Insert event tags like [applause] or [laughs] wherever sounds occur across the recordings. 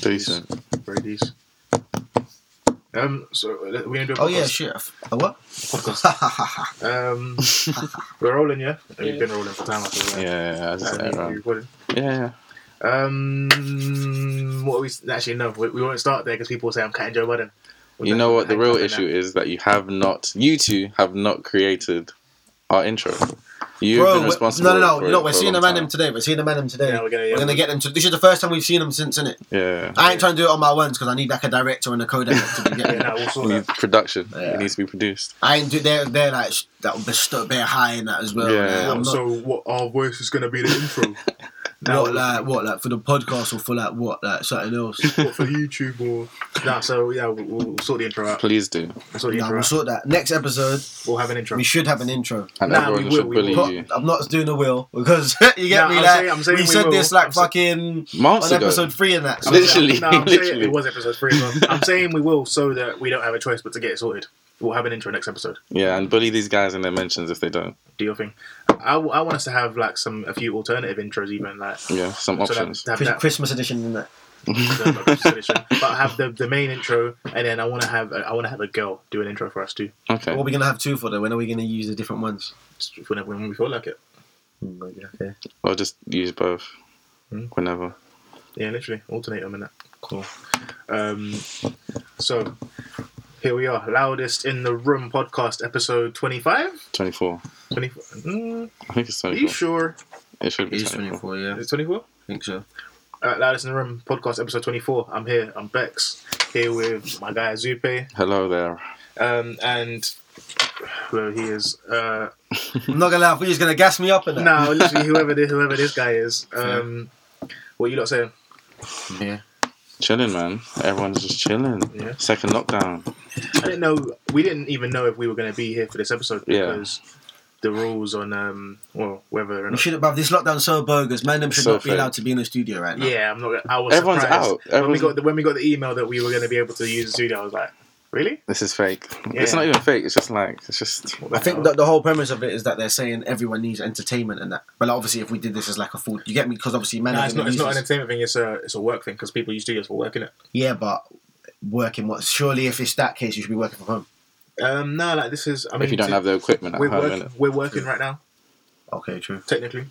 Decent. Very decent. Um, so uh, we end up. Oh yeah, chef. A what? [laughs] Um, we're rolling, yeah. We've been rolling for time. I feel like. Yeah, that's Um, it, right. you're recording. Yeah, Um, what are we actually no, we, we won't start there because people will say I'm cutting Joe Budden. We'll you just know what? The hang real up on issue that. is that you have not, you two have not created our intro. You've been Bro, we- responsible. no, no, for no. it Look, we're for a seeing long them at time. him today. We're seeing them at him today. Yeah, we're gonna- yeah, we're gonna we- get them to. This is the first time we've seen them since, innit? Yeah. I ain't trying to do it on my ones because I need like a director and a co-director [laughs] to get Yeah, me. no, we'll sort We that. need production. Yeah. It needs to be produced. I ain't do. They're they're like sh- that. would be st- They're high in that as well. Yeah. like, I'm not, Um, So what our voice is gonna be the intro. now not like what like for the podcast or for like what like something else. [laughs] what for YouTube or nah, so yeah, we'll, we'll sort the intro out. Please do. We'll sort the Nah, intro we'll out. sort that. Next episode, We'll have an intro. we should have an intro. And Nah, everyone we will, should we bully will. But you. I'm not doing a will because [laughs] you get Nah, me. I'm like saying- I'm saying we we said will. this like I'm sa- fucking Months on ago. episode three and that. So, I'm saying- Literally, no, I'm Saying, literally. it was episode three. But I'm saying we will, so that we don't have a choice but to get it sorted. We'll have an intro next episode. Yeah, and bully these guys in their mentions if they don't. Do your thing. I, I want us to have like some a few alternative intros, even like Yeah, some so that, options. to have Chris- that [laughs] Christmas edition and that. the Christmas edition. But I have the, the main intro, and then I want to have I want to have a girl do an intro for us too, Okay. What are we gonna have two for though? When are we gonna use the different ones? Hmm, just whenever when we feel like it. Okay. I'll just use both Hmm. whenever. Yeah, literally alternate them in that. Cool. Um, so here we are, loudest in the room podcast episode 25? 24. 24? Mm, I think it's are 24. you sure It should be It's 24. 24, yeah. it's 24? I [laughs] think so. Uh, loudest in the room podcast episode 24. I'm here. I'm Bex here with my guy Zupe, Hello there. um, and whoever he is. Uh, I'm not gonna lie, I thought he was gonna gas me up and that. no, literally whoever this whoever this guy is. Um, What you lot saying? Yeah. Chilling, man. Everyone's just chilling. Yeah. Second lockdown. I didn't know. We didn't even know if we were going to be here for this episode Yeah. because the rules on um well whether or [laughs] We not. should have this lockdown so bogus. Man, them should So not be fair. allowed to be in the studio right now. Yeah, I'm not. I was Everyone's out. surprised. When we Everyone's, got the, when we got the email that we were going to be able to use the studio, I was like, really? this is fake. Yeah. It's not even fake. It's just like, it's just. What the I think hell? that the whole premise of it is that they're saying everyone needs entertainment and that. But like, obviously, if we did this as like a full, you get me? Because obviously, man, Nah, it's not. It's [laughs] not an uses- entertainment thing. It's a it's a work thing because people use studios for work, innit? yeah, but working what? Surely, if it's that case, you should be working from home. Um, no, like this is. I mean, if you don't to- have the equipment at we're home, working. innit? We're working right now, Okay, true. technically.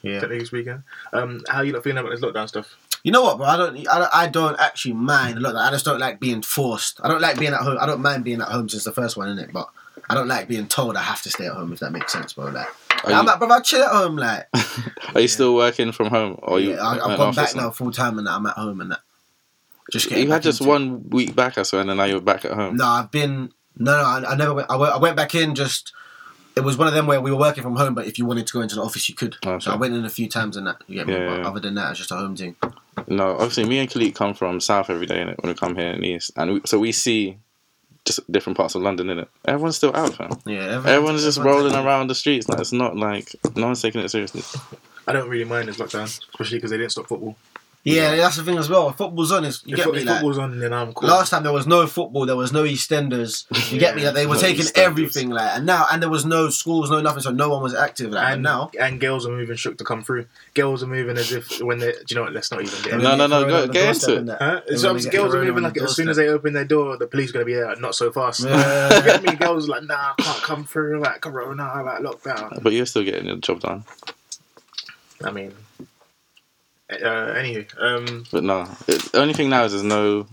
Yeah. Technically speaking. Um, how you lot feeling about this lockdown stuff? You know what, bro? I don't, I don't, I don't actually mind. Look, I just don't like being forced. I don't like being at home. I don't mind being at home since the first one, innit? But I don't like being told I have to stay at home. If that makes sense, bro. Like, Are I'm you, like, bro, I chill at home. Like, [laughs] are you still working from home? Or are Oh, you yeah, I, at I've gone office back now full time and that I'm at home and that. Just You getting had back just into it. one week back, I swear, and then now you're back at home. No, I've been. No, no, I, I never went. I went. I went back in just. It was one of them where we were working from home, but if you wanted to go into the office, you could. Okay. So I went in a few times and that. You get me? Oh, Yeah, but yeah. Other than that, it's just a home thing. No, obviously, me and Khalid come from South every day, innit? When we come here in the East. And we, so we see just different parts of London, innit? Everyone's still out, fam. Yeah. everyone- Everyone's just rolling everyone's- around the streets. Like, it's not like, no one's taking it seriously. I don't really mind this lockdown, especially because they didn't stop football. Yeah, that's the thing as well. Football's on. Is you If, get fo- me? if Like, football's on, then I'm cool. last time there was no football, there was no EastEnders. You get me? Yeah, Like, they were no taking EastEnders. everything, like, and now and there was no schools, no nothing, so no one was active. Like, and, and now. and girls are moving shook to come through. Girls are moving as if when they, do you know what? Let's not even get. they're Into No, it. gonna no, no, corona go- on the get doorstep into it. and that. Huh? They're So gonna obviously get girls are corona moving on like the as soon as doorstep. they open their door, the police gonna be there. like, Not so fast. [laughs] Yeah. Get me girls like nah, I can't come through like corona, like lockdown. But you're still getting your job done. I mean, uh, anywho, um, But no, it, the only thing now is there's no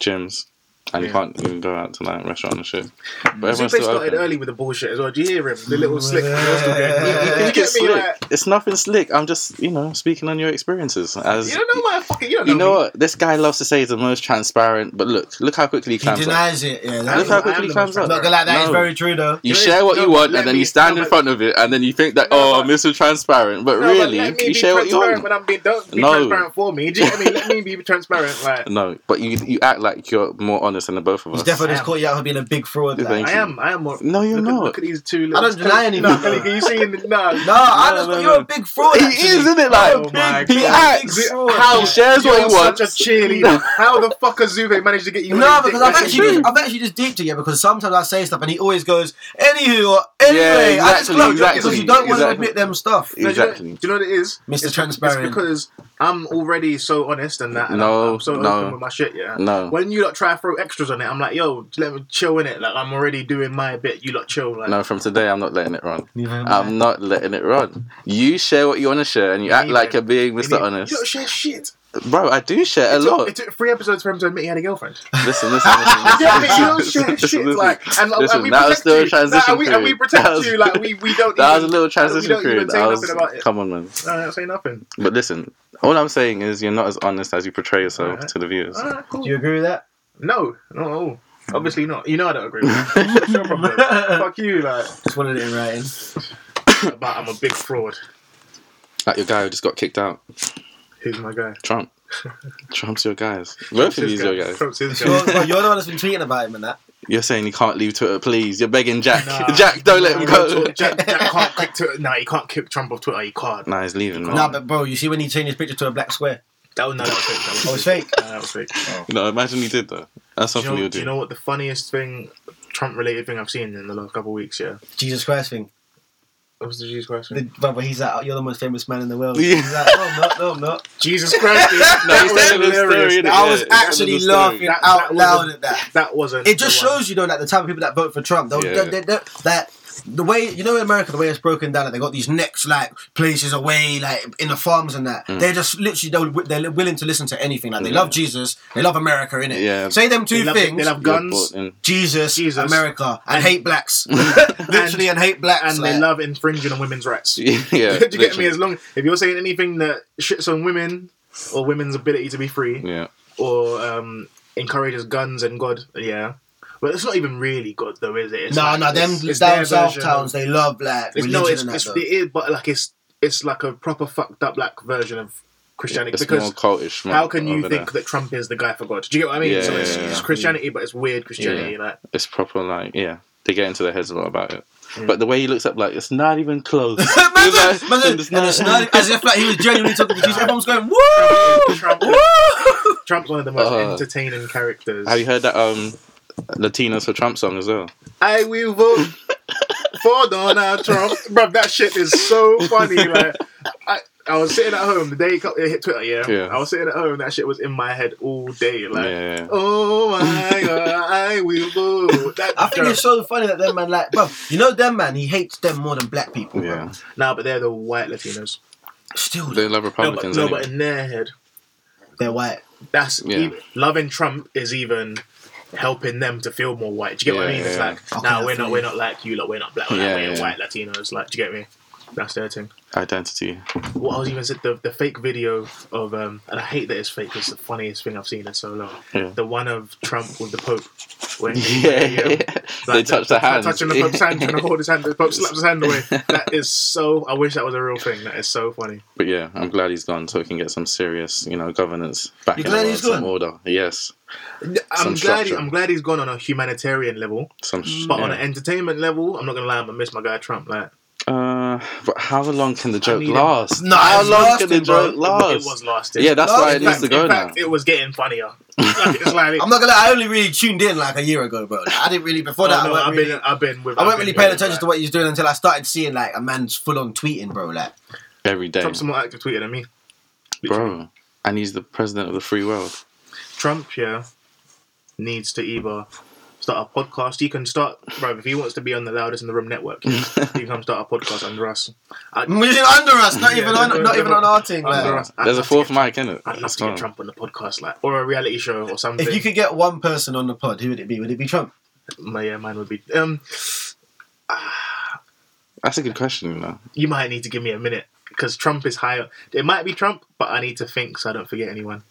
gyms, and you Yeah. can't even go out to like restaurant and shit. But Zupe everyone's still started open. early with the bullshit as well. Do you hear him? The little slick. Yeah. You, It's you get me? slick. Like, It's nothing slick. I'm just, you know, speaking on your experiences. As you don't know my fucking. You don't you know me. what this guy loves to say is the most transparent. But look, look how quickly he He climbs up. denies it. Yeah. Look That's, how I am quickly the he climbs most I'm not up. gonna lie, that is No. very true though. You No, share what no, you but want, let and then me- you stand no, in but- front of it, and then you think that, No, oh, but- Mr. Transparent. But No, but really, let me you be share what you transparent want. when I'm being. Don't be No. transparent for me. Do you get me? Let me [laughs] be transparent. Like, No, but you you act like you're more honest than the both of He's us. definitely I just caught you out for being a big fraud. Like. Thank I you. am. I am. More, No, you're look At, not. look at these two. I don't little- deny anything. No, Kelly, can you see in the no? [laughs] No, I No, just no, you're no. a big fraud. He actually. is, isn't it? Like Oh my he God. acts, Big how he shares what You're he wants. Such a cheerleader. How the fuck has Zube managed to get you? No, in because the I've dick? actually, just, I've actually just deeped it yeah, because sometimes I say stuff and he always goes, anywho, or anyway. I just exactly, gloat exactly, because you don't want to exactly. admit them stuff. No, do you know- Exactly. Do you know what it is, Mr. It's- Transparent. It's because I'm already so honest and that. And No, I'm, I'm so no. open with my shit. Yeah. No. When you lot try to throw extras on it, I'm like, yo, let me chill in it. Like I'm already doing my bit. You lot chill. Like No, from today, I'm not letting it run. Neither am I. I'm not letting it run. You share what you want to share, and you act Yeah. like you're being You Mr. know, Honest, You don't share shit. bro. I do share a it Took, lot. it took three episodes for him to admit he had a girlfriend. Listen, listen, listen. [laughs] listen. yeah, but you don't share [laughs] Listen, shit. listen. Like, and, like, Listen, and we that protect was still a you. transition Like, and we, and we period. protect That was- you. Like we, we [laughs] don't. That was a even- little we transition don't even period. say I was, nothing about it. come on, man. No, I don't say nothing. But listen, all I'm saying is you're not as honest as you portray yourself Alright. to the viewers. All right, cool. Do you agree with that? No, not at all. Obviously not. You know I don't agree with [laughs] that. What's your problem? Fuck you, like. Just wanted it in writing. But I'm a big fraud. Like your guy who just got kicked out, Who's my guy? [laughs] Trump. Trump's your guys. Both of His you's guy. your guys. [laughs] Trump's his guy. You're, but you're the one that's been tweeting about him and that. You're saying he can't leave Twitter, please. You're begging Jack. [laughs] Nah. Jack, don't let You him know, go. Tw- Jack, Jack can't kick Twitter. No, he can't kick Trump off Twitter. He [laughs] can't. Nah, he's leaving, man. Nah, but bro, you see when he changed his picture to a black square? That was no, that was fake. That was, Oh, it's fake. Nah, that was fake. no, imagine he did that. That's Do you, something know, he'll do do. you know what the funniest thing, Trump-related thing I've seen in the last couple of weeks? Yeah, Jesus Christ thing. what was the Jesus Christ The, thing? bro, but he's like, you're the most famous man in the world. Yeah. He's like, no, I'm not, no, I'm not. Jesus Christ! [laughs] dude. no, That he's was telling the hilarious. story. innit? I Yeah, was he's telling actually the story. laughing That- out that was loud a- at that. That wasn't. It just the one. shows you know like the type of people that vote for Trump. They'll, Yeah. they they- they- that the way you know in America the way it's broken down, like, they got these next like places away, like in the farms and that. They're just literally they'll, they're willing to listen to anything. Like they Mm. Yeah. love Jesus, they love America, innit? Yeah. Say them They two love, things: they love You're guns. bought in. [laughs] Jesus, Jesus. America, and, hate blacks. [laughs] literally, and, hate blacks. and they like- love infringing on women's rights. yeah. [laughs] [laughs] Do you get me? literally. As long if you're saying anything that shits on women or women's ability to be free Yeah. or um, encourages guns and God, yeah. But it's not even really God though, is it? It's No, like- no, them it's- it's down their south version towns, of- they love like It's, religion no, it's, and that. it's though. it is, but like it's it's like a proper fucked up like version of Christianity It's more because. cultish. man, How can you over think there. that Trump is the guy for God? Do you get what I mean? Yeah, so yeah, it's, yeah, it's yeah. Christianity, but it's weird Christianity. Like, It's proper like yeah. They get into their heads a lot about it. But the way he looks up, like it's not even close. It's [laughs] [laughs] like- Imagine- imagine- it's and not- it's not- as if like he was genuinely talking to Jesus. Everyone's going, woo! Trump, Woo! Trump's one of the most Uh, entertaining characters. Have you heard that um Latinos for Trump song as well? I will vote for Donald Trump. Bro, that shit is so funny. Like, I, I was sitting at home the day it co- it hit Twitter, yeah? Yeah. I was sitting at home, that shit was in my head all day. Like, yeah, yeah. oh my god, I [laughs] will vote. That I think joke. it's so funny that them man like, bro, you know them man, he hates them more than black people. bro. yeah. Nah, but they're the white Latinos. Still, They love No, but, Republicans. no, anyway. but in their head, they're white. that's Yeah. even, loving Trump is even helping them to feel more white. Do you get what I Yeah, mean? It's yeah. like, Okay, nah, I we're feel not, you. we're not like you, like we're not black, we're, Yeah, like, we're yeah. white Latinos. Like, do you get me? That's their thing. Identity. what I was even said the, the fake video of um and I hate that it's fake. It's the funniest thing I've seen in so long. Yeah. The one of Trump with the Pope. [laughs] When Yeah. they touch the hand. Touching [laughs] the Pope's hand, trying to hold his hand. The Pope slaps his hand away. That is so. I wish that was a real thing. That is so funny. But yeah, I'm glad he's gone so we can get some serious, you know, governance back You're in glad the world, he's some gone? order. Yes. Some I'm glad. He, structure. I'm glad he's gone on a humanitarian level, Some sh- but yeah. on an entertainment level, I'm not gonna lie. I'm gonna miss my guy Trump. Like uh, but how long can the joke need him. [laughs] last? No, how it's long lasting, can the bro. joke it, last? it was lasting. yeah, that's No, why it in in needs fact, to go in now. fact, it was [laughs] getting funnier. Like, it's [laughs] like I'm not gonna. lie, I only really tuned in like a year ago, bro. Like, I didn't really before oh, that. no, I I've weren't really, been, I've been with. I I've weren't been really with paying it, attention like. to what he was doing until I started seeing like a man's full on tweeting, bro. Like, Every day, Trump's a more active tweeter than me. Literally. bro. And he's the president of the free world. Trump, yeah, needs to either start a podcast. He can start, bro, if he wants to be on the Loudest in the Room network, [laughs] yeah, he can come start a podcast under us. we're just under us, not even Yeah. on, not even on our team. Under Like. us. I'd There's a love to fourth get- mic, isn't it? I'd love It's to get gone. Trump on the podcast, like, or a reality show or something. Oh. If you could get one person on the pod, who would it be? Would it be Trump? My, yeah, mine would be. Um, That's a good question, you know. you might need to give me a minute because Trump is higher. It might be Trump, but I need to think so I don't forget anyone.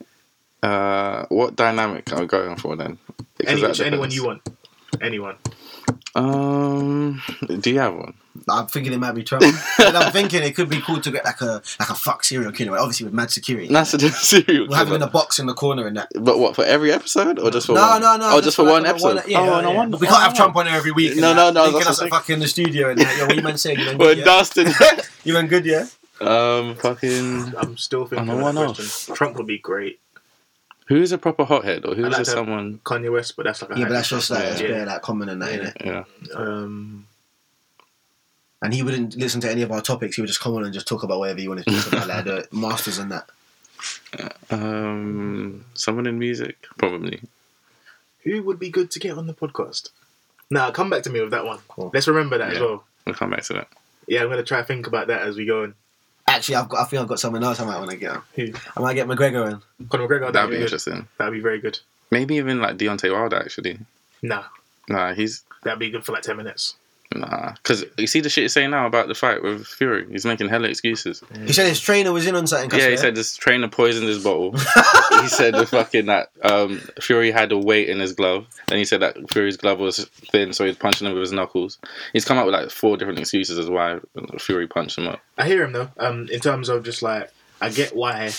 Uh, what dynamic are we going for then? Because Any, that which- anyone depends. you want, anyone. Um, do you have one? [laughs] I'm thinking it might be Trump. but I'm thinking it could be cool to get like a like a fuck serial killer, but obviously with mad security. That's a [laughs] serial We'll have him in a killer. box in the corner and that. But what for every episode or just for No, one? no, no. Oh, just for one like a episode. yeah, oh, yeah, no yeah. wonder. We can't have Oh. Trump on there every week. and No, that, no, no, thinking that's us what a I'm fucking in the studio and that. Yo, what you man saying? You man [laughs] We're good, yeah? dusting. [laughs] You man good, yeah? um, fucking. I'm still thinking. I of know that one question. Trump would be great. Who's a proper hothead or who's like just to- someone? Kanye West, but that's like a Yeah, but hype. that's just like, Yeah. that's bare like common and that, innit? Yeah. um. [laughs] And he wouldn't listen to any of our topics. He would just come on and just talk about whatever he wanted to talk about, like the masters and that. Um, someone in music, probably. Who would be good to get on the podcast? Nah, come back to me with that one. Cool. Let's remember that as Yeah. well. We'll come back to that. Yeah, I'm gonna try to think about that as we go. on. Actually, I've got. I think I've got someone else. I might want to get. on. Who? I might get McGregor in. Conor McGregor. That'd be good. interesting. That'd be very good. Maybe even like Deontay Wilder actually. Nah, Nah, he's that'd be good for like ten minutes. nah. Cause you see the shit he's saying now about the fight with Fury. He's making hella excuses. He said his trainer was in on something. Yeah, he Cosmo. said this trainer poisoned his bottle. [laughs] he said the fucking that um, Fury had a weight in his glove. Then he said that Fury's glove was thin, so he's punching him with his knuckles. He's come up with like four different excuses as why Fury punched him up. I hear him though. Um, in terms of just like, I get why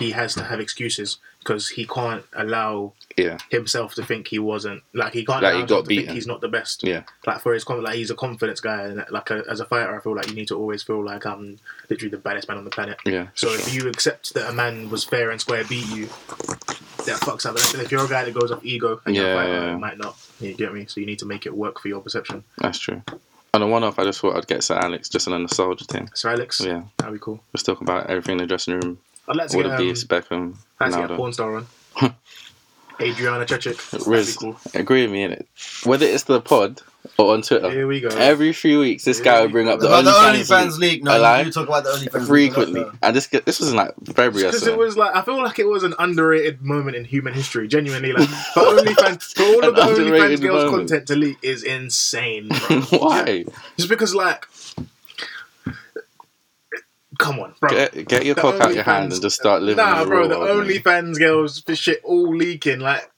he has to have excuses because he can't allow Yeah, himself to think he wasn't like he can't Like, allow he himself got to beaten. think he's not the best. yeah, Like for his com- like he's a confidence guy and like a, as a fighter, I feel like you need to always feel like I'm literally the baddest man on the planet. yeah. So for if sure. you accept that a man was fair and square beat you, that fucks up. And if you're a guy that goes off ego and you're Yeah, a fighter, yeah. it might not. You get me? So you need to make it work for your perception. that's true. On a one-off, I just thought I'd get Sir Alex just on a nostalgia thing. So Alex, Yeah, that'd be cool. let's talk about everything in the dressing room. I'd like to All get, the um, beefs, Beckham, I'd like to get a Ronaldo. porn star [laughs] on. Adriana Chechik. That'd be Riz, cool. agree with me in it. Whether it's the pod or on Twitter, Here we go. Uh, every few weeks this guy will bring up the About the only OnlyFans leak. No, Alive? you do talk about the OnlyFans frequently. leak. And this this was in like February or because it something. was like I feel like it was an underrated moment in human history. Genuinely, like for OnlyFans, for all of [laughs] the An underrated OnlyFans girls moment. content to leak is insane. Bro. [laughs] Why? Just because, like, come on, bro. Get, get your The cock out your hand OnlyFans- and just start living. Nah, in the bro, real the world, man. OnlyFans girls, this shit all leaking. Like,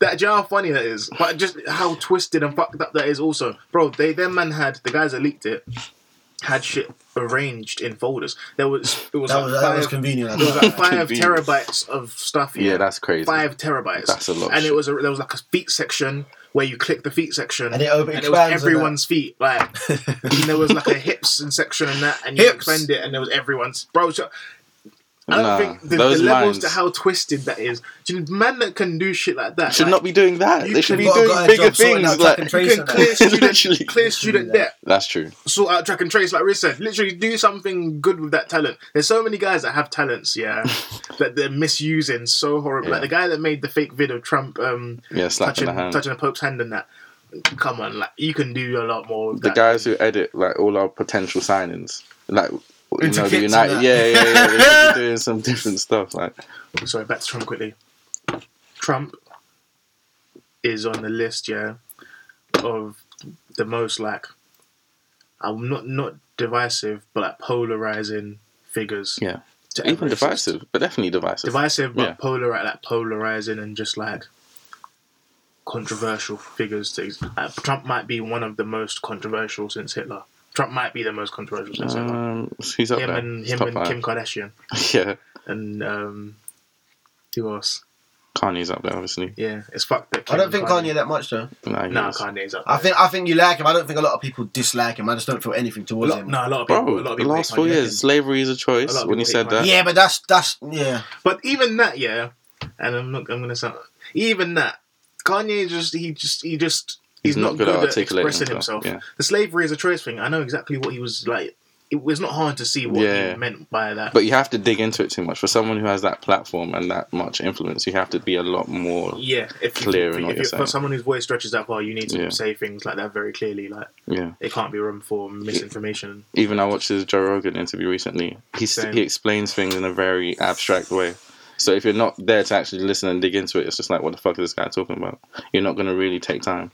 that, do you know how funny that is? But just how twisted and fucked up that is, also. Bro, they them man had, the guys that leaked it, had shit arranged in folders. There was, it was That like was, that was five- convenient. I there was thought. [laughs] like five Convenient. terabytes of stuff. Yeah, here. that's crazy. five terabytes. That's a lot of And shit. it was a, there was like a feet section where you click the feet section, And it open- and it was expands and everyone's feet. Like and there was like a hips and section and that, and you Hips. expand it, and there was everyone's bro. So, I don't Nah, think the, the those levels minds to how twisted that is. Do you know, man that can do shit like that should like, not be doing that. you They should be could- Got a doing guy bigger job sorting things. out track Like and trace You can and that. clear [laughs] Literally. student, clear student that. debt, that's true. sort out track and trace, like Riz said. Literally, do something good with that talent. There's so many guys that have talents, [laughs] yeah, that they're misusing so horrible. Like Yeah. the guy that made the fake vid of Trump um, Yeah, slapping touching the hand. touching the Pope's hand and that. Come on, like you can do a lot more. With the that. guys who edit like all our potential signings, like you Into know, kits the and United. that. uh, Yeah, yeah, yeah. They should [laughs] be doing some different stuff. Like Sorry, back to Trump quickly. Trump is on the list, yeah, of the most like I'm not not divisive, but like polarizing figures. Yeah. to ever even exist. divisive, but definitely divisive. divisive, but Yeah. polar, like polarizing and just like controversial figures. To ex- like, Trump might be one of the most controversial since Hitler. Trump might be the most controversial since Hitler. um, he's up Him there. and He's him top and five. Kim Kardashian [laughs] Yeah, and um, who else? Kanye's up there, obviously. Yeah, it's fucked. That [laughs] I don't think Kanye. Kanye that much though. Nah, he No, is. Kanye's up. I there. think I think you like him. I don't think a lot of people dislike him. I just don't feel anything a towards lot, him. no, a lot of people. Bro, a lot of the people last hate four Kanye. years, slavery is a A choice. lot of when he people said hate that, Kanye. Yeah, but that's that's yeah. But even that, yeah, and I'm not. I'm gonna sound even that. Kanye just he just he just he's, not, good, at articulating expressing himself. himself. The slavery is a choice thing. I know exactly what he was like. It was not hard to see what Yeah. he meant by that. Yeah. But you have to dig into it too much. For someone who has that platform and that much influence, you have to be a lot more. yeah, if, Clear if, in if, what you're if saying. for someone whose voice stretches that far, you need to Yeah. say things like that very clearly. Like Yeah. it can't be room for misinformation. Even I watched his Joe Rogan interview recently. He s- Same. he explains things in a very abstract way. So if you're not there to actually listen and dig into it, it's just like, what the fuck is this guy talking about? You're not going to really take time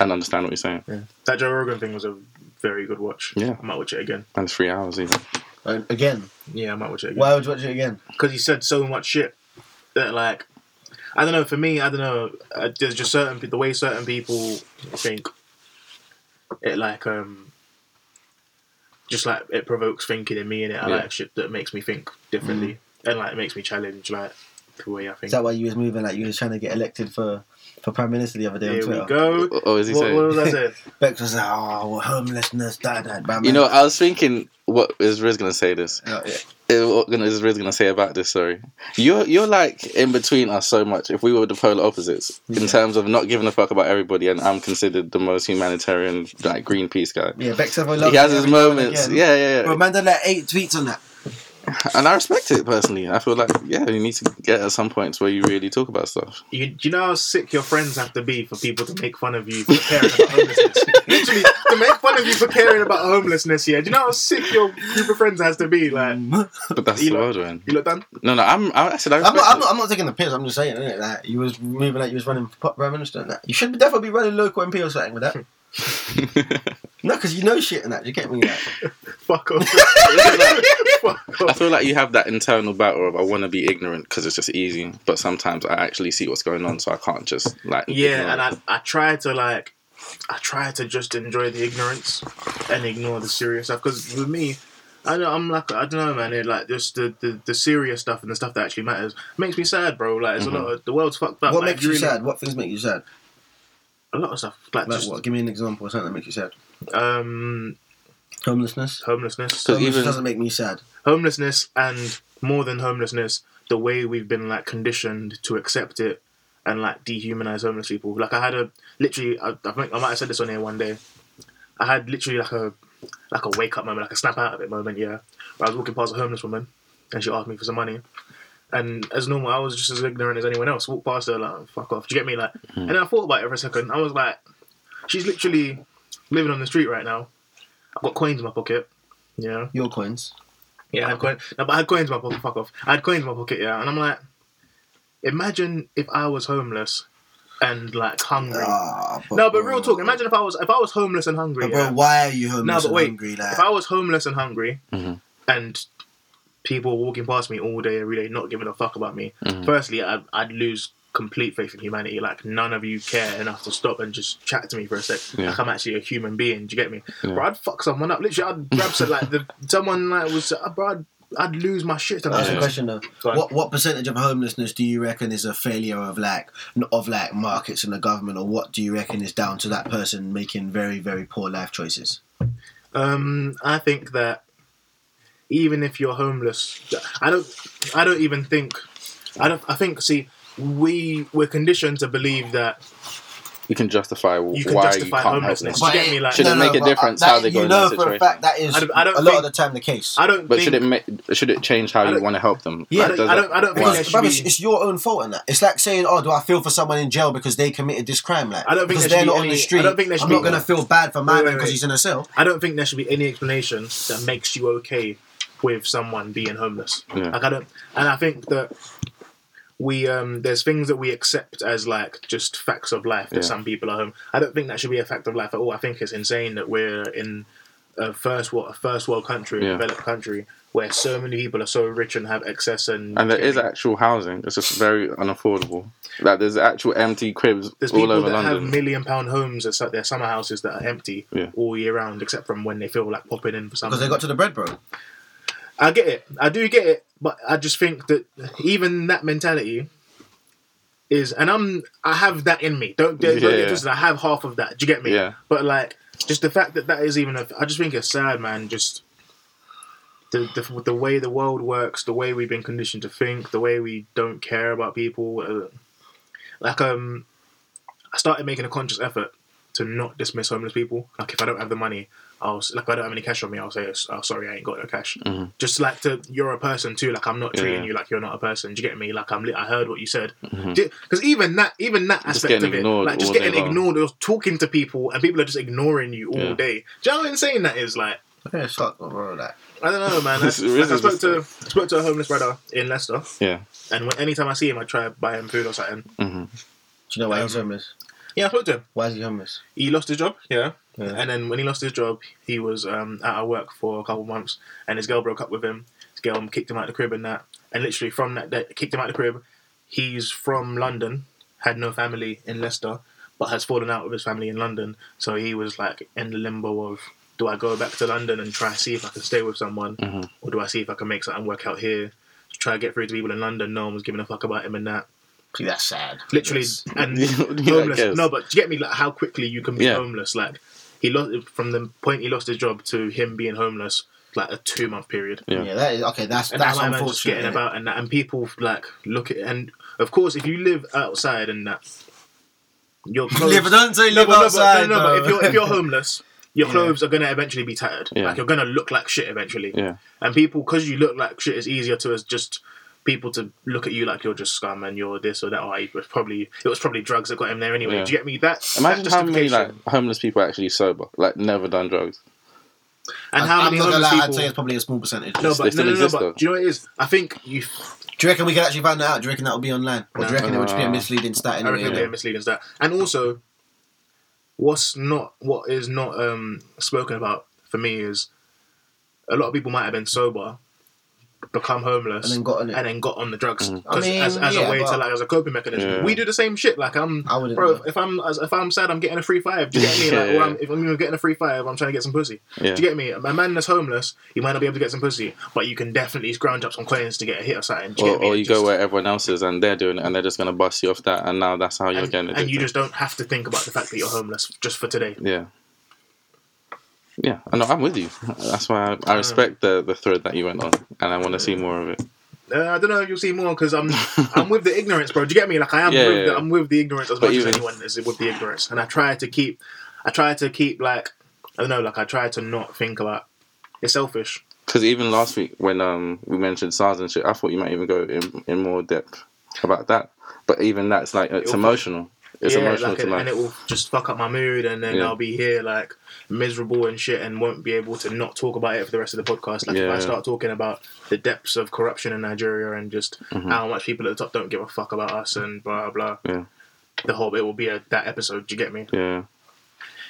and understand what he's saying. That Joe Rogan thing was a very good watch. Yeah. I might watch it again. And it's three hours even. Uh, Again, Yeah, I might watch it again. why would you watch it again? because he said so much shit that like I don't know. For me, I don't know. Uh, there's just certain pe- the way certain people think it like um just like it provokes thinking in me and it. I Yeah. like shit that makes me think differently and like it makes me challenge like the way I Is think. that why you was moving like you was trying to get elected for for prime minister the other day on Here we Twitter? go. Or is he What, saying? what was I saying? Bex was like, oh, well, homelessness, da da. da, You man." know, I was thinking, what is Riz going to say this? Oh, yeah. Uh, what gonna- is Riz gonna say about this? Sorry, you're you're like in between us so much. If we were the polar opposites in Yeah. terms of not giving a fuck about everybody, and I'm considered the most humanitarian like Greenpeace guy. yeah, Bex ever loved he has it his every now and moments. again. Yeah, yeah, yeah. Bro, man done like eight tweets on that. and I respect it personally. I feel like yeah, you need to get at some points where you really talk about [laughs] stuff. You, do you know how sick your friends have to be for people to make fun of you for caring about homelessness? Literally, to make fun of you for caring about homelessness, yeah. Do you know how sick your group of friends has to be? [laughs] Like, But that's You the know- world, man. you look done? No, no, I'm. I, I said I I'm respect not, I'm, it. not, I'm not taking the piss. I'm just saying, innit? Like you was moving like you was running for pop- prime minister and that. You should definitely be running local MP or something [laughs] with that. No, because you know shit and that. You get me? Like, Fuck off. [laughs] Fuck [laughs] I off. feel like you have that internal battle of I want to be ignorant because it's just easy, but sometimes I actually see what's going on, so I can't just like. Yeah, ignore and it. I, I try to like, I try to just enjoy the ignorance and ignore the serious stuff. Because with me, I know I'm like I don't know, man. It, like just the, the the serious stuff and the stuff that actually matters makes me sad, bro. Like it's a lot of the world's fucked up. Mm-hmm. what like, makes you really- sad? What things make you sad? A lot of stuff, like, Like just what? Give me an example of something that makes you sad. um Homelessness. homelessness, So Homelessness even- doesn't make me sad. homelessness, and more than homelessness, the way we've been like conditioned to accept it and like dehumanize homeless people. Like I had a literally, I, I think I might have said this on here one day. I had literally like a like a wake up moment, like a snap out of it moment. Yeah, where I was walking past a homeless woman, and she asked me for some money. And as normal, I was just as ignorant as anyone else. Walked past her like, "Fuck off!" Do you get me? Like, and then I thought about it for a second. I was like, "She's literally living on the street right now. I've got coins in my pocket. You know, Your coins. yeah, I had coin. No, but I had coins in my pocket. Fuck off. I had coins in my pocket. Yeah, and I'm like, imagine if I was homeless and like hungry. Ah, no, but real bro. talk. Imagine if I was if I was homeless and hungry. But bro, yeah? why are you homeless No, but and wait. hungry? Like, If I was homeless and hungry, Mhm. and people were walking past me all day every day, not giving a fuck about me. Mhm. Firstly, I'd, I'd lose complete faith in humanity. Like none of you care enough to stop and just chat to me for a sec. Yeah. Like I'm actually a human being. Do you get me? Yeah. Bro, I'd fuck someone up. Literally, I'd grab some, [laughs] like the someone like was uh, bro. I'd, I'd lose my shit. to That's them. a question though. Go on. What what percentage of homelessness do you reckon is a failure of like n- of like markets and the government, or what do you reckon is down to that person making very very poor life choices? Um, I think that even if you're homeless, I don't. I don't even think. I don't. I think. See, we we're conditioned to believe that you can justify You can why justify you can't help homelessness. them. But- you get me? Like- Should it make a but, uh, difference that- how they go You in know that for a situation? fact that is I don't- I don't a lot of think- the time the case. I don't. But think, should it make, should it change how I you don't- want to help them? Yeah, I Like, don't- I does don't- I don't that- think why? there should Bruv, be- it's, it's your own fault in that. It's like saying, "Oh, do I feel for someone in jail because they committed this crime?" Like, I don't think because there should they're be not on any- the I street. don't think there should I'm not be- gonna feel bad for Wait, my man wait, because wait. he's in a cell. I don't think there should be any explanation that makes you okay with someone being homeless. Yeah. Like I don't, and I think that we um there's things that we accept as like just facts of life that Yeah. some people are home. I don't think that should be a fact of life at all. I think it's insane that we're in a first world, a first world country, a Yeah. developed country where so many people are so rich and have excess and And there is actual housing. It's just very unaffordable. Like there's actual empty cribs There's people all over that London. have million pound homes and their summer houses that are empty Yeah. all year round, except from when they feel like popping in for something. Because they got to the bread, bro. I get it. I do get it, but I just think that even that mentality is, and I'm, I have that in me. Don't, don't, Yeah. get twisted. I have half of that. Do you get me? Yeah. But like, just the fact that that is even, a, I just think it's sad, man. Just the, the the way the world works, the way we've been conditioned to think, the way we don't care about people. Uh, like, um, I started making a conscious effort to not dismiss homeless people. Like, if I don't have the money, I'll s- like if I don't have any cash on me. I'll say, oh, sorry, I ain't got no cash. Just like to, you're a person too. Like I'm not treating Mm-hmm. Yeah. Mm-hmm. you like you're not a person. Do you get me? Like I'm, li- I heard what you said. Because even that, even that aspect getting of it, ignored like just all day getting long. ignored, or talking to people, and people are just ignoring you all Yeah. day. Do you know how insane that is? Like. Yeah, fuck, bro. Like, I don't know, [laughs] man. I, This is like, I spoke just- to I spoke to a homeless brother in Leicester, yeah. and when, anytime I see him, I try to buy him food or something. hmm do you know why he's Um, homeless? Yeah, I spoke to him. Why is he homeless? He lost his job, yeah, Yeah. and then when he lost his job, he was um, out of work for a couple of months, and his girl broke up with him. His girl kicked him out of the crib and that, and literally from that day, kicked him out of the crib. He's from London, had no family in Leicester, but has fallen out with his family in London. So he was like in the limbo of. Do I go back to London and try to see if I can stay with someone, Mhm. or do I see if I can make something work out here? try to get through to people in London. No one was giving a fuck about him and that. See, that's sad. Literally, [laughs] and Yeah, homeless. I guess. no, but do you get me? Like how quickly you can be Yeah. homeless. Like he lost from the point he lost his job to him being homeless, like a two month period. Yeah. Yeah, that is okay. That's And that's that man just unfortunate. getting [laughs] innit? about and that, and people like look at and of course if you live outside and that you're close. Live, don't say No, [laughs] live but- no, but- outside. No, no, but if bro. you're if you're homeless your Yeah. clothes are gonna eventually be tattered. Yeah. Like you're gonna look like shit eventually. Yeah. And people, because you look like shit, it's easier to as just people to look at you like you're just scum and you're this or that. Or it was probably it was probably drugs that got him there anyway. Yeah. Do you get me? That Imagine that how many like justification. homeless people are actually sober, like never done drugs. and how I'm many not gonna homeless lie, people. I'd say it's probably a small percentage. no, they but no, still no, no, exist, though. but do you know what it is? I think you. Do you reckon we could actually find that out? Do you reckon that would be online, or do you reckon it would just be a No. misleading stat? I Anyway, reckon they're misleading as that. And also, what's not what is not um, spoken about for me is a lot of people might have been sober, become homeless, and then got on it. and then got on the drugs Mm. 'Cause I mean, as, as yeah, a way to but- like as a coping mechanism. Yeah. We do the same shit. Like I'm, I wouldn't. bro. know. If I'm as- if I'm sad, I'm getting a free five. Do you get me? Like, [laughs] or Yeah. I'm, if I'm even getting a free five, I'm trying to get some pussy. Yeah. Do you get me? A man that's homeless, you might not be able to get some pussy, but you can definitely scrounge up some coins to get a hit or something. Do you Or, get me? or you Just- go where everyone else is and they're doing it and they're just gonna bust you off that and now that's how you're and, getting and you addicted. just don't have to think about the fact that you're homeless just for today. Yeah. Yeah, I know. I'm with you. That's why I, I respect the, the thread that you went on, and I want to see more of it. Uh, I don't know if you'll see more [laughs] because I'm I'm with the ignorance, bro. Do you get me? Like I am Yeah, with yeah, the, yeah. I'm with the ignorance as But much as even- anyone is with the ignorance, and I try to keep I try to keep like I don't know, like I try to not think about. It's selfish. Because even last week when um we mentioned SARS and shit, I thought you might even go in, in more depth about that. But even that's like it's It'll- emotional. It's yeah, emotional like, to and, like and it will just fuck up my mood, and then Yeah. I'll be here like miserable and shit, and won't be able to not talk about it for the rest of the podcast. Like if Yeah, I yeah. start talking about the depths of corruption in Nigeria and just Mhm. how much people at the top don't give a fuck about us and blah blah. Yeah. The whole it will be a, that episode. Do you get me? yeah.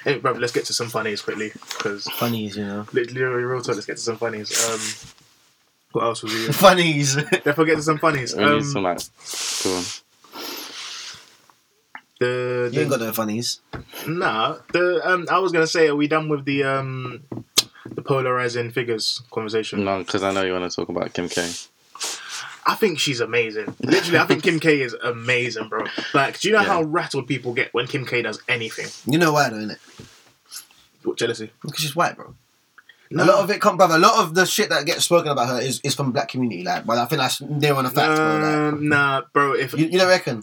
Hey, bro, let's get to some funnies quickly because Funnies, [laughs] you know. literally, real talk. Let's get to some funnies. Um, what else was we? Funnies. Definitely get to some funnies. We Um, need some like go on. the, you ain't the got no funnies. nah. The um, I was gonna say, are we done with the um, the polarizing figures conversation? no, because I know you want to talk about Kim K. I think she's amazing. Literally, I think Kim K is amazing, bro. Like, do you know Yeah. how rattled people get when Kim K does anything? You know why though, innit? What jealousy? Because she's white, bro. No. A lot of it come, brother. A lot of the shit that gets spoken about her is, is from black community, like. But I think that's near on a fact, bro. Um, nah, bro. If Like, you, you don't reckon?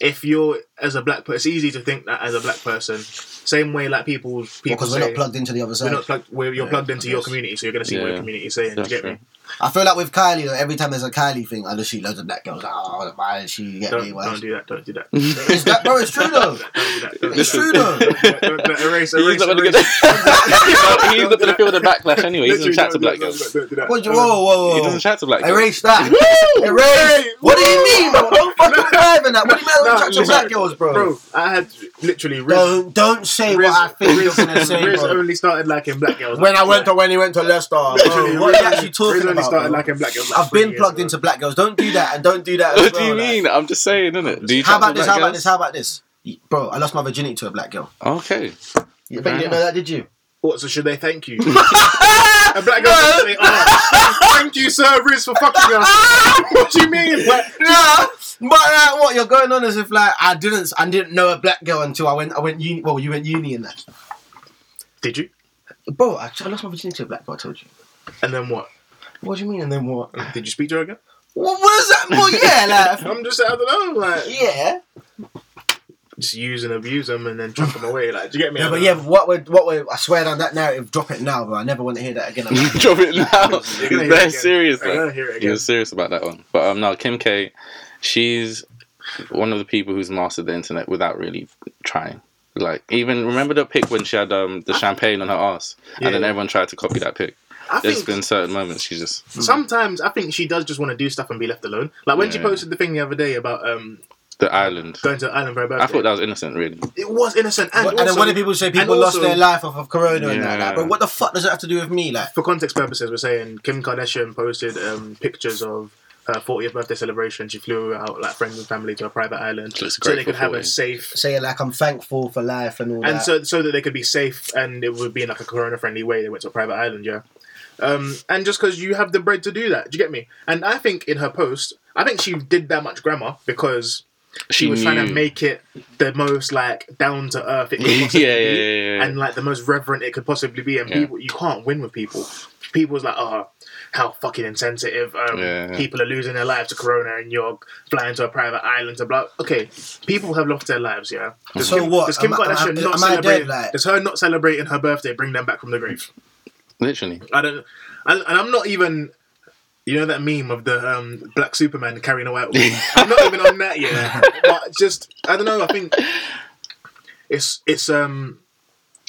if you're as a black person, it's easy to think that as a black person. Same way, like people people Because say, we're not plugged into the other We're side. not plugged. We're, you're Yeah, plugged into I your guess. community, so you're gonna see what Yeah. your community is saying. Do you That's get true. me? I feel like with Kylie, though, every time there's a Kylie thing, I just see loads of black girls. Like, oh, why is she get Don't, me? Why don't is she-" do that. Don't do that. [laughs] It's that, bro, it's true [laughs] though. Don't do that. Don't do It's that. true though. Don't- don't- don't- [laughs] Erase, He's erase, not gonna erase. get. [laughs] he's not gonna feel the backlash anyway. He doesn't Literally, chat to don't- black don't- girls. don't do that. What, do you- Um, whoa, whoa, He whoa. doesn't chat to black girls. Erase that. [laughs] Erase. What do you mean, bro? Don't fucking drive in that. What do you mean I don't Nah, chat to black girls, bro? Bro, I had literally Riz, don't don't say Riz, what I think Riz, you're gonna say, Riz bro. only started liking black girls. When I went to when he went to Leicester, bro, Literally, what are you Riz- actually talking Riz only about? started bro? liking black girls. like I've three been years plugged ago. into black girls. Don't do that and don't do that. [laughs] as What do well, you like. mean? I'm just saying, innit? Do you chat How to about this? black How about girls? this? How about this? Bro, I lost my virginity to a black girl. Okay. [laughs] You Fair think you didn't know that, did you? What? So should they thank [laughs] you? a black girl should say, "Oh, thank you, sir, Riz, for [laughs] fucking us." what do you mean? Like, No, but uh, what you're going on is if like I didn't I didn't know a black girl until I went I went uni well you went uni and that Did you? bro I, I lost my virginity to a black girl I told you And then what? what do you mean and then what Did you speak to her again? what, what is that well [laughs] yeah I'm just, I don't know, like like yeah just use and abuse them and then chuck them away. Like, do you get me? no, but yeah what we what we I swear on that narrative drop it now bro I never want to hear [laughs] that again about that. Drop it now. [laughs] You're [laughs] gonna He's hear very it again. serious. You're though. gonna hear it He again. was serious about that one. But um, no, Kim K, she's one of the people who's mastered the internet without really trying. Like even remember the pic when she had um the champagne on her ass, Yeah. and then everyone tried to copy that pic. I There's think been certain moments she just sometimes I think she does just want to do stuff and be left alone. Like when she Yeah. posted the thing the other day about um the island. going to an island for her birthday. I thought that was innocent, really. it was innocent. And, and then also- when the people say and people lost also- their life off of corona and that Yeah. like, bro what the fuck does that have to do with me like for context purposes, we're saying Kim Kardashian posted um, pictures of her 40th birthday celebration. She flew out like friends and family to a private island She looks so great they for could have a 40. safe say like I'm thankful for life and all and that so so that they could be safe and it would be in like a corona friendly way. They went to a private island, yeah. Um, and just because you have the bread to do that, do you get me? And I think in her post, I think she did that much grammar because she, was trying to knew. make it the most like down to earth it [laughs] could yeah, possibly yeah, yeah, be. [laughs] yeah, yeah. and like the most reverent it could possibly be. And Yeah. people, you can't win with people. People's like, oh, how fucking insensitive um, Yeah. people are losing their lives to corona and you're flying to a private island to blah. Okay, people have lost their lives, yeah. Does So Kim, what? Does Kim Am I- am I- Kardashian not am I dead, celebrate? like- Does her not celebrating her birthday bring them back from the grave? Literally. I don't, and, and I'm not even. You know that meme of the um, black Superman carrying a white woman. I'm not even on [laughs] that yet, but just I don't know. I think it's it's um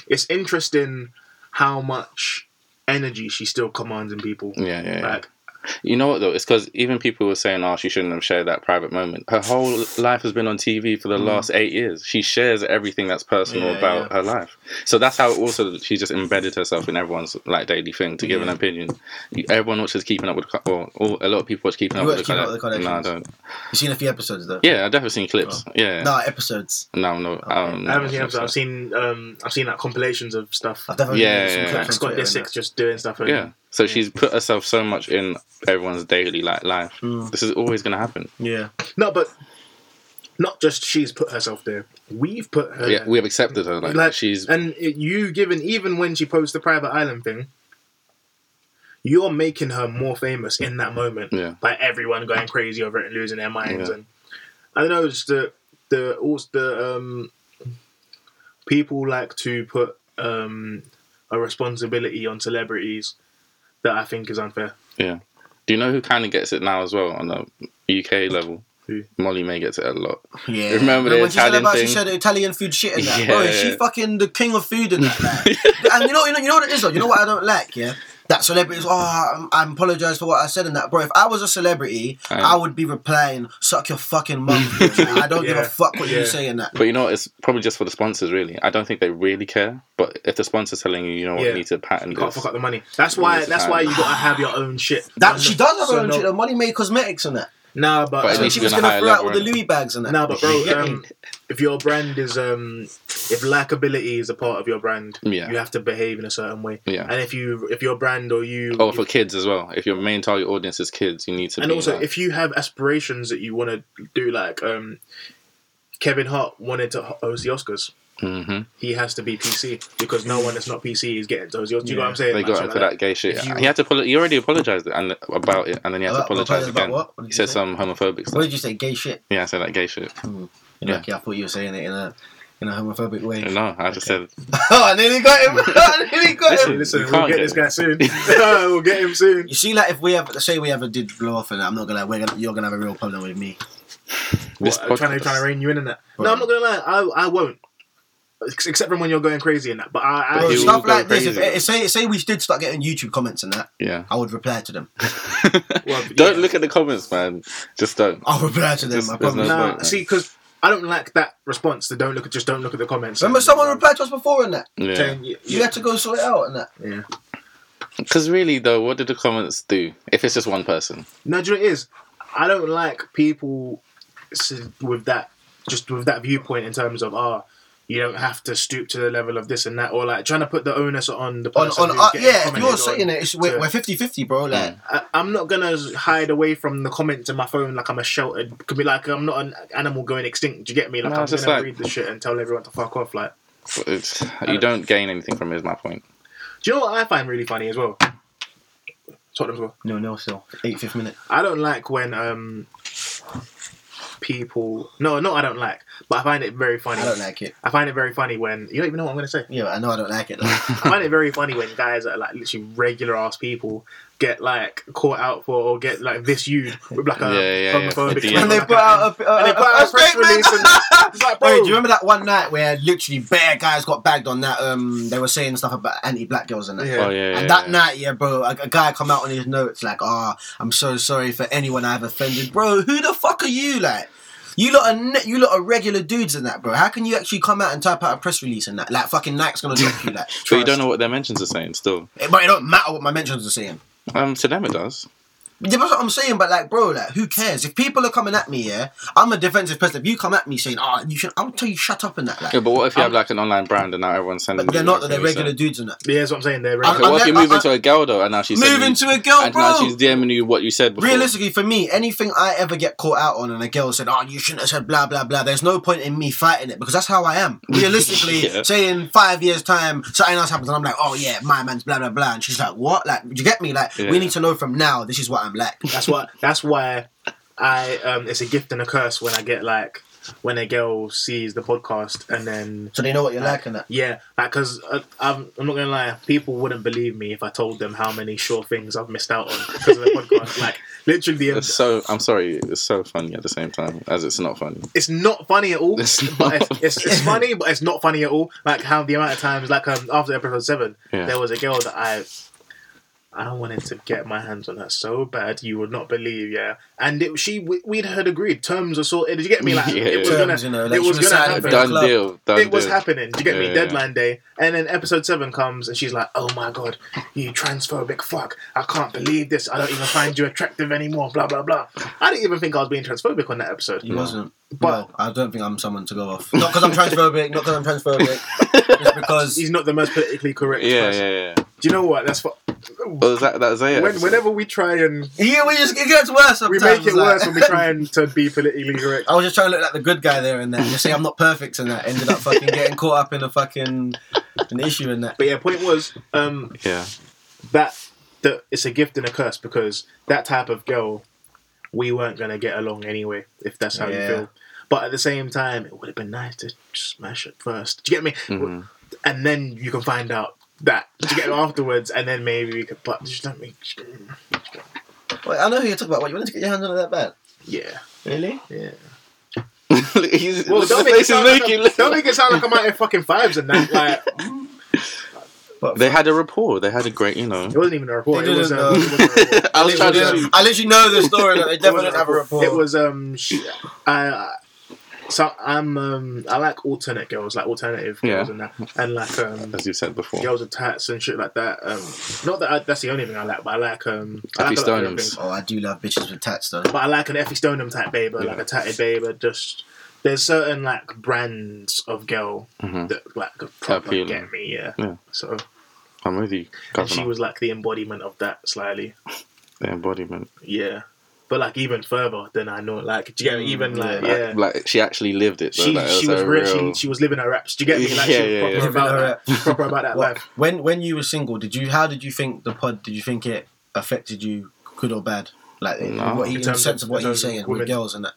it's interesting how much energy she still commands in people. Yeah, yeah, yeah. Like You know what though? It's because even people were saying, "Oh, she shouldn't have shared that private moment." Her [sighs] whole life has been on TV for the last eight years. She shares everything that's personal Mm. Yeah, about her life. So that's how also she just embedded herself in everyone's like daily thing to give an Yeah. opinion. Everyone watches Keeping Up with, the Ka- or, or a lot of people watch Keeping Up You with the watch Keeping Up with the Kardashians. No, I Kardashians? don't. You've seen a few episodes though. Yeah, I've definitely seen clips. Yeah, no, No episodes. no, no. Um, I haven't seen no, episodes. I've seen um I've seen like compilations of stuff. I've definitely Yeah, seen yeah, some Like clips on Scott Twitter and Disick just doing stuff. And, Yeah. So she's put herself so much in everyone's daily like life. Mm. This is always going to happen. that. Yeah. No, but not just she's put herself there. We've put her. Yeah, there. we have accepted her. Like, Like, she's and it- you given even when she posts the private island thing, you're making her more famous in that moment Yeah. by everyone going crazy over it and losing their minds. Yeah. And I don't know, just the the also the um, people like to put um, a responsibility on celebrities that I think is unfair. Do you know who kind of gets it now as well on the UK level? Who? Molly May gets it a lot. Yeah. Remember the when she said Italian about thing? she said Italian food shit and that. Yeah. Bro, she fucking the king of food and that. [laughs] like. and you know, you know, you know what it is though. You know what I don't like, yeah. That celebrities, oh, I'm- I apologize for what I said and that, bro. If I was a celebrity, Aye. I would be replying, "Suck your fucking mum." bitch." I don't give Yeah. a fuck what Yeah. you say in that. But you know, what, it's probably just for the sponsors, really. I don't think they really care. But if the sponsor's telling you, you know what, Yeah. you need to pattern You can't this. fuck up the money. That's why. Yes, That's I- why you gotta have your own shit. That she does have So her own no- shit. The money made cosmetics and that. Nah, but, But at um, So least she you're was on a gonna higher throw out level, all the innit? Louis bags and that. No, but bro, um, if your brand is um, if likability is a part of your brand, Yeah. you have to behave in a certain way. Yeah. And if you if your brand or you Oh, for kids as well. If your main target audience is kids, you need to. and be also like- if you have aspirations that you want to do, like um, Kevin Hart wanted to ho- host the Oscars. Mhm. He has to be PC because no one that's not PC is getting those. Do you know what I'm saying? they Like, got shit into like that gay shit, If you- he had to. Polo- he already apologized and, about it, and then he had to About- apologize apologise again. about what? What did he you said say? some homophobic What stuff. did you say? Gay shit. Yeah, I said that gay shit. You're Yeah. lucky. I thought you were saying it in a in a homophobic way. No, I just said oh, [laughs] I nearly got him. [laughs] I nearly got him. Hey, listen, You we'll can't get get this it. [laughs] guy soon. [laughs] we'll get him soon. You see, like if we ever say we ever did blow off, and I'm not gonna, we're gonna, you're gonna have a real problem with me. This What, trying to podcast- trying to rein you in and that. No, I'm not gonna lie. I I won't. Ex- Except from when you're going crazy and that. But I, I Bro, he will stuff go like this. If, crazy. if- say, say we did start getting YouTube comments and that, yeah. I would reply to them. [laughs] [laughs] Well, [laughs] Don't yeah. look at the comments, man. Just don't. I'll reply to them. Just- I there's promise. no- Nah, Right, right. see, because I don't like that response. That don't look at just don't look at the comments. Remember, And- someone replied to us before and that. Yeah. Saying, yeah, You had to go sort it out and that. yeah. Because really, though, what did the comments do? If it's just one person, No, do you know what it is? I don't like people s- with that just with that viewpoint in terms of ah. you don't have to stoop to the level of this and that, or like trying to put the onus on the On, person. on, who's uh, getting yeah, if commented you're on. saying it, it's, we're, to- we're 50-50, bro. Like, Mm. I, I'm not gonna hide away from the comments in my phone like I'm a sheltered. Could be like I'm not an animal going extinct. Do you get me? Like No, I'm it's gonna just like- read the shit and tell everyone to fuck off. Like, but it's, you don't gain anything from it. Is my point. do you know what I find really funny as well? Tottenham's goal. no, no, still eight fifth minute. I don't like when um people. No, no, I don't like. But I find it very funny. I don't like it. I find it very funny when you don't even know what I'm gonna say. Yeah, I know I don't like it. Though. I find it very funny when guys that are like literally regular ass people get like caught out for or get like this you with like a Yeah, yeah, yeah. homophobic. Yeah. slap and they on put the hand. out a, a, and they a- put a out a press statement. release. [laughs] And it's like, Bro, bro, do you remember that one night where literally bare guys got bagged on that? Um, they were saying stuff about anti-black girls and that. Yeah. Oh yeah. yeah, And that yeah. night, yeah, bro, a, a guy come out on his notes like, "Ah, I'm so sorry for anyone I've offended, bro. Who the fuck are you, like? You lot are ne- you lot are regular dudes in that, bro. How can you actually come out and type out a press release and that? Like, fucking Nike's gonna drop you, [laughs] like. But you trust. don't know what their mentions are saying. Still, It- but it don't matter what my mentions are saying. um, to them it does. Yeah, That's what I'm saying, but like, bro, like, who cares? If people are coming at me, yeah, I'm a defensive person. If you come at me saying, "Ah, you should," I'll tell you, shut up and that. Like, Yeah, but what if you have like an online brand and now everyone's sending? but they're you not. like They're things, regular so- dudes and that. Yeah, that's what I'm saying. They're I- regular. Okay, what if you Unless- move into I- a girl though, and now she's Move sending into you, a girl, and now bro. she's DMing you what you said before. Realistically, for me, anything I ever get caught out on, and a girl said, "Oh, you shouldn't have said blah blah blah," there's no point in me fighting it because that's how I am. Realistically, [laughs] Yeah. say in five years' time, something else happens, and I'm like, "Oh yeah, my man's blah blah blah," and she's like, "What?" Like, you get me? Like, Yeah. we need to know from now. This is what I'm like. [laughs] That's why. That's why I. Um, it's a gift and a curse when I get like when a girl sees the podcast and then So they know what you're like and that. yeah, like because I'm I'm not gonna lie, people wouldn't believe me if I told them how many sure things I've missed out on because of the podcast. Like literally, um, It's so I'm sorry, it's so funny at the same time as it's not funny. it's not funny at all. It's but not. it's, [laughs] it's, it's funny, but it's not funny at all. Like how the amount of times, like um, after episode seven, Yeah. there was a girl that I, I wanted to get my hands on her so bad you would not believe. Yeah, and it, she we, we'd had agreed terms are sorted. Did you get me? [laughs] Like Yeah, it was yeah. gonna, Terms, you know, like it she was was A gonna sad about happen. done club. deal. Done It was deal. happening. Did you get me? Yeah, yeah. Deadline day, and then episode seven comes, and she's like, "Oh my god, you transphobic fuck! I can't believe this. I don't even find you attractive anymore." Blah blah blah. I didn't even think I was being transphobic on that episode. You wasn't. But- But I don't think I'm someone to go off. Not because I'm transphobic. not because I'm transphobic. [laughs] just because He's not the most politically correct. Yeah, person. yeah, yeah. Do you know what? That's what. Well, is that that's it. when, whenever we try and yeah, we just it gets worse. we Sometimes. make it like- worse when we try and to be politically correct. [laughs] I was just trying to look like the good guy there and then just say I'm not perfect and that ended up fucking getting caught up in a fucking an issue and that. But yeah, point was um, yeah, [laughs] that that it's a gift and a curse because that type of girl we weren't gonna get along anyway. If that's how Yeah. you feel. But at the same time, it would have been nice to smash it first. Do you get me? Mhm. And then you can find out that. Do you get me afterwards? And then maybe we could. But just don't make. Wait, I know who you're talking about. What, you wanted to get your hands on it that bad? Yeah. Really? Yeah. He's- Well, look don't at the make, it face he's sound like making. I'm, look. [laughs] don't make it sound like I'm out here fucking vibes and that. Like, But They had a rapport. They had a great, you know. It wasn't even a report. They It was, didn't um, it was um, a report. [laughs] I was I trying to. literally, uh, I literally know the story that they It definitely was didn't have a report. It was um, sh I, I- so I'm um, I like alternate girls, like alternative girls Yeah. and that, and like um, as you said before. girls with tats and shit like that. Um, not that I, that's the only thing I like, but I like um, I Effie like a lot of different Stoneham's. things. Oh, I do love bitches with tats though. But I like an Effie Stoneham type babe, or like Yeah. a tatted babe, or just. There's certain like brands of girl Mhm. that like proper Appealing. get me, yeah. Yeah. So I'm with you. and she Governor. was like the embodiment of that slightly. the embodiment. Yeah. But like even further than I know, like do you get me? Even like Like- yeah, Like she actually lived it. Though. she like, it she a was rich. real- She, she was living her raps. Do you get me? Like Yeah, she yeah, was yeah. proper about Living her [laughs] that, proper about that What- life. when when you were single, did you? How did you think the pod? Did you think it affected you, good or bad? Like in- No. what he, In in the terms sense of- of what in you're terms of saying women. with girls and that.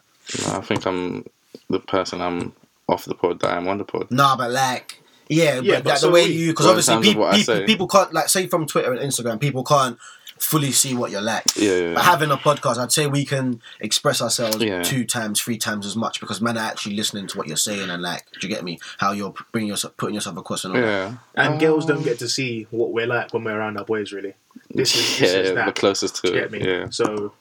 No, I think I'm the person I'm off the pod that I'm on the pod. Nah, but like, yeah, Yeah, but, but like, so the way we- you, because Well, in obviously terms of people, what I people, say. can't like say from Twitter and Instagram, people can't fully see what you're like. Yeah, yeah, But yeah. having a podcast, I'd say we can express ourselves Yeah. two times, three times as much because men are actually listening to what you're saying and like, do you get me? How you're bringing yourself, putting yourself across and all. that. Yeah. And Um, girls don't get to see what we're like when we're around our boys. Really, this is this yeah, is the that. closest to Do you get it. me? Yeah. So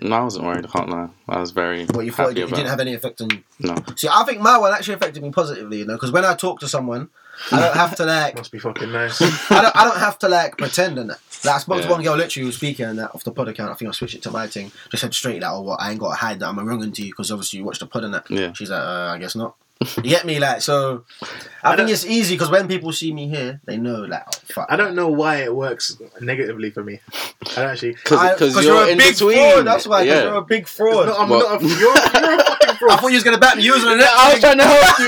No, I wasn't worried. I can't lie. I was very But you thought happy it, it about. didn't have any effect on you. no, See, I think my one actually affected me positively, you know, because when I talk to someone, I don't have to like must be fucking nice. I don't, I don't have to like pretend and that. Like, I spoke to Yeah. one girl literally who was speaking and that off the pod account. I think I switched it to my thing. Just said straight that, oh, what? I ain't got to hide that I'm a wronging to you because obviously you watched the pod and that. Yeah. She's like, uh, I guess not. You get me? Like, so I, I think don't- it's easy because when people see me here, they know, like, oh, fuck. I don't [laughs] know why it works negatively for me. I don't actually. I- because you're, in big between. fraud. That's why, 'cause Yeah. you're a big No, fraud. I'm What? not. A, you're, you're a fucking I fraud. thought you was going to bat me. You was going to [laughs] [laughs] I was trying to [laughs] help you.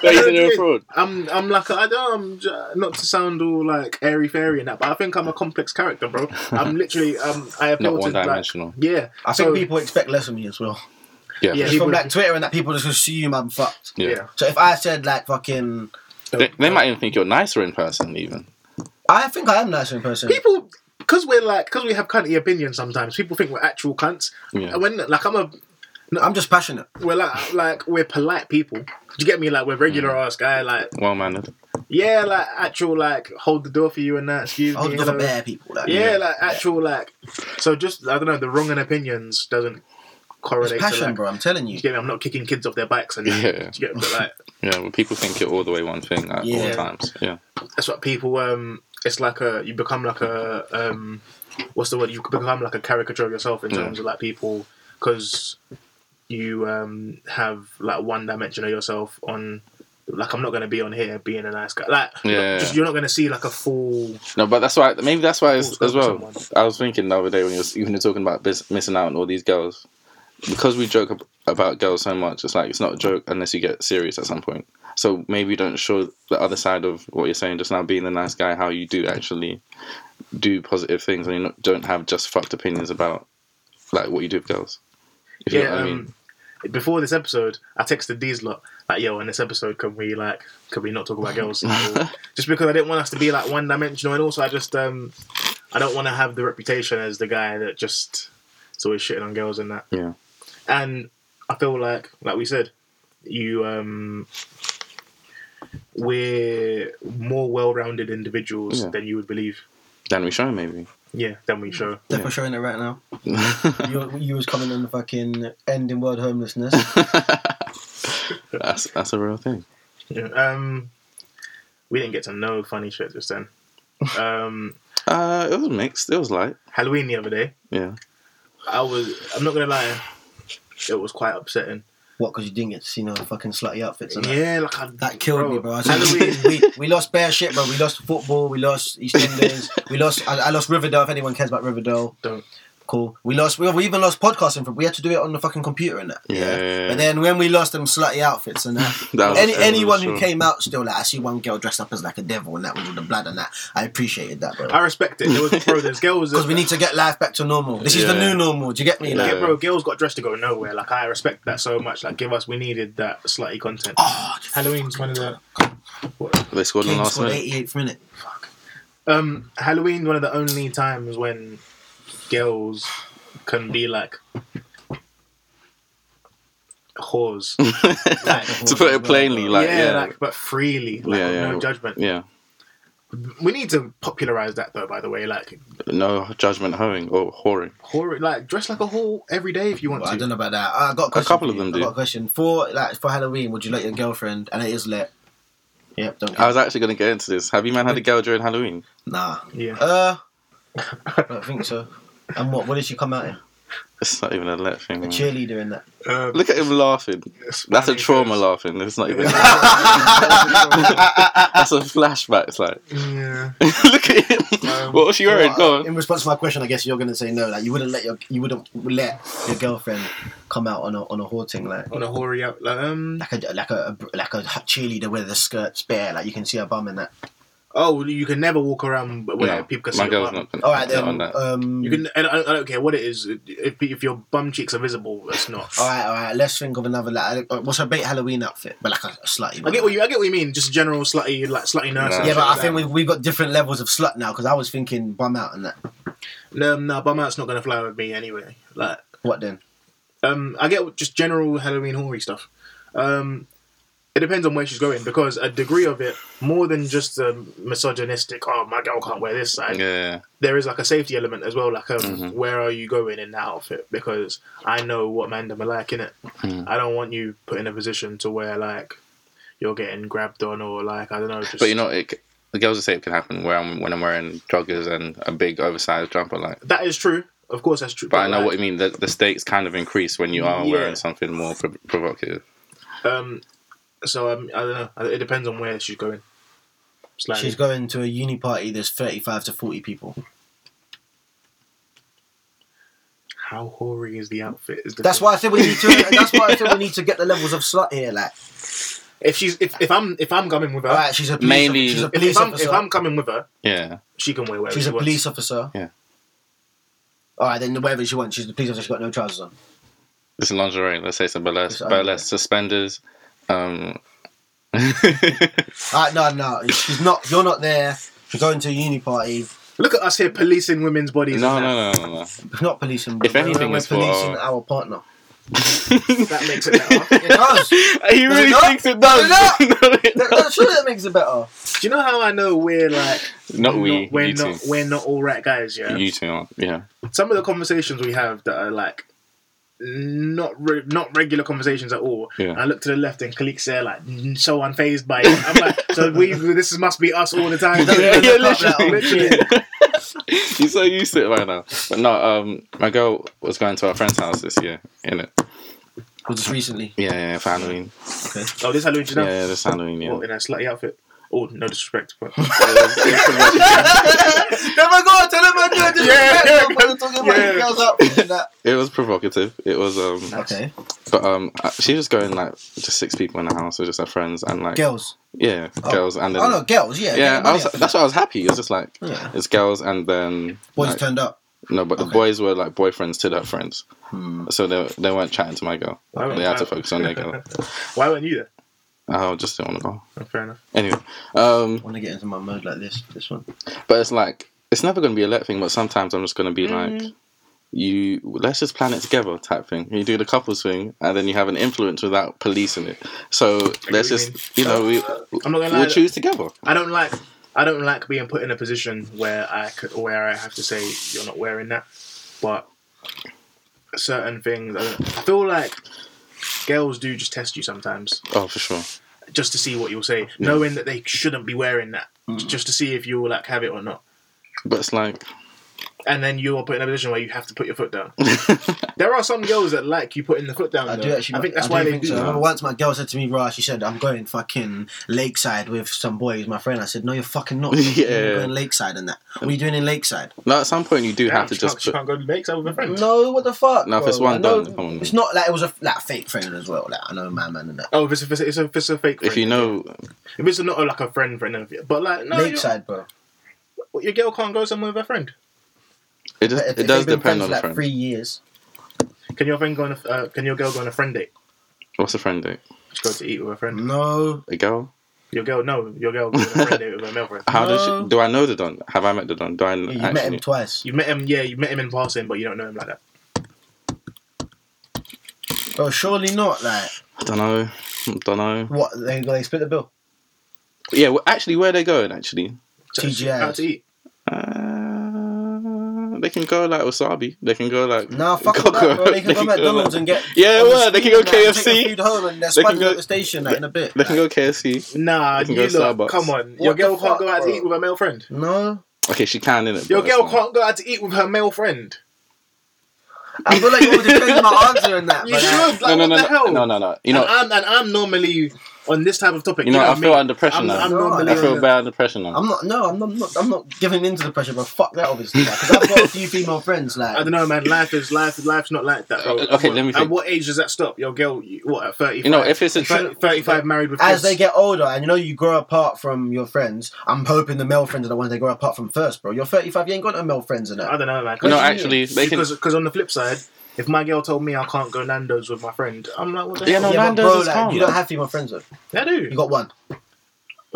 but you said you're a fraud. I'm I'm like I don't I'm j- not to sound all like airy fairy and that, but I think I'm a complex character, bro. I'm literally um I appeal Not to like one-dimensional. yeah. I think so- people expect less of me as well. Yeah. Yeah. Just people- from like Twitter and that people just assume I'm fucked. yeah. yeah. So if I said like fucking, They, they might even think you're nicer in person, even. I think I am nicer in person. people because we're like because we have cunty opinions sometimes people think we're actual cunts Yeah. And when like i'm a I'm just passionate. we're like like we're polite people do you get me like we're regular ass guy like Well mannered. yeah like actual like hold the door for you and that excuse Hold me it for hello. bare people. Like, yeah like actual like so just i don't know the wrong in opinions doesn't It's correlate to passion, like, bro. I'm telling you. do you get me i'm not kicking kids off their bikes and that. Yeah. do you get me But, like Yeah, well, people think you're all the way one thing at all Yeah. times. Yeah. that's what people um it's like a you become like a um what's the word? You could become like a caricature of yourself in Yeah. terms of like people because you um, have like one dimension of yourself on. Like I'm not gonna be on here being a nice guy. Like Yeah. just, you're not gonna see like a full. No, but that's why. Maybe that's why Full it's, scope as well. of someone. I was thinking the other day when you was even talking about bis- missing out on all these girls, because we joke ab- about girls so much. It's like it's not a joke unless you get serious at some point. So maybe you don't show the other side of what you're saying just now, being the nice guy, how you do actually do positive things, and you not, don't have just fucked opinions about like what you do with girls. If you know Yeah. what I Um, mean. Before this episode, I texted these lot like, "Yo, in this episode, can we like, can we not talk about [laughs] girls?" Or- just because I didn't want us to be like one dimensional, and also I just um, I don't want to have the reputation as the guy that just is always shitting on girls and that. Yeah. And I feel like, like we said, you um, we're more well-rounded individuals Yeah. than you would believe. Then we show [laughs] maybe. [laughs] Yeah, than we show. They're for showing it right now. that's, You, you was coming on the fucking ending world homelessness. [laughs] that's a real thing. Yeah. Um, we didn't get to know funny shit just then. Um, [laughs] Uh, it was mixed. It was light. Halloween the other day, Yeah. I was. I'm not gonna lie. It was quite upsetting. what? Because you didn't get to see no fucking slutty outfits. And that. Yeah, like I, That killed me, bro. I said, Halloween, we, we lost bare shit, bro. We lost football. We [laughs] lost EastEnders. we lost. I, I lost Riverdale. If anyone cares about Riverdale, Don't. Cool. We lost. We, we even lost podcasting. From, we had to do it on the fucking computer and that. Yeah, yeah, yeah. But then when we lost them slutty outfits and that, [laughs] That was any terrible, anyone who sure. came out still like I see one girl dressed up as like a devil and that with all the blood and that. I appreciated that, bro. I respect it. There was bro, there's girls Because that, we need to get life back to normal. This is the Yeah. new normal. Do you get me? like, Like, Yeah. bro, girls got dressed to go nowhere. Like I respect that so much. Like give us, we needed that slutty content. oh, Halloween's one of the They scored in King last scored minute. 88th minute. um Halloween one of the only times when girls can be like whores. [laughs] Like, to put it plainly, like yeah, yeah, like but freely, like Yeah, with yeah. no judgment. yeah, We need to popularize that though. By the way, like no judgment, hoeing or whoring. whore, like dress like a whore every day if you want Well, I to. don't know about that. I got a, question couple for of you. them I do. got a question for like for Halloween. Would you let your girlfriend? And it is lit. Yep. Don't. I was actually going to get into this. Have you man had a girl during Halloween? nah. Yeah. [laughs] Uh. I don't think so. And what? What did she come out in? It's not even a let thing. A Man. cheerleader in that. Um, Look at him laughing. it's That's a funny trauma 'cause- laughing. It's not even. yeah. [laughs] That's a flashback. It's like, [laughs] look at him. Um, what was she wearing? Well, Go uh, on. In response to my question, I guess you're gonna say no. Like you wouldn't let your you wouldn't let your girlfriend come out on a on a haunting like. On a hoary out. Like, um, Like a like a like a cheerleader with the skirt's bare, like you can see her bum in that. oh, you can never walk around where No, people can see my your girl's bum. not. All right not on then. that. Um, You can. I don't, I don't care what it is. If, if your bum cheeks are visible, it's [laughs] not. All right, all right. Let's think of another. Like, uh, what's her bait Halloween outfit? But like a, a slutty. I one. get what you. I get what you mean. Just general slutty, like slutty nurse. Nah. and shit Yeah, but I like think that. we've, we've got different levels of slut now because I was thinking bum out and that. no, no, bum out's not gonna fly with me anyway. Like, What then? um, I get just general Halloween hoary stuff. Um, it depends on where she's going because a degree of it, more than just the misogynistic. Oh, my girl can't wear this side. Yeah, there is like a safety element as well. Like, um, Mhm. where are you going in that outfit? Because I know what Mandem are like in it. Mm. I don't want you put in a position to where like you're getting grabbed on or like I don't know. Just, but you know, it, c- the girls will say it can happen where I'm when I'm wearing joggers and a big oversized jumper. Like, that is true. Of course, that's true. but I know like, what you mean. The, the stakes kind of increase when you are Yeah. wearing something more pro- provocative. Um, so um, I don't know. It depends on where she's going. Slightly. She's going to a uni party. There's thirty-five to forty people. How hoary is the outfit? Is the That's thing. why I said we need [laughs] to. that's why I said we need to get the levels of slut here. Like, If she's if, if I'm if I'm coming with her, all right, she's a police. Mainly- Mainly, she's a Uh, if, police if I'm officer. if I'm coming with her, Yeah, she can wear whatever she's she a wants. police officer. Yeah. All right, then whatever she wants. She's the police officer. She's got no trousers on. it's lingerie. Let's say some burlesque, It's lingerie. burlesque suspenders. Um, [laughs] All right, no, no, she's not. You're not there. She's going to a uni party. Look at us here policing women's bodies. no, and no, no, no, no. Not policing. If we're- anything, we're it's for uh, policing our- our partner. that. that makes it better. It does. [laughs] he really really not? thinks it does. [laughs] Does No, it that, does. that, surely that makes it better. Do you know how I know we're like Not we. not, we're you not two. we're not all right guys? Yeah. You two aren't. Yeah. Some of the conversations we have that are like not re- not regular conversations at all. Yeah. I look to the left and Khalik's there like mm, so unfazed by it. I'm like, so we this must be us all the time. Yeah, [laughs] yeah, look up that literally. [laughs] You're so used to it right now. But no, um, my girl was going to our friend's house this year, innit? Well, just recently. Yeah, yeah, for Halloween. Oh, this Halloween, do you know? Yeah, this Halloween, yeah. What, in a slutty outfit? Oh, no disrespect, [laughs] but Never go tell him I do [laughs] it. Yeah, yeah, You're talking about yeah. the girls up and that. It was provocative. It was, um, Okay. but um, I- she was going like just six people in the house, so just her friends and like Girls. yeah, Oh. girls and then Oh no, girls. yeah. Yeah. get I money was, off of that's that. why I was happy. It was just like Yeah. it's girls and then Boys like, turned up. no, but the Okay. boys were like boyfriends to their friends, hmm. so they they weren't chatting to my girl. Why weren't They had to you- focus on their [laughs] girl. why weren't you there? I just didn't want to go. Oh, fair enough. Anyway, um, I want to get into my mode like this. This one. but it's like it's never going to be a let thing. But sometimes I'm just going to be like, you let's just plan it together type thing. You do the couples thing, and then you have an influence without policing it. So let's you just you know we I'm not gonna lie. we'll choose together. I don't like. I don't like being put in a position where I could, where I have to say you're not wearing that, but certain things. I, don't, I feel like girls do just test you sometimes, Oh, for sure. just to see what you'll say, knowing that they shouldn't be wearing that, just to see if you'll like have it or not. But it's like [laughs] And then you're put in a position where you have to put your foot down. there are some girls that like you putting the foot down. I though. do actually. I think that's do why they think do. so. I that. remember once my girl said to me, "Rah," she said, "I'm going fucking lakeside with some boys, my friend." I said, "No, you're fucking [laughs] not. Yeah. You're going lakeside and that. What are you doing in lakeside?" no, at some point you do Damn, have to she just can't, she put. can't go to lakes with her friends. [laughs] No, what the fuck? No, if it's bro? one I know- done, come on. it's not like it was a like fake friend as well. Like I know my man and that. Oh, if it's a, if it's a, if it's a fake. Friend. If you know, if it's not like a friend friend, of you- but like no, you're- lakeside, bro. Well, your girl can't go somewhere with her friend. it just, If- if it does they've been depend friends on for the like friend. Three years. Can your friend go on a, uh, Can your girl go on a friend date? What's a friend date? Just go to eat with her Mm. friend. No, A girl? Your girl, no, your girl go on a friend date with her male [laughs] friend. How does No. she, do I know the don? Have I met the don? Do I you actually? met him twice, You met him, yeah, you met him in passing, but you don't know him like that. bro. Oh, Surely not. Like I don't know. Don't know. what? They they split the bill. Yeah, well, actually, where are they going? Actually, So she- TGIs. Out to eat. uh, they can go like Wasabi. They can go like Nah, fuck all that, bro. They can go McDonald's like- and get. Yeah, on the well, they can street go and, like, take the KFC. Food home and they're They can spotted go- at the station like, in a bit. They can like. go KFC. Nah, They can go you to look, Starbucks. come on. your What girl the can't go fuck, out to bro? eat with her male friend. No, Okay, she can in it. Your girl can't go out to eat with her male friend. I feel like you would change my answer in [laughs] that. You but, like, should. No, Like, no, what no, the no, hell? no, no, no. You know, and, I'm, and I'm normally on this type of topic. You know, I what feel mean? under pressure I'm, now. I'm uh, No, normally. I feel on- bad under pressure now. I'm not. No, I'm not, I'm not. I'm not giving in to the pressure, but fuck that, obviously. Because I've got a few female friends. I Like, don't know, man. Life is life. Life's not like that. Bro. Uh, okay, let me At think. what age does that stop? Your girl, you- what at thirty? You know, if it's a Thir- 35 married with as kids. they get older, and you know you grow apart from your friends. I'm hoping the male friends are the ones they grow apart from first, bro. You're 35. You ain't got no male friends in I that. don't know, man. no, what do you actually, they can. because because on the flip side, if my girl told me I can't go Nando's with my friend, I'm like, what the Yeah, no, hell? Yeah, but Nando's bro, is like, calm, you don't man. have female friends. Though. I do. You got one. what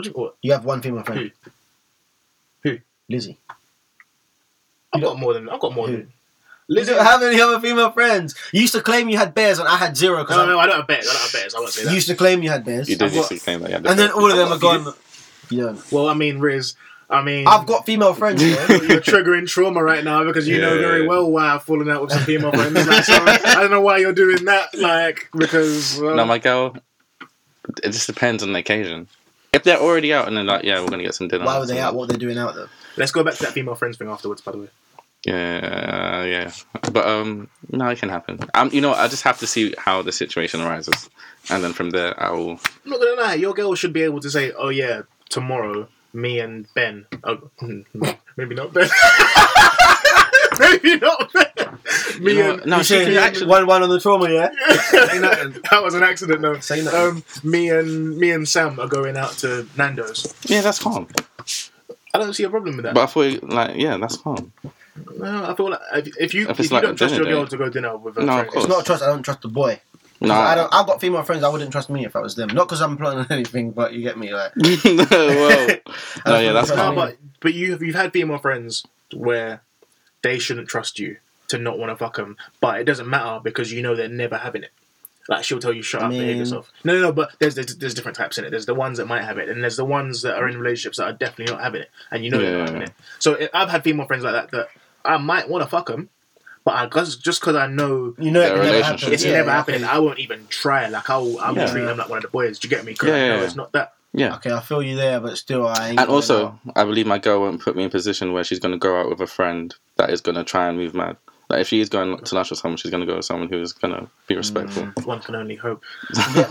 do you, what? You have one female friend. Who? Who? Lizzie. I've got more than I've got more Who? than. Lizzie, Lizzie, how many other female friends? You used to claim you had bears, and I had zero. Cause no, I'm- no, I don't have bears. I don't have bears. I won't say You that. used to claim you had bears. You did I've got- used to claim that. Yeah, And then all of them are I've got gone. Yeah. well, I mean, Riz, I mean, I've got female friends. yeah. You're triggering trauma right now because you know Yeah. very well why I've fallen out with some female friends. Like, sorry, I don't know why you're doing that. Like because uh, no, my girl. It just depends on the occasion. If they're already out and they're like, yeah, we're gonna get some dinner. [laughs] Why were they out? What they're doing out though? let's go back to that female friends thing afterwards. By the way, Yeah, yeah. But um, no, it can happen. Um, you know, I just have to see how the situation arises, and then from there, I will. I'm not gonna lie. Your girl should be able to say, "Oh yeah, tomorrow." Me and Ben. Oh, [laughs] hmm, maybe not Ben. [laughs] maybe not Ben. Me You know and what? No, [laughs] You she saying can you actually. one one on the trauma, yeah. Say nothing. that was an accident, no. Say nothing. Um, me and me and Sam are going out to Nando's. Yeah, that's calm. I don't see a problem with that. But I thought, like, yeah, that's calm. no, I feel like if, if you If if, it's you like don't a trust your dinner girl date. to go dinner with her No, of friends, course. It's not trust. I don't trust the boy. No, [laughs] I don't. I've got female friends. I wouldn't trust me if I was them. Not because I'm planning [laughs] anything, but you get me. Like well, no, yeah, that's No, No, calm. but but you you've had female friends where they shouldn't trust you to not want to fuck them, but it doesn't matter because you know they're never having it. Like she'll tell you, shut up, behave mean- yourself. No, no, no. But there's, there's there's different types in it. There's the ones that might have it, and there's the ones that are in relationships that are definitely not having it, and you know they're not Yeah. having it. So it, I've had female friends like that that I might want to fuck them, but I cause, just because I know you know, it Their can never relationship, happen. it's Yeah, never happening, I won't even try. Like I'll I'll Yeah. treat them like one of the boys. Do you get me? 'Cause Yeah, I yeah, know yeah. it's not that. Yeah. Okay, I feel you there, but still, I ain't. And going also, out. I believe my girl won't put me in a position where she's going to go out with a friend that is going to try and move mad. Like, if she is going to lunch with someone, she's going to go with someone who is going to be respectful. One can only hope. get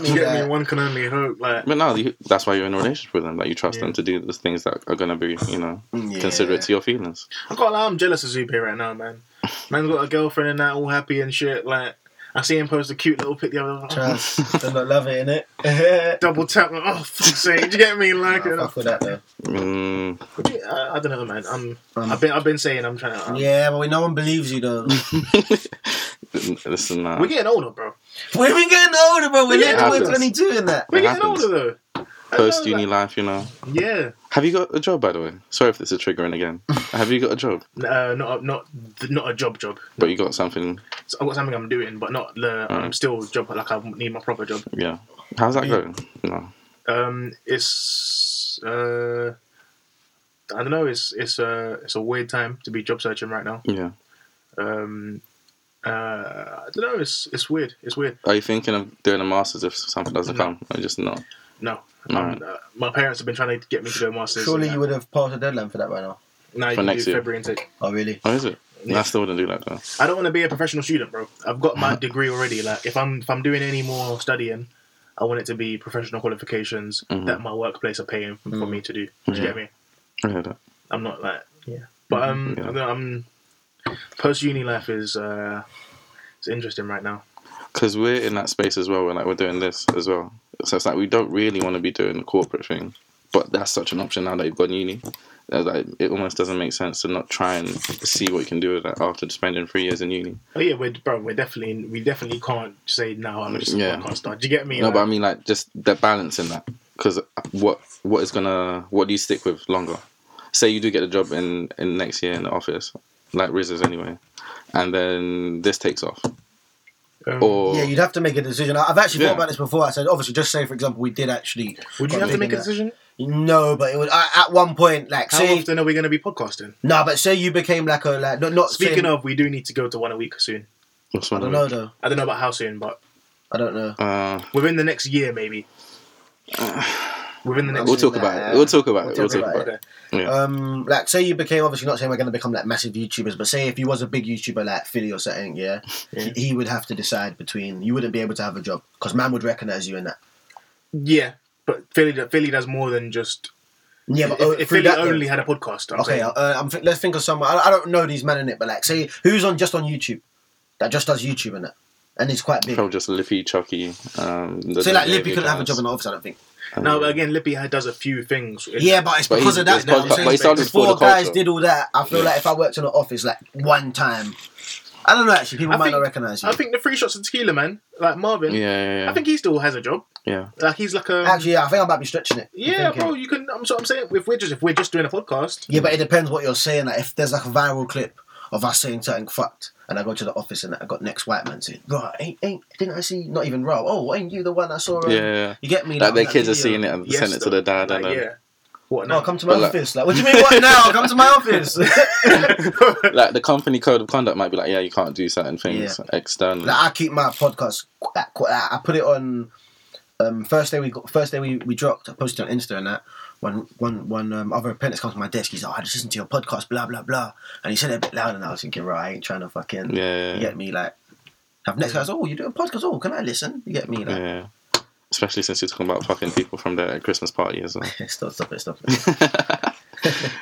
[laughs] me You get there. me? One can only hope. Like, But no, you, that's why you're in a relationship with them. Like, you trust Yeah. them to do the things that are going to be, you know, Yeah. considerate to your feelings. [laughs] I can't lie, I'm jealous of Zubair right now, man. Man's got a girlfriend and that, all happy and shit. Like, I see him post a cute little pic the other day. Trust. Don't not love it, innit? [laughs] Double tap, like, oh, fuck's sake, do you get me? Like, Nah, you know. fuck with that though. Mm, [laughs] Would you- I, I don't know, man. I'm, Um, I've been, I've been saying I'm trying to. um, Yeah, but we, no one believes [laughs] you though. [laughs] listen, uh, We're getting older, bro. We're we getting older, bro. We're Yeah, yeah, we're happens. 22 in that. We're It getting happens. older though. I post know, uni like- life, you know. yeah, Have you got a job, by the way? Sorry if this is triggering again. Have you got a job? uh, not a, not th- not a job job. But you got something, So I've got something I'm doing, but not the. I'm still job like I need my proper job. yeah. How's that Yeah. going? No. Um, it's uh, I don't know. It's it's a uh, it's a weird time to be job searching right now. Yeah. Um, uh, I don't know. It's it's weird. It's weird. Are you thinking of doing a master's if something doesn't No. come? Or just not? No, No. Um, uh, my parents have been trying to get me to do a masters. Surely you would have passed the deadline for that by now. Now you For can next do year. February intake. Oh, really? Oh, is it? Yeah. I still wouldn't do that though. I don't want to be a professional student, bro. I've [laughs] got my degree already. Like, if I'm if I'm doing any more studying, I want it to be professional qualifications Mhm. that my workplace are paying f- for Mm. me to do. Do you Yeah. get me? I heard that. I'm not like yeah. But um, Mhm, yeah. I don't know, I'm post uni life is uh, it's interesting right now. Because we're in that space as well. We're like, we're doing this as well. So it's like, we don't really want to be doing the corporate thing. But that's such an option now that you've gone uni. That, Like, it almost doesn't make sense to not try and see what you can do with that after spending three years in uni. Oh yeah, we're bro. We're definitely we definitely can't say now. I'm just Yeah. I can't start. Do you get me? No, Like, but I mean, like, just the balance in that. Because what what is gonna what do you stick with longer? Say you do get a job in in next year in the office, like Rizzo's anyway, and then this takes off. um, Or Mm, Yeah, you'd have to make a decision. I- I've actually Yeah. thought about this before. I said, obviously, just say, for example, we did actually. would you have to make a Yeah. decision? No, but it was I, at one point, like, How say, often are we going to be podcasting? no, but say you became like a like not, not Speaking of, saying- we do need to go to one a week soon. What's I one don't know of though. I don't know about how soon, but I don't know. it? Uh, within the next year, [sighs] maybe. within the next. uh, we'll talk about it. We'll talk about it. We'll talk about it. Okay. Yeah. Um, like say you became obviously not saying we're going to become like massive YouTubers, but say if you was a big YouTuber like Philly or something, yeah, Yeah. He, he would have to decide between you wouldn't be able to have a job because man would recognize you in that. Yeah, but Philly Philly does more than just. Yeah, If, but oh, if through Philly that, though- only had a podcast, I'm okay, saying, uh, I'm th- let's think of someone. I, I don't know these men in it, but like say who's on just on YouTube that just does YouTube in it and it's quite big. Probably just Lippy, Chucky. Um, the- So like the Lippy couldn't have a guys. job in the office, I don't think. Um, now but again, Lippy had- does a few things. It- Yeah, but it's But because he- of that. it's Now, I'm because- saying but he started it's for the before guys culture. did all that, I feel Yeah. like if I worked in an office like one time, I don't know. Actually, people I might think- not recognize you. I think the free shots of tequila, man, like Marvin. Yeah, yeah, yeah. I think he still has a job. yeah. Like he's like a. Actually, yeah, I think I might be stretching it. I'm yeah, thinking. bro, you can. I'm so I'm saying if we're just if we're just doing a podcast. Yeah, but it depends what you're saying. Like, if there's like a viral clip of us saying something fucked, and I go to the office and I got next white man saying, "Bro, ain't, ain't didn't I see? Not even Rob. Oh, ain't you the one I saw? um, Yeah, yeah. You get me? Like, their on that kids are video?" seeing it and Yes, send it to though. their dad. Like, and then, yeah. What No, now? come to my But, like- office. Like, what do you mean? What now? Come to my [laughs] office. like, like the company code of conduct might be like, yeah, you can't do certain things externally. I keep my podcast. qu- like, qu- like, I put it on. Um, first day we got, first day we, we dropped. I posted it on Insta and that. One one one um, other apprentice comes to my desk. He's like, "I just listened to your podcast, blah blah blah," and he said it a bit louder. And I was thinking, right, I ain't trying to fucking yeah, You yeah. get me? Like, have next guy's, oh, you do a podcast? Oh, can I listen? You get me? Like, Yeah. Especially since you're talking about fucking people from the Christmas party as [laughs] well. [laughs] stop, stop [laughs] it, stop it.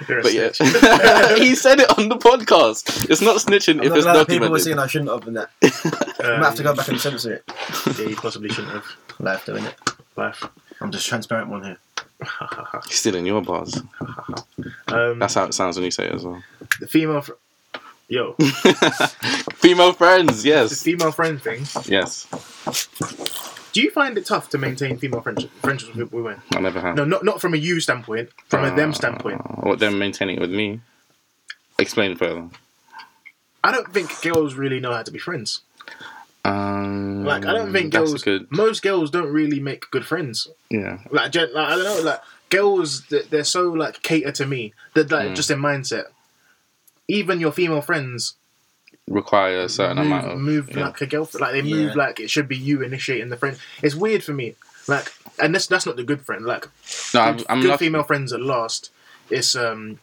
You're a But yeah, [laughs] snitch. [laughs] he said it on the podcast. It's not snitching I'm if not it's glad that people were documented. seeing I shouldn't have done that. I Um, might have to go back and censor it. Yeah, you possibly shouldn't have Life doing it. laughed. I'm just transparent one here. He's still in your bars. um, That's how it sounds when you say it as well. the female. Fr- Yo, [laughs] Female friends, the yes, female friend thing. [laughs] yes. Do you find it tough to maintain female friendship, friendships with women? I never have. No, not not from a you standpoint, from a them standpoint. Uh, What them maintaining it with me? Explain further. I don't think girls really know how to be friends. Um, Like I don't think that's girls. good. Most girls don't really make good friends. Yeah, Like, gen- like I don't know. Like girls, th- they're so like cater to me. They're like Mm. just in mindset. Even your female friends require a certain move, amount of move yeah. like a girl. Like they move Yeah. like it should be you initiating the friend. It's weird for me. Like, and that's that's not the good friend. Like, No, I'm, good, I'm good not female friends are lost. It's um,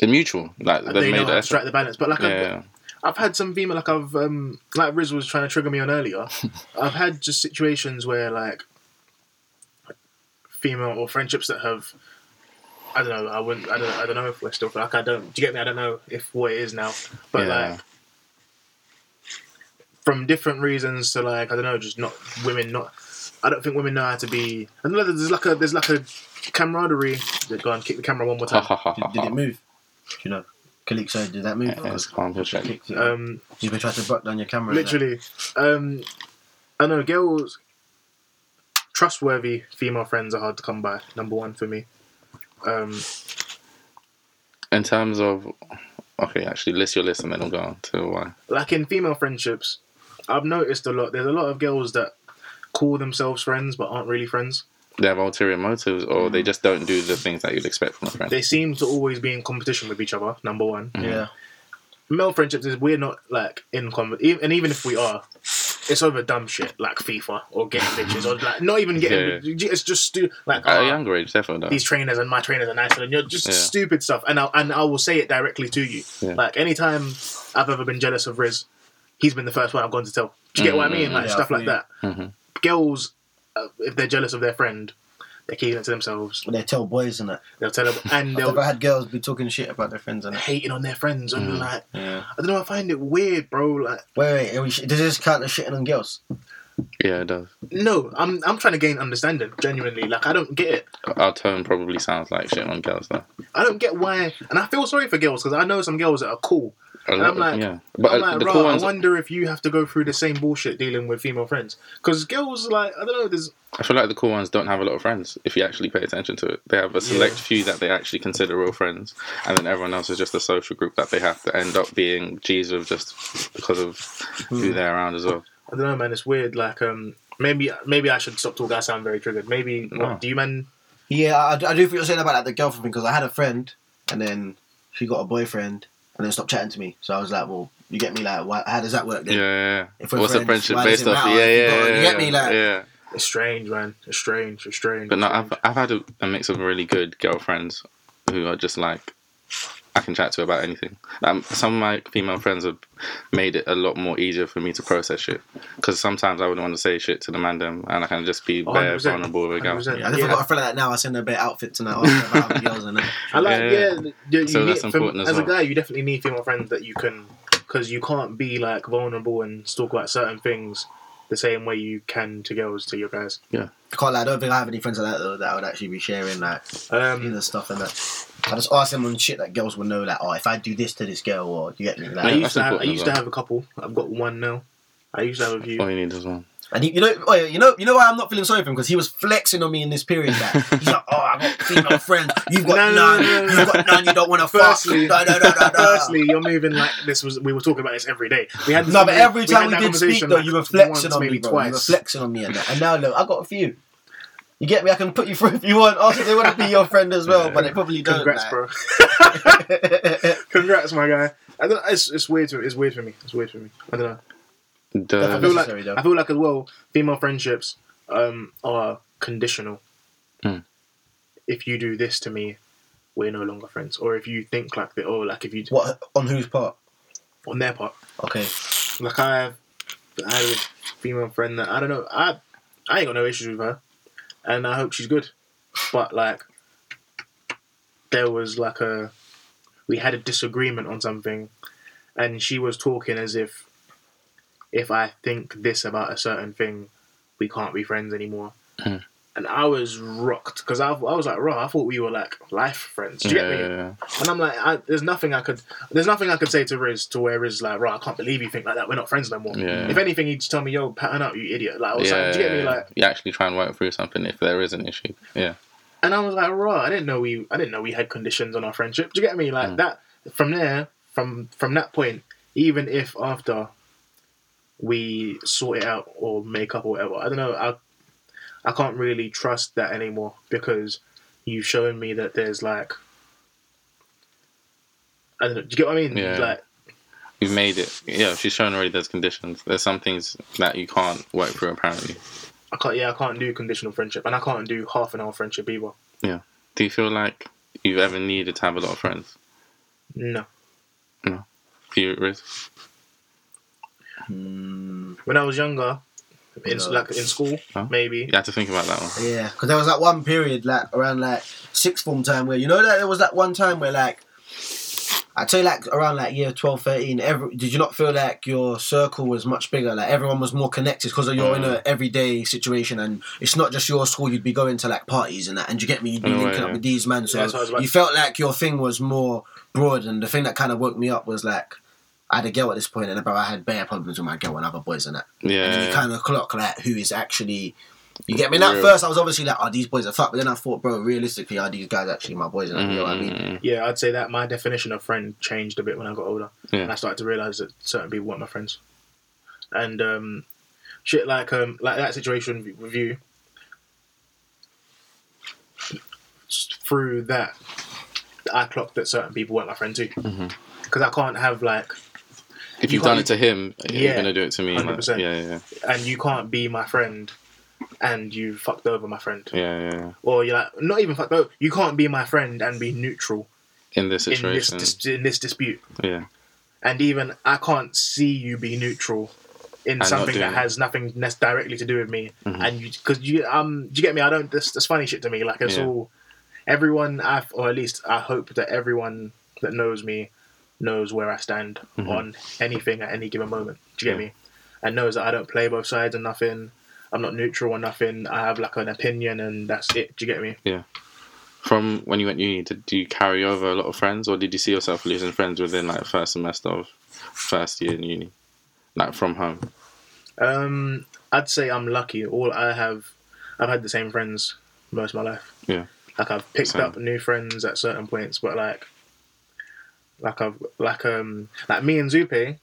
the mutual. Like they, they know made how the to effort. strike the balance. But like, Yeah, I've, [laughs] yeah. I've had some female like I've um like Riz was trying to trigger me on earlier. I've had just situations where like female or friendships that have I don't know I wouldn't I don't I don't know if we're still like I don't do you get me I don't know if what it is now but Yeah. like from different reasons to like I don't know just not women not I don't think women know how to be I don't know there's like a there's like a camaraderie go on kick the camera one more Ha time ha ha Did, ha. did it [laughs] ha. move? Do you know? Kalik said, did that move? Yeah, it's calm, just check. Click, yeah. um You've been trying to butt down your camera. is it? Literally. Um, I know girls, trustworthy female friends are hard to come by, number one for me. Um, In terms of, okay, actually list your list and then we'll go on to why. like in female friendships, I've noticed a lot, there's a lot of girls that call themselves friends but aren't really friends. They have ulterior motives, or they just don't do the things that you'd expect from a friend. They seem to always be in competition with each other, number one. Yeah. Male friendships is we're not like in com- e and even if we are, it's over dumb shit like FIFA or getting bitches or like not even getting. It's just stu- like At ah, a younger age, definitely. these trainers and my trainers are nicer and you're just Yeah. stupid stuff and I and I will say it directly to you. Yeah. Like anytime I've ever been jealous of Riz, he's been the first one I've gone to tell. Do you get Mm-hmm. what I mean? Like Yeah, stuff I like feel that. Girls, uh, if they're jealous of their friend, they keep it to themselves. They tell boys and that. They'll tell them and I've never they'll had girls be talking shit about their friends and that. hating on their friends and Mm-hmm. like Yeah. I don't know. I find it weird, bro. Like Wait, wait, are we sh- does this count as shitting on girls? Yeah, it does. no, I'm I'm trying to gain understanding genuinely. Like I don't get it. Our tone probably sounds like shit on girls, though. I don't get why, and I feel sorry for girls because I know some girls that are cool A And lot I'm of- like- yeah, but I'm uh, like, the "Bruh, cool I ones. wonder if you have to go through the same bullshit dealing with female friends. Because girls, like, I don't know, there's. I feel like the cool ones don't have a lot of friends. If you actually pay attention to it, they have a select Yeah. few that they actually consider real friends, and then everyone else is just a social group that they have to end up being G's with just because of Hmm. who they're around as well. I don't know, man, it's weird. Like, um, maybe maybe I should stop talking. I sound very triggered. Maybe. No. What, do you, man? Yeah, I, I do I do feel you're saying about like, the girlfriend thing because I had a friend and then she got a boyfriend and then stopped chatting to me. So I was like, well, you get me? Like, why, how does that work Yeah, then? yeah. yeah. If we're What's the friends, friendship why does based it off? Yeah, matter if yeah, you got- yeah. you get me, yeah, like- yeah. It's strange, man. It's strange. It's strange. But no, it's I've strange. I've had a, a mix of really good girlfriends who are just like I can chat to about anything. Um, some of my female friends have made it a lot more easier for me to process shit because sometimes I wouldn't want to say shit to the man them, and I can just be Oh, bare 100%, vulnerable with a girl. 100%. I think Yeah. I've got a friend like that now. I send her bare outfits and that. I about girls and that. I like, Yeah, yeah. yeah. you- you So need- that's from- important as as, a well. guy, you definitely need female friends that you can. Because you can't be, like, vulnerable and talk about certain things the same way you can to girls, to your guys. I can't lie, I don't think I have any friends like that though that I would actually be sharing like Um, either stuff and that. I just ask them on shit that girls would know, like, oh, if I do this to this girl, or you get me, I like, Yeah. used that's to have, I important as used well. to have a couple. I've got one now. I used to have a few. All you need is one. and he, you know, oh, yeah, you know, you know why I'm not feeling sorry for him because he was flexing on me in this period. Like, he's like, oh, I got female friends, you've [laughs] got No, no, no, none, no, no. you've got none, you don't want to fuck. No, [laughs] Firstly, no, no, no, no. firstly, you're moving like this was. We were talking about this every day. We had this No, but every had time we, that did speak, conversation, though, like, you were once, flexing on maybe me, bro. You were twice. flexing on me, and, that. and now look, I got a few. You get me? I can put you through if you want. Also, they want to be your friend as well, but they probably don't. Congrats, like. bro. [laughs] Congrats, my guy. I don't, it's, it's weird for me. It's weird for me. It's weird for me. I don't know. I feel Duh. Definitely. like Unnecessary, though. I feel like as well. Female friendships um, are conditional. Hmm. If you do this to me, we're no longer friends. Or if you think like that, or like if you [laughs] What on whose part? on their part. Okay. Like I have, I have a female friend that I don't know. I I ain't got no issues with her, and I hope she's good. But like, there was like a we had a disagreement on something, and she was talking as if if I think this about a certain thing, we can't be friends anymore. Mm. And I was rocked because I, I was like, "Raw!" I thought we were like life friends. Do you Yeah, get me? yeah, yeah. And I'm like, I, there's nothing I could, there's nothing I could say to Riz to where Riz like, right, I can't believe you think like that. We're not friends no more. Yeah. If anything, he'd just tell me, yo, pattern up, you idiot. Like, or Yeah, something. Do you get me? yeah, Like, you actually try and work through something if there is an issue. Yeah, and I was like, right, I didn't know we, I didn't know we had conditions on our friendship. Do you get me? Like Mm. that. From there, from from that point, even if after we sort it out or make up or whatever, I don't know. I I can't really trust that anymore because you've shown me that there's like. I don't know. Do you get what I mean? Yeah. Like, you've made it. Yeah, she's shown already. There's conditions. There's some things that you can't work through apparently. I can't. Yeah, I can't do conditional friendship, and I can't do half an hour friendship either. Do you feel like you've ever needed to have a lot of friends? No. Do you risk? Mm, When I was younger, in No. like in school, Huh? maybe. You had to think about that one. yeah, because there was that one period, like around like sixth form time, where you know that there was that one time where like. I tell you, like around like year 12, 13, every, did you not feel like your circle was much bigger? Like everyone was more connected because you're in Mm. a everyday situation, and it's not just your school. You'd be going to like parties and that, and you get me. You'd be Oh, linking yeah. up with these men, so Yeah, that's what I was about you to- felt like your thing was more broad. And the thing that kind of woke me up was like, I had a girl at this point, and bro, I had bare problems with my girl and other boys and that and then you Yeah. kind of clock like who is actually. You get me? Now, Real. first I was obviously like, "Oh, these boys are fucked," but then I thought, bro, realistically, are these guys actually my boys? And you know what I mean? Mm. Yeah, I'd say that my definition of friend changed a bit when I got older, Yeah. and I started to realize that certain people weren't my friends, and um, shit like um, like that situation with you. Through that, I clocked that certain people weren't my friend too, because Mhm. I can't have like, If You you've done it can't- to him, you're Yeah. gonna do it to me. like, 100%. yeah, yeah, and you can't be my friend, and you fucked over my friend, yeah, yeah, yeah. or you're like not even fucked over. You can't be my friend and be neutral In this in this, situation, dis- in this dispute. yeah, and even I can't see you be neutral in not something doing that it. Mm-hmm. has nothing ne- directly to do with me. And you, because you, um, do you get me? I don't. That's, that's funny shit to me. Like it's Yeah. all everyone. I or at least I hope that everyone that knows me knows where I stand on anything at any given moment. Do you get Mm-hmm. Yeah. me? And knows that I don't play both sides and nothing. I'm not neutral or nothing. I have like an opinion and that's it. Do you get me? from when you went uni, did do you carry over a lot of friends, or did you see yourself losing friends within like first semester of first year in uni, like from home? Um, I'd say I'm lucky. All I have, I've had the same friends most of my life. Yeah. Like I've picked Same. up new friends at certain points, but like, like I've like um like me and Zupe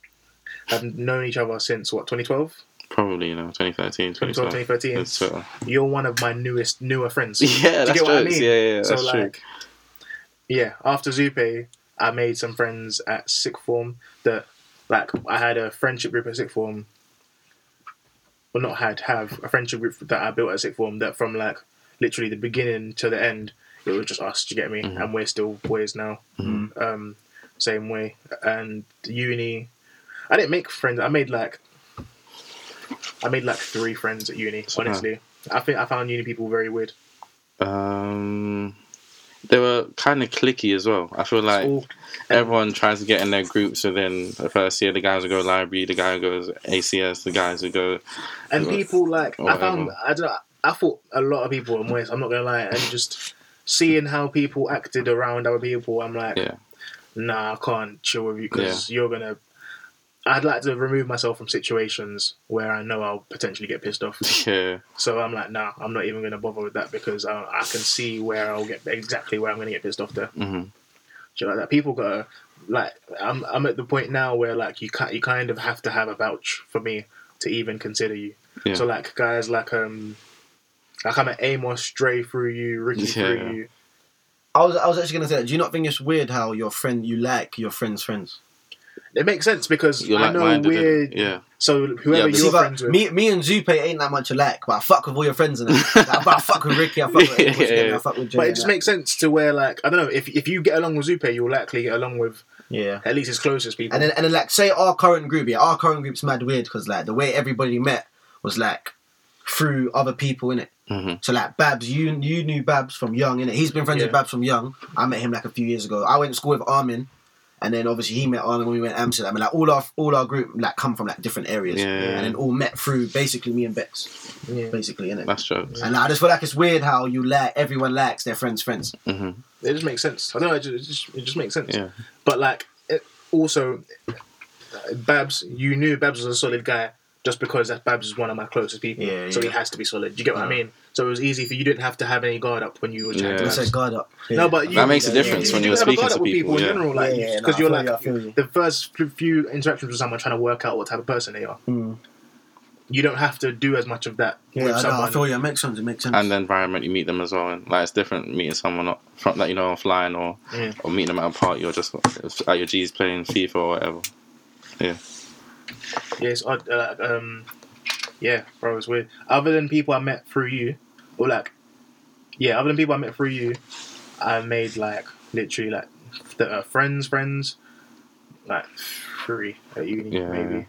have known each other since what 2012, Probably, you know, 2013, 2012, 2012. 2013. That's Twitter. You're one of my newest [laughs] newer friends. Yeah, Do you that's get what I jokes. mean? Yeah, yeah, yeah, so that's true. like, yeah. After Zupe, I made some friends at sixth form that like I had a friendship group at sixth form. Well, not had have a friendship group that I built at sixth form that from like literally the beginning to the end it was just us. Do you get me? Mhm. And we're still boys now. Mm-hmm. Mhm. Um, same way. And uni, I didn't make friends. I made like. I made like three friends at uni. So- Honestly, I think I found uni people very weird. Um, they were kind of clicky as well. I feel like All- everyone tries to get in their groups within the first year. The guys who go library, the guy who goes ACS, the guys who go [laughs] and people like I Whatever. found I don't know, I thought a lot of people were moist. I'm not gonna lie, and just seeing how people acted around other people, I'm like, Yeah. nah, I can't chill with you because you're gonna. I'd like to remove myself from situations where I know I'll potentially get pissed off. yeah, So I'm like, nah, I'm not even gonna bother with that because I, I can see where I'll get exactly where I'm gonna get pissed off there. hmm Do you know, like that people gotta like I'm I'm at the point now where like you can you kind of have to have a vouch for me to even consider you. Yeah. So like guys like um like I'm an Amos stray through you, Ricky Yeah. through you. I was, I was actually gonna say that. Do you not think it's weird how your friend you like your friend's friends? It makes sense because you're I like know minded. we're Yeah, so Yeah, whoever but- See, you're but friends with me, me and Zupe ain't that much alike, but I fuck with all your friends [laughs] and that. Like, but I fuck with Ricky, I fuck with, Yeah, Amos, you get me? yeah. I fuck with Jay. but it and just that. makes sense to where like I don't know, if if you get along with Zupe, you'll likely get along with yeah. at least his closest people. And then, and then, like, say our current group, yeah, our current group's mad weird because, like, the way everybody met was, like, through other people, in it. hmm So like Babs, you you knew Babs from young, innit? He's been friends with Yeah. Babs from young. I met him like a few years ago. I went to school with Armin, and then obviously he met Armin when we went to Amsterdam. And like all our all our group like come from like different areas, Yeah. and then all met through basically me and Bex, yeah. basically, innit? that's jokes. and like, I just feel like it's weird how you like everyone likes their friends' friends. hmm It just makes sense. I don't know. It just, it just, it just makes sense. Yeah. But like, it also, Babs, you knew Babs was a solid guy just because that Babs is one of my closest people. Yeah, so he yeah. Uh-huh. has to be solid. Do you get what I Yeah. mean? So it was easy for you. Didn't have to have any guard up when you were chatting. Yeah. to I Babs. said guard up. No, but you, That makes a you- difference you when do you're have a speaking guard to up with people, yeah. in general, like Yeah, yeah, because no, I you're feel you, I like feel you. the first few interactions with someone trying to work out what type of person they are. Mm. You don't have to do as much of that yeah, with I, know, I someone. feel you. It makes sense. It makes sense. And the environment you meet them as well, and like it's different meeting someone up front that you know offline or Yeah. or meeting them at a party or just at your G's playing FIFA or whatever. Yeah, it's odd. Uh, um, yeah, bro, it's weird. Other than people I met through you, or like, yeah, other than people I met through you, I made like literally like the uh, friends, friends, like three at uni Yeah. maybe.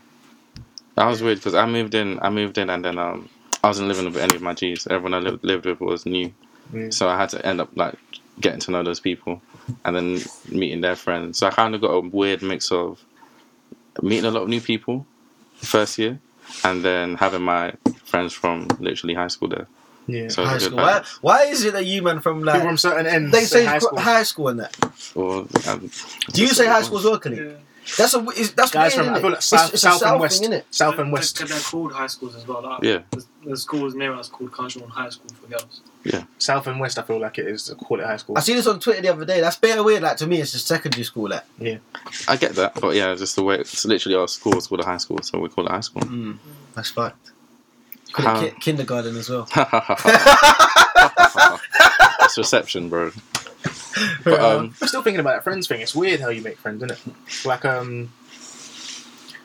That was weird because I moved in. I moved in and then um, I wasn't living with any of my G's. Everyone I lived, lived with was new, Mm. so I had to end up like getting to know those people and then meeting their friends. So I kind of got a weird mix of meeting a lot of new people first year, and then having my friends from literally high school there. Yeah, So- high it's a school. good Why, balance. why is it that you man from people like from certain ends. they say high gr- school. high school and that? Or um, Do you that's say what it high was. school as well, Kelly? Yeah. That's a it's, that's Guys weird, from I innit? feel like south, it's, it's a south, and west, thing, innit? south and west. They're, they're called high schools as well. Like, Yeah. The, the schools near us called Cultural High School for girls. South and West, I feel like it is. Call it high school. I seen this on Twitter the other day. That's bare weird. Like to me, it's just secondary school. Like, I get that, but yeah, just the way it's literally our school is called a high school, so we call it high school. [laughs] Mm. that's fucked. Call How- it ki- kindergarten as well. That's reception, bro. But um, I'm still thinking about that friends thing. It's weird how you make friends, isn't it? Like um,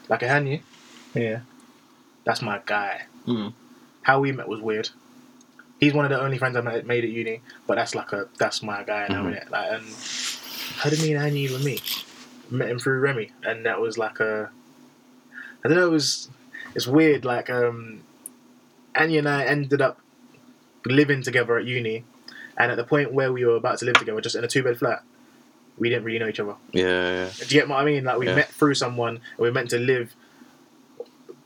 like a Hany. Yeah, that's my guy. Mm. How we met was weird. He's one of the only friends I met, made at uni, but that's like a that's my guy now, Mhm. innit? Like, and how did me and Hany even meet? Met him through Remy, and that was like a. I don't know. It was it's weird. Like um, Annie and I ended up living together at uni, and at the point where we were about to live together, just in a two bed flat, we didn't really know each other. yeah, yeah, Do you get what I mean? Like we Yeah. met through someone, and we were meant to live.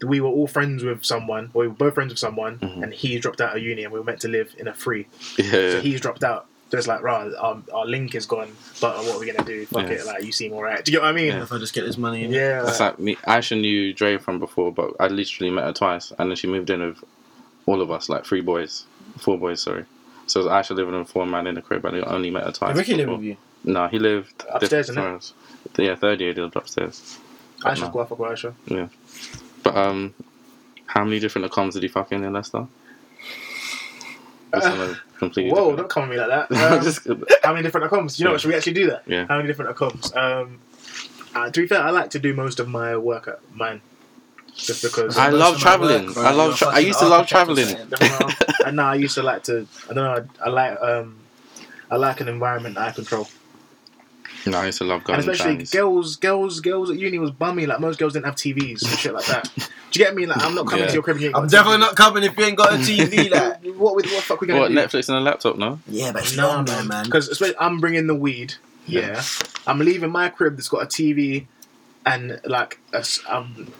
We were all friends with someone. Or we were both friends with someone, Mhm. and he dropped out of uni, and we were meant to live in a free. So yeah, yeah. he's dropped out. So it's like, right, our, our link is gone. But what are we gonna do? Fuck Yeah. it. Like you seem alright. Do you get what I mean? Yeah. If I just get this money, Yeah. in. That's like me. I actually knew Dre from before, but I literally met her twice, and then she moved in with all of us, like three boys, four boys, sorry. So I was actually living with four man in the crib, and I only met her twice. Ricky live before. with you. No, he lived Upstairs, different floors. Yeah, third year he lived upstairs. Aisha's no. no. guapo, Aisha. But um, how many different accoms did he fuck in in Leicester? Just on [laughs] a completely Whoa! Don't different- come at me [laughs] like that. Um, Just- how many different accoms? You know, Yeah. what, should we actually do that? Yeah. How many different accoms? Um, uh, to be fair, I like to do most of my work at mine, just because. I love Most of my work, traveling. bro. I love You're a tra- I fucking used to love architect or traveling. something. and now I used to like to. I don't know. I, I like. Um, I like an environment that I control, No, I used to love going and especially Chinese. girls. Girls, girls at uni was bummy. Like most girls didn't have TVs and shit like that. Do you get me? Like I'm not coming Yeah. to your crib. and you ain't I'm got a definitely not coming if you ain't got a TV. [laughs] Like, TV. What with what the fuck we gonna What do? Netflix and a laptop? [laughs] No, yeah, but it's No, not man, man. Because especially I'm bringing the weed. Yeah. Yeah. I'm leaving my crib that's got a TV and like a s- um,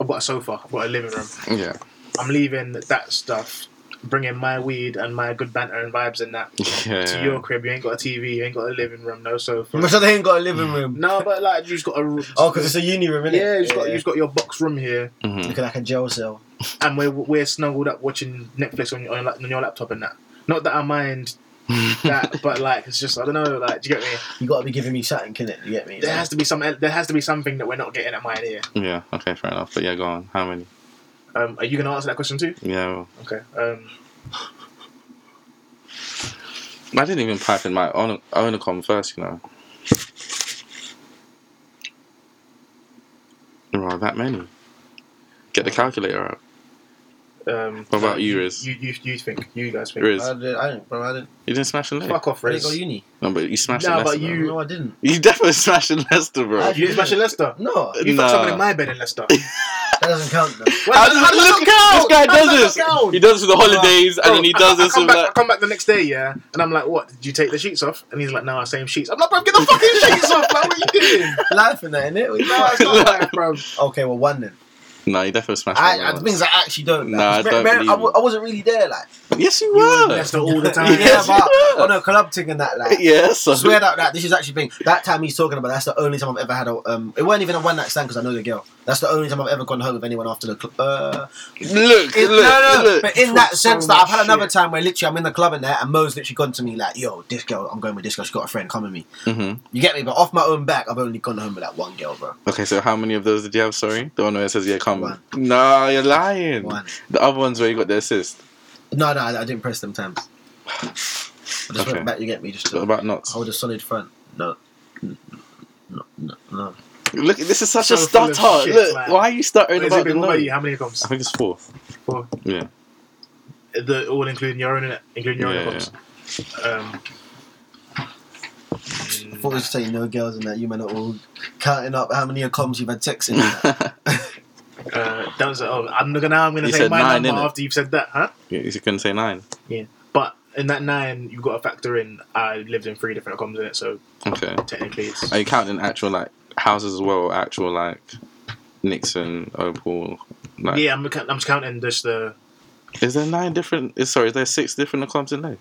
I've got a sofa. I've got a living room. yeah, I'm leaving that stuff. Bringing my weed and my good banter and vibes and that yeah. [laughs] to your crib. You ain't got a TV. You ain't got a living room. No I'm [laughs] sofa. sure they ain't got a living room. no, but like you've got a room. Oh, because it's a uni room, Mm. innit? yeah, you've got you've got your box room here, Mhm. Looking like a jail cell. and we're we're snuggled up watching Netflix on your, on your lap- on your laptop and that. Not that I mind Mm-hmm. that, but like it's just I don't know. Like, do you get me? You gotta be giving me something, innit? You get me? There has to be some. There has to be something that we're not getting at mine here. yeah. Okay, fair enough. But yeah, go on. How many? Um, are you going to answer that question too? Yeah, well, Okay. Um, I didn't even pipe in my own own account first, you know. There are that many. Get the calculator out. um, What about you, Riz? You, you, you think? You guys think? Uh, Riz, I didn't, I didn't, bro. I didn't, you didn't smash in Leicester. Fuck off, I didn't go Riz. to You uni. No, but you smashed Nah, in but Leicester. you- though. No, I didn't. you definitely smashed in Leicester, bro. I- didn't smash in Leicester. No, You Nah. fucked someone in my bed in Leicester. that doesn't count. Though. Well, How does- how does that look, count? this guy How does that this. count? He does it for the holidays, and Bro, then he I- does I, this. I come, with back, like, I come back the next day, yeah, and I'm like, "What? Did you take the sheets off?" And he's like, "No, I same sheets." I'm like, "Bro, get the fucking sheets off! Like, what are you doing?" Life and that, innit? What you No, like? it's [laughs] not like, bro. Okay, well, one then. No, you definitely smashed. I, in I, Leicester. things I actually don't. Like. Nah, I don't I, believe w- you. I wasn't really [laughs] there, like. Yes, you You were in were. Leicester all the time. yeah, Yes, but you were. on a club thing and [laughs] that, like. Yes. I swear that, that this is actually being that time he's talking about. That's the only time I've ever had a. Um, it wasn't even a one night stand because I know the girl. That's the only time I've ever gone home with anyone after the club. Uh, Look, in- look, no, no, look. but in that So sense, that I've had much another shit. time where literally I'm in the club and there, and Mo's literally gone to me like, "Yo, this girl, I'm going with this girl. She got a friend, come with me." Mhm. You get me? But off my own back, I've only gone home with that one girl, bro. Okay, so how many of those did you have? Sorry, the one where it says yeah, come. One. No, you're lying. One. The other ones where you got the assist. No, no, I, I didn't press them times. I just Okay. went back. You get me? Just What to about knots? hold a solid front. No, no, no, no. Look, this is such So a full of stutter. shit, look, man. why are you stuttering What is about it, the what about knot? you? How many comes? I think it's four. for. Yeah. [laughs] The all including your own, innit? including your Yeah, own box. Um, mm, I thought we was saying no girls and that you men are all counting up how many comms you've had [laughs] sex in. uh, that was oh, I'm gonna now I'm gonna You say said my nine, number innit? after you've said that, huh? you couldn't say nine. But in that nine, you've got to factor in. I lived in three different comms in it, so Okay. technically it's Are you counting actual like houses as well? Actual like Nixon, Opal. Like, yeah. I'm, ca- I'm just counting just the. Is there nine different? is- Sorry, is there six different clubs in there?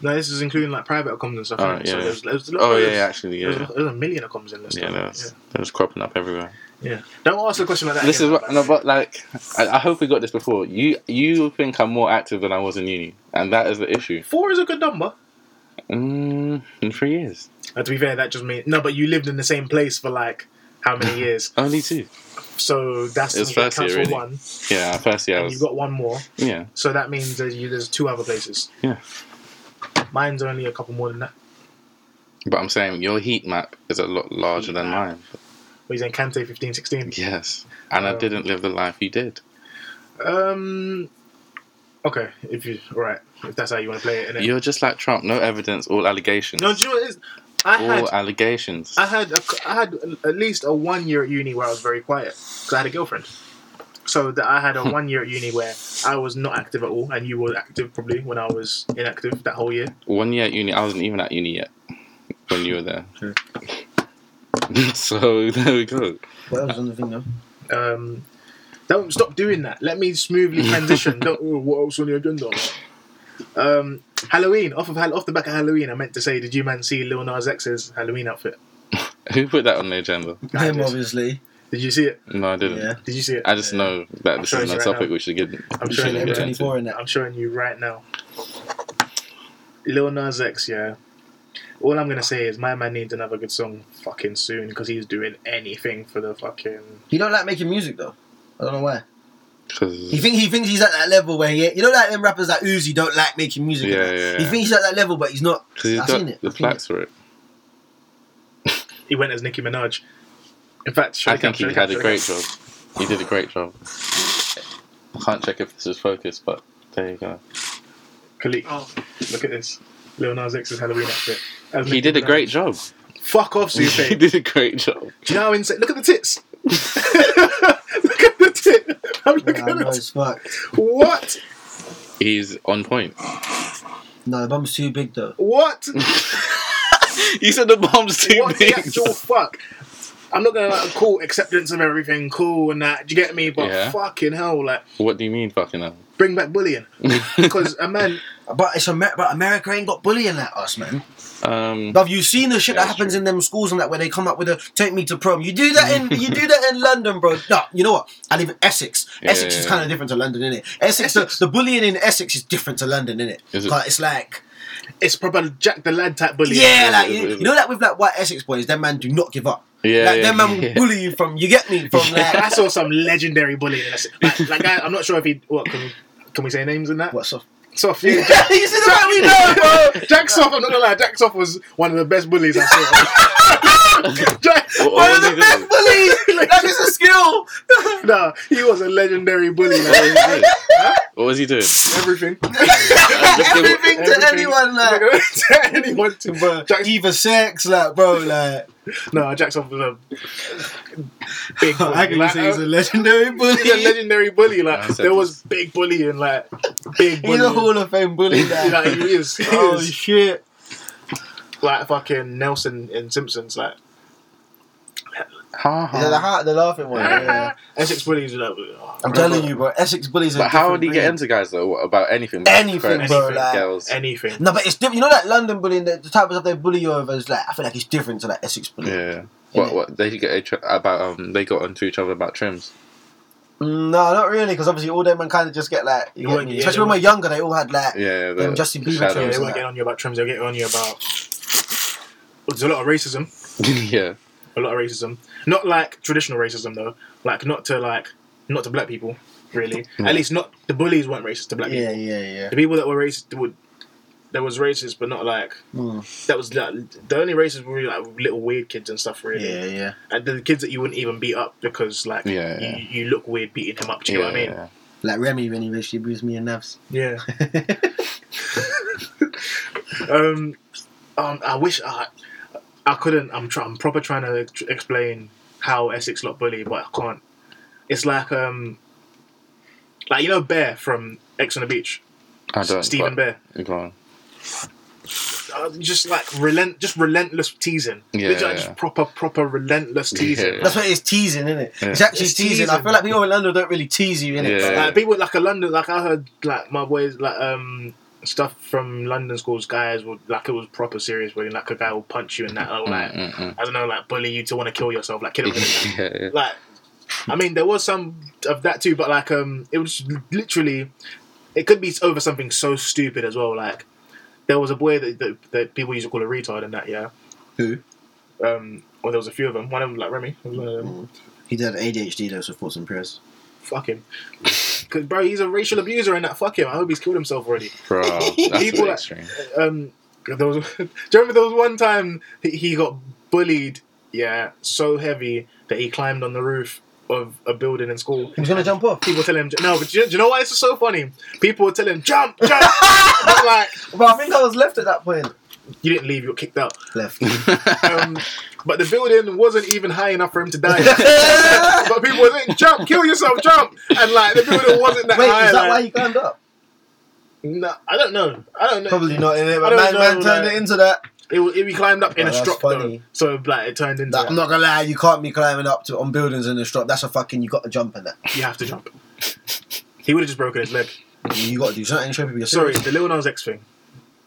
No, this is including like private comms and stuff. Oh, innit? So yeah. there's, there's, Oh yeah, there's- yeah, actually, There's, yeah, a, there's a million of comms in this. yeah. stuff. That's that's cropping up everywhere. Don't ask a question like that. This is again, what, man. no, but like, I, I hope we got this before. You you think I'm more active than I was in uni, and that is the issue. Four is a good number. Mm, in three years, Uh, to be fair, that just means no. But you lived in the same place for like [laughs] how many years? only two. So that's It was that first year, counts for really. one, Yeah, first year I and you've was. got one more. Yeah, So that means that you, there's two other places. Yeah. Mine's only a couple more than that. but I'm saying your heat map is a lot larger Heat than map. mine. But he's in Kante 15, 16. Yes, and I Oh. didn't live the life you did. Um. Okay, if you all right, if that's how you want to play it, innit? You're just like Trump. No evidence, all allegations. No, do you know what it is? I all had allegations. I had a, I had at least a one year at uni where I was very quiet because I had a girlfriend. So that I had a one year at uni where I was not active at all, and you were active probably when I was inactive that whole year. one year at uni. I wasn't even at uni yet when you were [laughs] there. [laughs] so [laughs] there we go. What else on the [laughs] thing though? Um, don't stop doing that. Let me smoothly transition. don't, oh, what else on the agenda? Um, Halloween off of Hal- off the back of Halloween. I meant to say, did you man see Lil Nas X's Halloween outfit? Who put that on the agenda? I Him did. obviously. Did you see it? No, I didn't. Yeah. Did you see it? I just know that this sure isn't it's a right topic now. we should get. I'm we sure shouldn't it's get into. M24 in that. I'm showing you right now. Lil Nas X, yeah. All I'm gonna say is my man needs another good song fucking soon because he's doing anything for the fucking. He don't like making music though. I don't know why. 'Cause- [laughs] He think he thinks he's at that level where he, you know, like them rappers like Uzi don't like making music. and Yeah, that. yeah, He yeah. thinks he's at that level, but he's not. Because he's I've got seen it, the I've seen plaques for it. He went as Nicki Minaj. In fact, I shake think up, he shake had up, a shake great up. job. He did a great job. I can't check if this is focused, but there you go. Khalid, Oh, look at this. Lil Nas X's Halloween outfit. As He Nicki did a Minaj. great job. Fuck off, [laughs] He Zufe. Do did a great job. you know how insane? Look at the tits. [laughs] look at the tit. I'm looking [laughs] Nah, at no, the it's fuck. What? He's on point. No, the bum's too big though. What? You said the bomb's too what big. the actual fuck? I'm not gonna like cool acceptance of everything, cool and that. Do you get me? But Yeah. fucking hell, like [laughs] What do you mean, fucking hell? bring back [laughs] bullying because a man. But it's Amer- but America ain't got bullying like us, man. um, Have you seen the shit Yeah, that that's happens true. in them schools and that where they come up with a take me to prom? You do that in you do that in London, bro. No, you know what? I live in Essex. Yeah, Essex yeah, is yeah. kind of different to London, innit? Essex, Essex. The, the bullying in Essex is different to London, innit? Is it? Like it's like It's proper Jack the Lad type bullying. Yeah, yeah, like yeah, you, yeah. you know that with like white Essex boys, them man do not give up. yeah, like yeah, them man yeah. will bully you from you get [laughs] me from I like saw some legendary bullying. in Essex. Like, like I, I'm not sure if he. What can we, can we say names in that? what's up? [laughs] Soft. you Yeah, see Jack, the man [laughs] we know, bro. Jack Soft. I'm not gonna lie. Jack Soft was one of the best bullies I saw. [laughs] Jack, What- One what of was the he best doing? bullies. That is a skill. no, he was a legendary bully. What was Like, he doing? What was he doing? everything. [laughs] Everything to Everything. anyone, I'm not like gonna tell anyone to. bro, Jack- either sex, like bro, like No, Jack Soft was a [laughs] big. Bully. I can Like, say he's uh, a legendary [laughs] bully. he's a legendary bully. Like Yeah, I said there was big bullying, like big He's bullying. a Hall of Fame bully. like, Like. he is, he [laughs] oh is. shit! like fucking Nelson in Simpsons. Like Ha, Yeah, the ha. heart, the laughing one. Yeah. yeah. Essex bullies. Like, oh, I'm telling you, bro. Essex bullies. are But how different would he get breed. into guys though? What, about anything? Anything, Correct. bro, like- girls. anything. No, but it's different. You know that London bullying, the, the type of stuff they bully you over is like I feel like it's different to like Essex bullying. yeah. What? What? They get each- about um. They got onto each other about trims. Mm, no, not really, because obviously all them man kind of just get like, you Yeah, get me? yeah, especially they when we're were- younger, they all had like. Yeah. Them Justin Bieber Yeah, shadows. they trims. won't get on you about trims. They'll get on you about. There's a lot of racism. [laughs] yeah. A lot of racism. Not like traditional racism though. Like not to like not to black people. Really, Yeah. at least not the bullies weren't racist to black people. Yeah, yeah, yeah. The people that were racist would. That was racist, but not like Mm, that was like the only racist were like little weird kids and stuff. Really, yeah, yeah. and the kids that you wouldn't even beat up because like Yeah, you, yeah. you look weird beating him up. Do you know what I mean? Yeah. Like Remy when he racially abused me and Navs. [laughs] Yeah. um, um, I wish I, I couldn't. I'm try, I'm proper trying to ex- explain how Essex lot bully, but I can't. It's like um, like you know Bear from X on the Beach, I don't. Stephen Bear. Bear. Go on. Uh, just like relent, just relentless teasing. Yeah, Literally, yeah, like, yeah. just proper, proper relentless teasing. Yeah. That's what it is teasing, isn't it? Yeah. It's actually It's teasing. I teasing. feel like people in London don't really tease you, innit? Yeah. Like people like a London, like I heard like my boys like um stuff from London schools guys would like it was proper serious where like a guy will punch you and that or like Mm, mm, I don't know like bully you to want to kill yourself like kill [laughs] him. mm. yeah, yeah. like I mean there was some of that too but like um it was literally it could be over something so stupid as well like there was a boy that that, that people used to call a retard and that yeah Who? um or there was a few of them one of them like Remy was one of them He did ADHD though, so thoughts and prayers. fuck him because bro he's a racial abuser and that fuck him I hope he's killed himself already [laughs] Bro, that's People really are- extreme. [laughs] um, there was. [laughs] do you remember there was one time he, he got bullied? Yeah, so heavy that he climbed on the roof of a building in school. He was gonna jump off. People tell him no, but do you, do you know why this is so funny? People would tell him jump, jump. And I'm like But I think I was left at that point. you didn't leave, you were kicked out. [laughs] Left. Um, but the building wasn't even high enough for him to die. but people were saying jump, kill yourself, jump, and like the building wasn't that Wait, high. is that why like, you climbed up? No, I don't know. I don't know. Probably not, innit? I But don't man, know, man turned like- it into that. It, wa- it, he climbed up in Oh, a that's strop funny. though, so like it turned into That- I'm not gonna lie, you can't be climbing up to on buildings in the strop. That's a fucking you got to jump in that. You have to jump. He would have just broken his leg. You got to do something. Show people you're Sorry, serious. the Lil Nas X thing.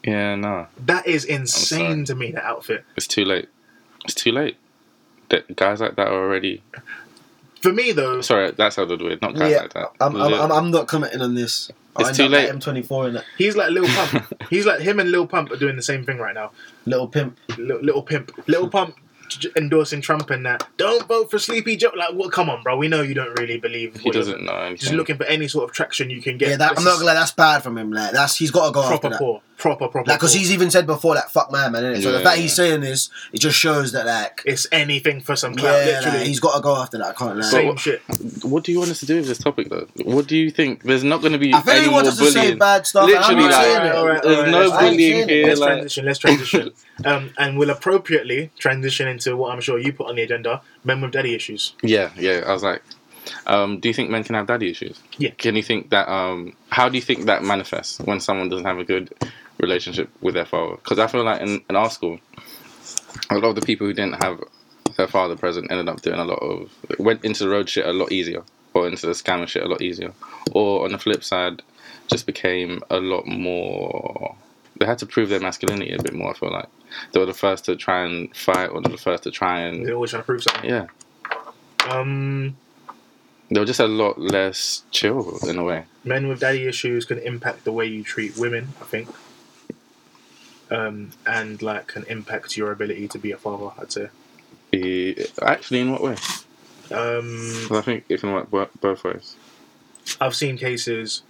Yeah, no, That is insane to me. That outfit. it's too late. It's too late. That guys like that are already. For me though, Sorry, that sounded weird. Not guys Yeah, like that. I'm, I'm, Legit. I'm, I'm not commenting on this. It's too late. M twenty four and that he's like Lil Pump. he's like him and Lil Pump are doing the same thing right now. little pimp. Lil, Lil Pimp, Lil Pump j- endorsing Trump and that. Don't vote for Sleepy Joe. Like, what? Come on, bro. We know you don't really believe. he what you're- doesn't know anything. Just looking for any sort of traction you can get. Yeah, that, This I'm not is gonna lie. That's bad from him. Like that's he's got to go after proper that. poor, proper proper. Like, cause poor. he's even said before that fuck my man, innit? So the Yeah, fact yeah. he's saying this, it just shows that like, it's anything for some clout. yeah, like, literally, he's got to go after that. I can't lie. same shit. What do you want us to do with this topic, though? What do you think? There's not going to be I think any he more wants us to say bullying. bad stuff. and Literally, I'm not like, saying it. all right, There's all right, no all right. bullying I ain't saying here. let's Like, transition. [laughs] Let's transition, um, and we'll appropriately transition into what I'm sure you put on the agenda: men with daddy issues. yeah, yeah. I was like, um, do you think men can have daddy issues? Yeah. Can you think that? Um, how do you think that manifests when someone doesn't have a good relationship with their father? Because I feel like in, in our school, a lot of the people who didn't have their father present ended up doing a lot of went into the road shit a lot easier, or into the scammer shit a lot easier, or on the flip side, just became a lot more. They had to prove their masculinity a bit more. I feel like they were the first to try and fight, or they were the first to try and They're always trying to prove something. yeah. Um, They were just a lot less chill in a way. men with daddy issues can impact the way you treat women, I think, um, and like can impact your ability to be a father. I'd say. Eh, Actually, in what way? Um, 'Cause I think it can work bo- both ways. I've seen cases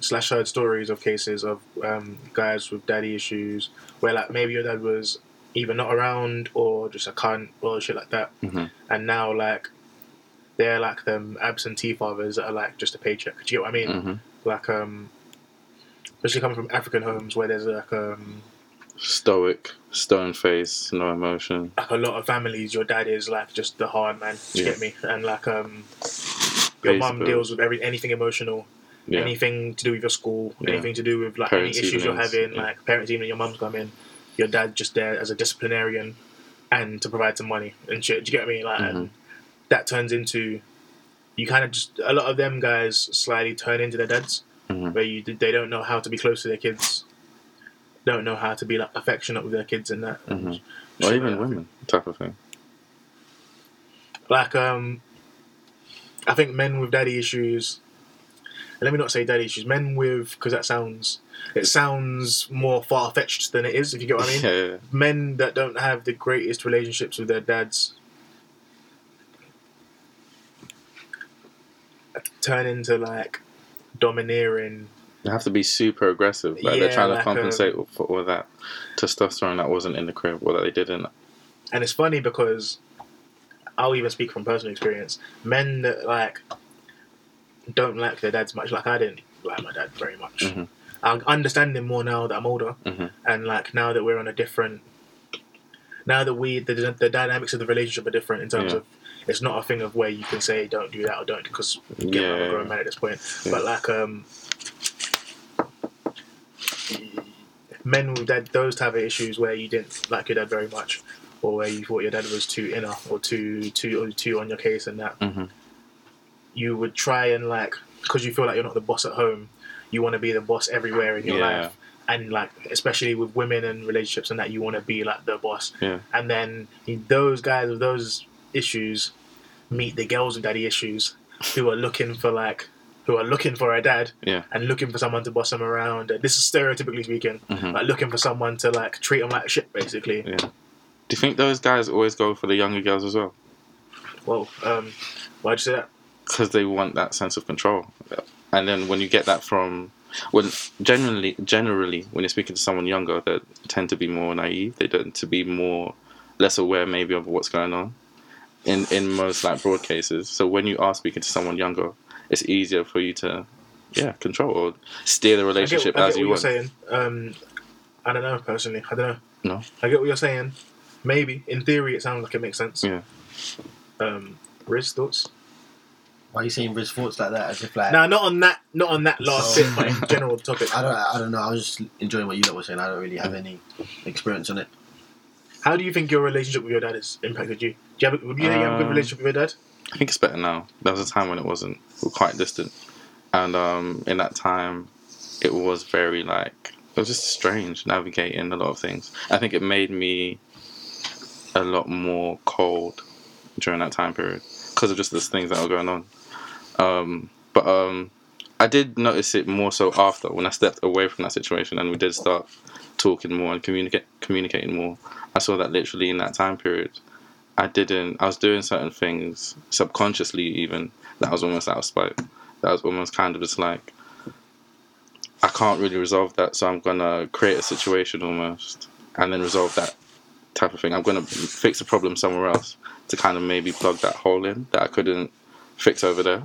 slash heard stories of cases of um, guys with daddy issues where like maybe your dad was either not around or just a cunt or shit like that, Mhm. and now like they're like them absentee fathers that are like just a paycheck. Do you get what I mean? hmm Like um, especially coming from African homes where there's like um Stoic, stone face, no emotion. like a lot of families, your dad is like just the hard man. Do you Yeah. get me? And like um, your Pays mum the deals with every anything emotional. Yeah. anything to do with your school, Yeah. anything to do with like Parents' any issues you're evenings, having, yeah. like parents even your mum's coming, your dad just there as a disciplinarian and to provide some money and shit. Do you get what I mean? Like and Mm-hmm. that turns into you kind of just a lot of them guys slightly turn into their dads, Mhm. where you they don't know how to be close to their kids, don't know how to be like affectionate with their kids and that. Mhm. Shit or like even that. women, type of thing. like um i think men with daddy issues let me not say daddy issues men with because that sounds it sounds more far-fetched than it is if you get what i mean yeah, [laughs] yeah, yeah. men that don't have the greatest relationships with their dads turn into like domineering They have to be super aggressive. Like they're Yeah, trying to like, um, compensate for all that testosterone that wasn't in the crib or that they didn't. and it's funny because I'll even speak from personal experience. Men that like don't like their dads much. Like I didn't like my dad very much. Mhm. I understand him more now that I'm older, Mhm. and like now that we're on a different. Now that we the the dynamics of the relationship are different in terms Yeah. of it's not a thing of where you can say don't do that or don't because yeah, I'm a Yeah. grown man at this point. Yeah. But like um, men with dad, those type of issues where you didn't like your dad very much, or where you thought your dad was too inner or too too or too on your case and that Mhm. you would try and like because you feel like you're not the boss at home, you want to be the boss everywhere in your Yeah. life. And like, especially with women and relationships, and that you want to be like the boss. Yeah. And then those guys with those issues meet the girls with daddy issues, who are looking for like, who are looking for a dad, Yeah. and looking for someone to boss them around. This is stereotypically speaking, Mhm. like looking for someone to like treat them like shit, basically. Yeah. Do you think those guys always go for the younger girls as well? Well, um, why'd you say that? Because they want that sense of control. And then when you get that from, when generally, generally, when you're speaking to someone younger, they tend to be more naive. They tend to be more less aware, maybe, of what's going on. In in most like broad cases. So when you are speaking to someone younger, it's easier for you to, yeah, control or steer the I get, relationship I as get you what want. you're saying. Um, I don't know personally. I don't know. No. I get what you're saying. Maybe in theory, it sounds like it makes sense. Yeah. Um, Riz thoughts? Why are you saying Riz thoughts like that? As if like No, not on that. Not on that last So- bit, but in general topic. I don't. I don't know. I was just enjoying what you lot were saying. I don't really have any experience on it. How do you think your relationship with your dad has impacted you? Do you have? a- Would you think you have a good Um, relationship with your dad? I think it's better now. There was a time when it wasn't. We were quite distant, and um, in that time, it was very like it was just strange navigating a lot of things. I think it made me a lot more cold during that time period because of just the things that were going on. Um, but um, I did notice it more so after when I stepped away from that situation and we did start talking more and communicate communicating more. I saw that literally in that time period. I didn't. I was doing certain things subconsciously, even that was almost out of spite. That was almost kind of just like I can't really resolve that, so I'm gonna create a situation almost, and then resolve that type of thing. I'm gonna fix a problem somewhere else to kind of maybe plug that hole in that I couldn't fix over there.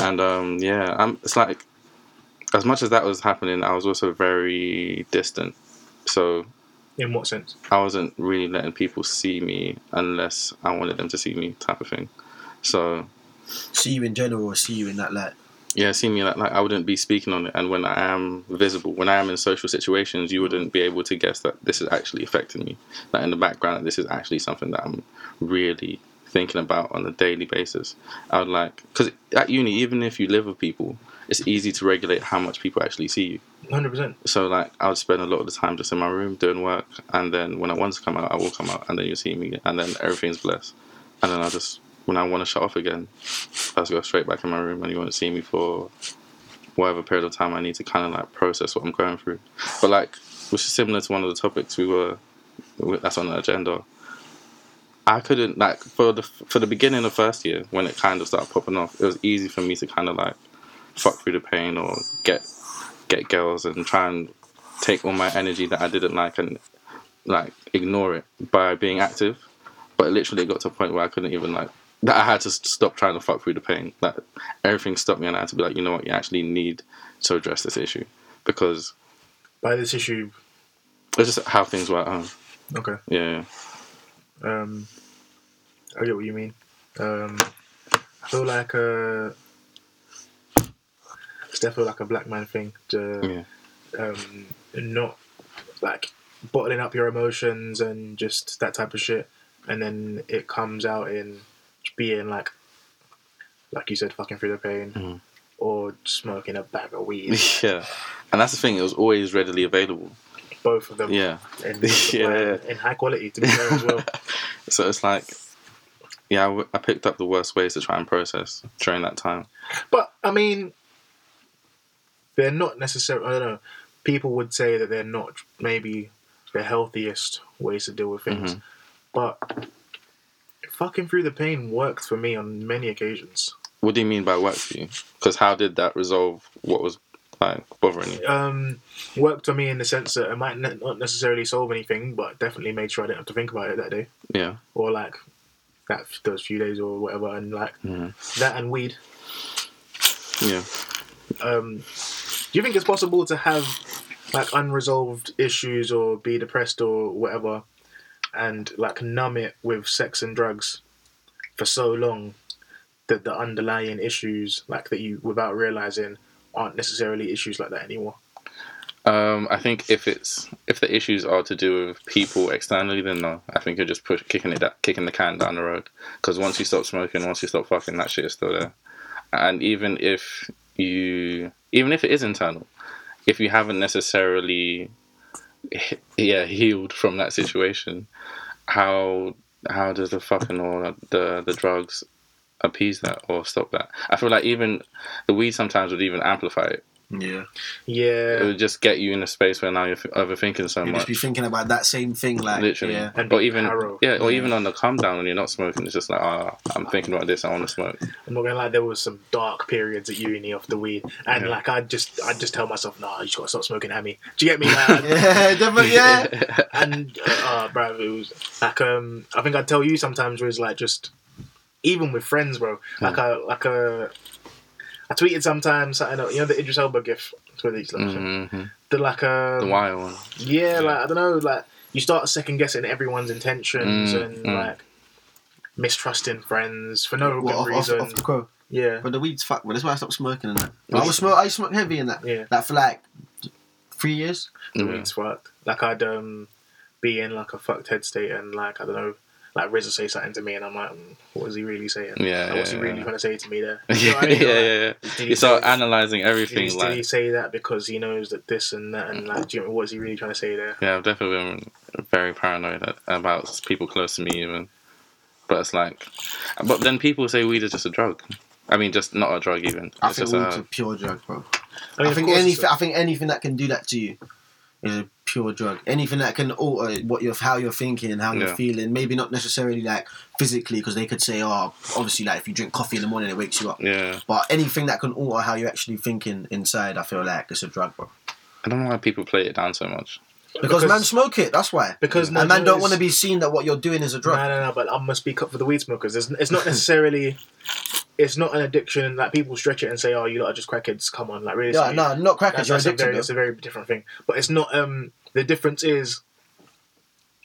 And um, yeah, i it's like as much as that was happening, I was also very distant. So In what sense? I wasn't really letting people see me unless I wanted them to see me, type of thing. So See you in general, or see you in that light. yeah, see me like, like I wouldn't be speaking on it, and when I am visible, when I am in social situations, you wouldn't be able to guess that this is actually affecting me. That in the background, that this is actually something that I'm really thinking about on a daily basis. I would like because at uni, even if you live with people, it's easy to regulate how much people actually see you. Hundred percent. So like I would spend a lot of the time just in my room doing work, and then when I want to come out, I will come out, and then you see me, and then everything's blessed, and then I just when I want to shut off again, I just go straight back in my room, and you won't see me for whatever period of time I need to kind of like process what I'm going through. But like, which is similar to one of the topics we were that's on the agenda. I couldn't like for the for the beginning of first year when it kind of started popping off. It was easy for me to kind of like fuck through the pain or get get girls and try and take all my energy that I didn't like and like ignore it by being active. But literally, it got to a point where I couldn't even like that. I had to s- stop trying to fuck through the pain. That everything stopped me, and I had to be like, you know what, you actually need to address this issue because By this issue, it's just how things were at home. okay. Yeah, Um, I get what you mean. Um, I feel like uh, it's definitely like a black man thing. To, yeah, um, not like bottling up your emotions and just that type of shit, and then it comes out in being like, like you said, fucking through the pain, Mhm. or smoking a bag of weed. [laughs] yeah. And that's the thing; it was always readily available. Both of them, Yeah. in, [laughs] Yeah. in high quality to be fair as well. [laughs] So it's like, yeah, I, w- I picked up the worst ways to try and process during that time. But I mean, they're not necessarily. I don't know. People would say that they're not maybe the healthiest ways to deal with things, Mhm. but fucking through the pain worked for me on many occasions. What do you mean by work for you? Because how did that resolve what was like bothering you? Um, worked for me in the sense that it might ne- not necessarily solve anything, but definitely made sure I didn't have to think about it that day Yeah. or like that those few days or whatever, and like Mhm. that and weed. Yeah. Um, do you think it's possible to have like unresolved issues or be depressed or whatever, and like numb it with sex and drugs for so long that the underlying issues, like that you without realizing, aren't necessarily issues like that anymore? Um, I think if it's if the issues are to do with people externally, then no. I think you're just push, kicking it da- kicking the can down the road. Because once you stop smoking, once you stop fucking, that shit is still there. And even if you, even if it is internal, if you haven't necessarily, he- yeah, healed from that situation, how how does the fucking or the the drugs appease that or stop that? I feel like even the weed sometimes would even amplify it Yeah. Yeah. it would just get you in a space where now you're f- overthinking so You much. just be thinking about that same thing, like Literally, yeah. And or even Harrow. yeah, or even on the calm down when you're not smoking, it's just like ah, I'm thinking about this. I want to [laughs] smoke. I'm not gonna lie, there was some dark periods at uni off the weed, and Yeah. like I just, I just tell myself, nah, you just gotta stop smoking hammy. Do you get me? Like, [laughs] Yeah, [laughs] definitely, yeah. and uh, uh, bro, it was like um, I think I tell you sometimes was like just even with friends, bro. Hmm. Like I, like a, I tweeted sometimes, I know, you know the Idris Elba gif with each like, Mhm. the like um, The wild one. yeah, like I don't know, like you start second guessing everyone's intentions Mm, and mm. like mistrusting friends for no Well, good off, off, reason. off the crow. yeah, But the weed's fuck. Well, that's why I stopped smoking and that. But I was smoke. I smoked heavy in that. Yeah. Like for like three years. the Yeah. weeds fucked. Like I'd um be in like a fucked head state and like I don't know. Like Riz will say something to me, and I'm like, mm, "What was he really saying? Yeah, Like, what's he yeah, really yeah. [laughs] trying to say to me there?" You know yeah, what I mean? yeah, Like, yeah, yeah. Did You start say- analyzing did he, everything. did he Like, say that because he knows that this and that and like, do you know, what is he really trying to say there? yeah, I've definitely been very paranoid a- about people close to me, even. But it's like, but then people say weed is just a drug. I mean, just not a drug, even. I it's think just weed's a a, pure drug, bro. I, mean, I of think course any. it's a- I think anything that can do that to you is a pure drug. Anything that can alter what you're, how you're thinking, how you're Yeah. feeling. Maybe not necessarily like physically, because they could say, oh, obviously, like if you drink coffee in the morning, it wakes you up. yeah. But anything that can alter how you're actually thinking inside, I feel like it's a drug, bro. I don't know why people play it down so much. Because, man, smoke it. That's why. because and man, don't want to to be seen that what you're doing is a drug. No, no, no. But I must speak up for the weed smokers. It's, it's not necessarily. it's not an addiction. Like people stretch it and say, "Oh, you lot are just crackheads." Come on, like really. yeah, no, not that's, crackers. You're that's a addicted. very, bro. that's a very different thing. But it's not. Um, the difference is.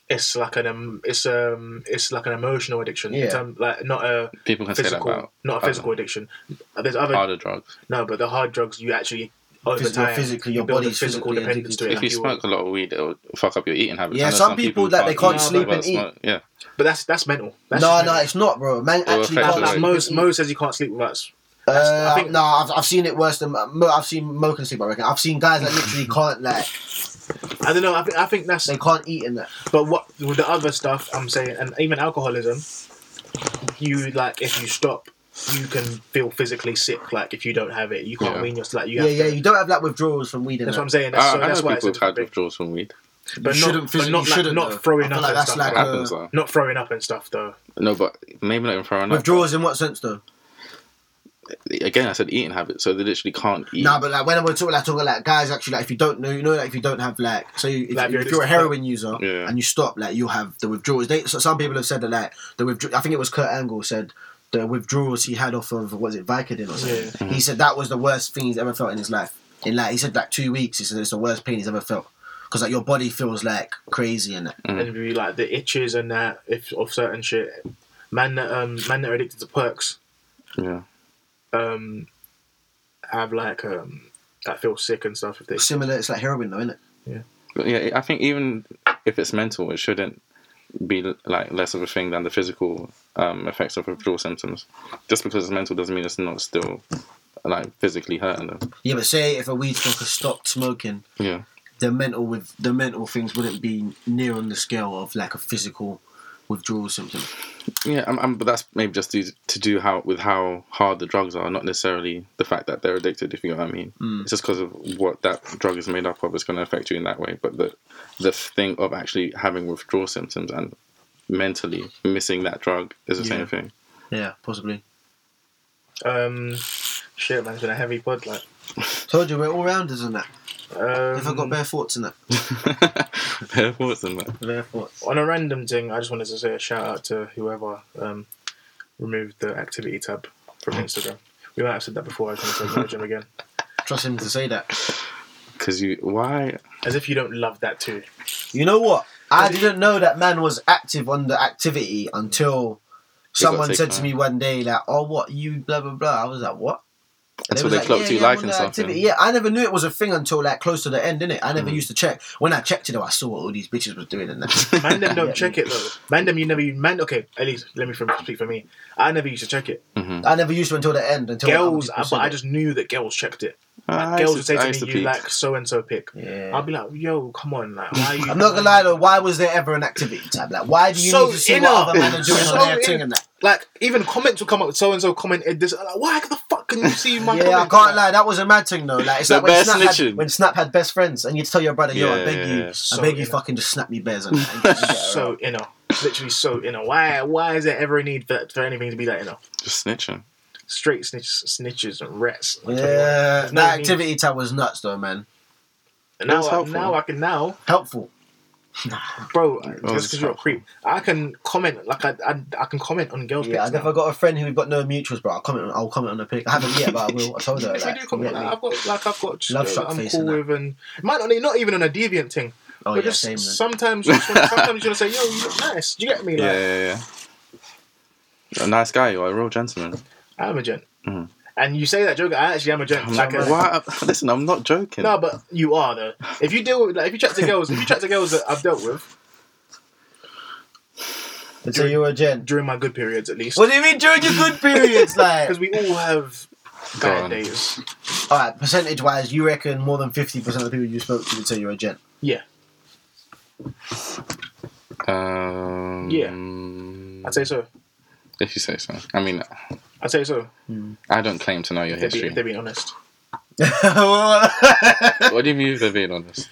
It's like an um, it's um, it's like an emotional addiction. Yeah. It's, um, like not a People can say that physical, about not a other- physical addiction. There's other harder drugs. no, but the hard drugs you actually over Physical- time physically, you your build a body's physical physically dependence to it. if you like will- smoke a lot of weed, it'll fuck up your eating habits. Yeah, I know some people, like, they can't sleep but and eat. smoke- Yeah, but that's that's mental. That's no, just no, mental. it's not, bro. Man, It'll actually, affect the That's- can't way- that's sleep Mo, and eat. Mo says you can't sleep with us. That's- I Uh, think- no, I've, I've seen it worse than Mo. I've seen Mo can sleep. I reckon. I've seen guys that [laughs] literally can't like I don't know. I, think I think that's they can't eat in that. But what with the other stuff I'm saying, and even alcoholism, you like if you stop, you can feel physically sick. Like if you don't have it, you can't Yeah. wean yourself. Like you Yeah, have yeah. to. You don't have like withdrawals from weed in That's that. what I'm saying. That's, I, so I that's know why it's people a have had different thing. withdrawals from weed. But You not, shouldn't but physically- not, you like, shouldn't, not though. I throwing feel up like and that's stuff. like bro. a- happens though. Not throwing up and stuff though. No, but maybe not even throwing up. Withdrawals in what sense though? Again, I said eating habits, so they literally can't eat. Nah, but like when we're talking, like talking like guys actually like if you don't know, you know, like if you don't have like, so you, if, Like, if you're you're, a just- heroin user Yeah. and you stop, like you'll have the withdrawals. They so some people have said that like the withdrawal. I think it was Kurt Angle said the withdrawals he had off of what was it Vicodin or something. Yeah. He said that was the worst thing he's ever felt in his life. In like he said like two weeks, he said it's the worst pain he's ever felt because like your body feels like crazy and that. Hmm. And it'd be like the itches and that if of certain shit. Man that um man that are addicted to perks yeah, um have like um that feel sick and stuff if they Similar, it's like heroin though, isn't it? but yeah. I think even if it's mental, it shouldn't be like less of a thing than the physical um, effects of withdrawal symptoms. Just because it's mental doesn't mean it's not still like physically hurting them. Yeah, but say if a weed smoker stopped smoking, Yeah, the mental with the mental things wouldn't be near on the scale of like a physical withdrawal symptom. yeah. i but that's maybe just due to do how with how hard the drugs are, not necessarily the fact that they're addicted. If you know what I mean, Mm. it's just because of what that drug is made up of. It's going to affect you in that way. But the the thing of actually having withdrawal symptoms and mentally missing that drug is the Yeah. same thing. [laughs] Yeah, possibly. um shit man it's been a heavy pod like Told you we're all rounders and that. um, If I got bare thoughts in that, Bare thoughts on that. bare thoughts. On a random thing, I just wanted to say a shout out to whoever um, removed the activity tab from Instagram. We might have said that before. I was going to acknowledge him again. Trust him to say that. Because you, why? As if you don't love that too. You know what? I didn't know that man was active on the activity until He got someone said taken to out. me one day, like, "Oh, what you blah blah blah." I was like, "What?" That's They what they was like, clocked yeah, you yeah, I'm on liking the something. activity. Yeah, I never knew it was a thing until like close to the end, innit? I never used to check. When I checked it, though, I saw what all these bitches was doing [laughs] and that. Man, them Yeah. don't check it though. Man, them you never. Man, okay. At least let me from, speak for me. I never used to check it. Mhm. I never used to until the end. Until Girls, I, I, was but I just knew that girls checked it. Like, I girls used would to- say I to used me, to "You peep. like so and so pick." I'll Yeah. be like, "Yo, come on, like, why are you?" I'm not gonna lie though. Why was there ever an activity tab? Like, why do you So need to see inner. what other men are doing So on their inner. thing and that? Like, even comments will come up. So and so commented this. I'm Like, why the fuck can you see my? Yeah, I comment? can't lie. That was a mad thing though. Like, it's The like when bear Snap, snitching. had, when Snap had best friends, and you tell your brother, "Yo, I Yeah, beg yeah, you, yeah. So I beg you, inner. fucking just snap me [laughs] bears." And that, and get her out. So inner, literally so inner. Why? Why is there ever a need for, for anything to be that inner? Just snitching. Straight snitches, snitches and rats. I'm telling you what. Yeah, no that need. activity tab was nuts though, man. And That's Now, I, helpful. now I can now, Helpful. bro. just it's because you're a helpful. creep, I can comment. Like I, I, I can comment on girls' Yeah, I pics now. never got a friend who got no mutuals, bro. I'll comment. On, I'll comment on the pic. I haven't yet, but I will. I told her. Yes, I Like, do comment. you get Like, me? I've got like I've got. Love uh, shock I'm face cool and that. with and might not, not even on a deviant thing. oh but yeah, just same. man. sometimes, you just wanna, sometimes you want to say, "Yo, you look nice." Do you get me? Like, Yeah, yeah, yeah. A nice guy, you are a real gentleman. I'm a gent. Mhm. And you say that joke. I actually am a gent. I'm Like, like, a, why? [laughs] Listen, I'm not joking. No, but you are though. If you deal with, like, if you chat to girls, if you chat to girls that I've dealt with But so you're a gen. during my good periods, at least, What do you mean during your [laughs] good periods? Like, because we all have Go bad on. days. all right, percentage wise, you reckon more than fifty percent of the people you spoke to would say you're a gent. [laughs] Yeah, Um, I'd say so. If you say so. I mean, I'd say so. I don't claim to know your If they're, history. being, they're being honest. what do you mean if they're being honest?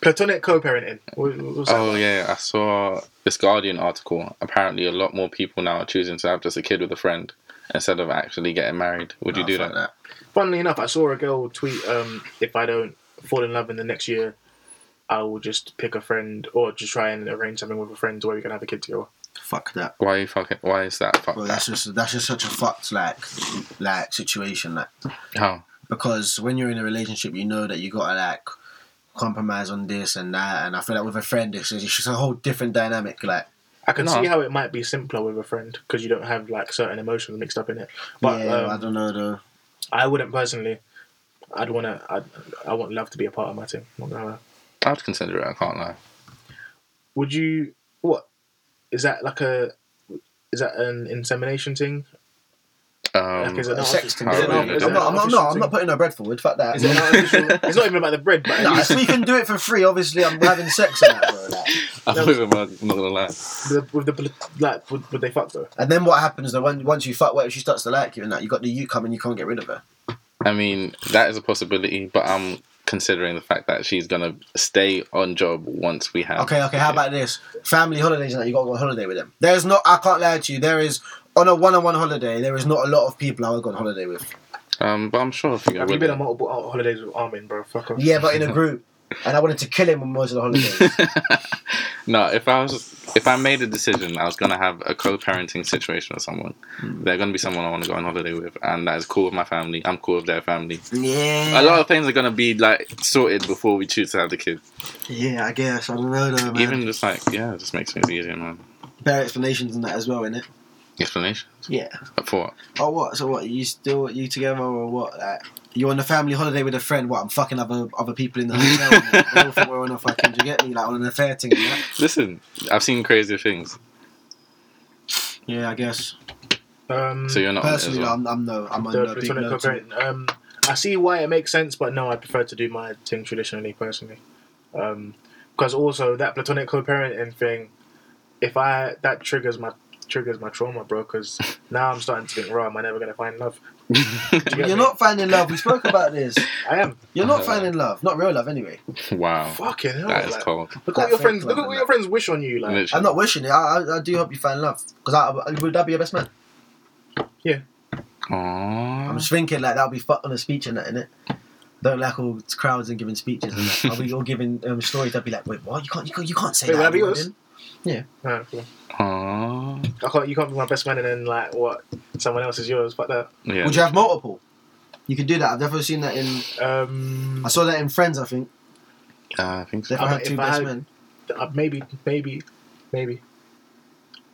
Platonic co-parenting. What- what's that? Oh, yeah, I saw this Guardian article. Apparently, a lot more people now are choosing to have just a kid with a friend instead of actually getting married. Would you Nah, do fuck that? Funnily enough, I saw a girl tweet, um, "If I don't fall in love in the next year, I will just pick a friend or just try and arrange something with a friend where we can have a kid together." Fuck that. Why you fucking? Why is that? Fuck Bro, that. that's just that's just such a fucked like like situation like How? because when you're in a relationship, you know that you gotta like compromise on this and that, and I feel like with a friend, it's it's just a whole different dynamic. Like, I can No. see how it might be simpler with a friend because you don't have like certain emotions mixed up in it. But yeah, I um, don't know though. I wouldn't personally. I'd wanna. I'd, I want love to be a part of my team. Not gonna lie. I'd consider it. I can't lie. Would you? What is that like a? Is that an insemination thing? Um, [laughs] Like, is it A not? sex thing. how is it would not- you is do it I'm not, not I'm not, official no, I'm thing? not putting no bread forward. Fuck [laughs] that. Is it not official? It's not even about the bread, but at Nah, least if we can do it for free, obviously I'm having sex and that, bro. Like. I'm not even- I'm not gonna lie. the, with the poli- like would, would they fuck though? And then what happens though? When, once you fuck, what if she starts to like you and that? You got the you coming, you can't get rid of her. I mean, that is a possibility, but I'm considering the fact that she's gonna stay on job once we have. Okay, okay. How about this? Family holidays and that. You got to go on holiday with them. There's not. I can't lie to you. There is on a one-on-one holiday. There is not a lot of people I would go on holiday with. Um, but I'm sure if you go Have you with been on it. multiple out- holidays with Armin, bro? Fuck off. Yeah, but in a group. And I wanted to kill him on most of the [laughs] holidays. No, if I was, if I made a decision, I was gonna have a co-parenting situation with someone. Mm. They're gonna be someone I want to go on holiday with, and that is cool with my family. I'm cool with their family. yeah. A lot of things are gonna be like sorted before we choose to have the kid. Yeah, I guess. I don't know though, man. Even just like, yeah, it just makes things easier, man. Better explanations and that as well, innit? Explanation Yeah. for what? Oh, what? So what? You still you together or what? Like, you're on a family holiday with a friend. What? I'm fucking other other people in the hotel. innit? They all think we're on a fucking. do You get me? Like on an affair thing. And that. Listen, I've seen crazier things, Yeah, I guess. Um, so you're not on it as Personally, well. I'm, I'm no. I'm on the no big platonic no. to it. co-parent. Um, I see why it makes sense, but no, I prefer to do my thing traditionally, personally. Um, because also that platonic co-parenting thing, if I that triggers my triggers my trauma, bro. Because [laughs] now I'm starting to think, right, am I never gonna find love? Do you get You're me? not finding love. We spoke [laughs] about this. I am. You're not Uh-huh. finding love. Not real love, anyway. wow, Fucking hell. Oh, that is like, cold. Look at That your fake friends. Look love at what and your friends wish on you. Like, Literally. I'm not wishing it. I, I, I do hope you find love. Because I, I, would that be your best man? I'm Aww. just thinking like that'll be fucked on a speech and that, innit? Don't like all crowds and giving speeches and that. I'll be all giving um, stories. I'll be like, wait, what? You can't, you can't, you can't say Wait, that. will that be you know yours? what I mean? Yeah. Ah, cool. Aww. I can't. You can't be my best man and then like what? Someone else is yours. Fuck that. Yeah. Would you have multiple? You could do that. I've definitely seen that in. Um, I saw that in Friends. I think Uh, I think so. they I had bet two if I best had- men. uh, maybe, maybe, maybe.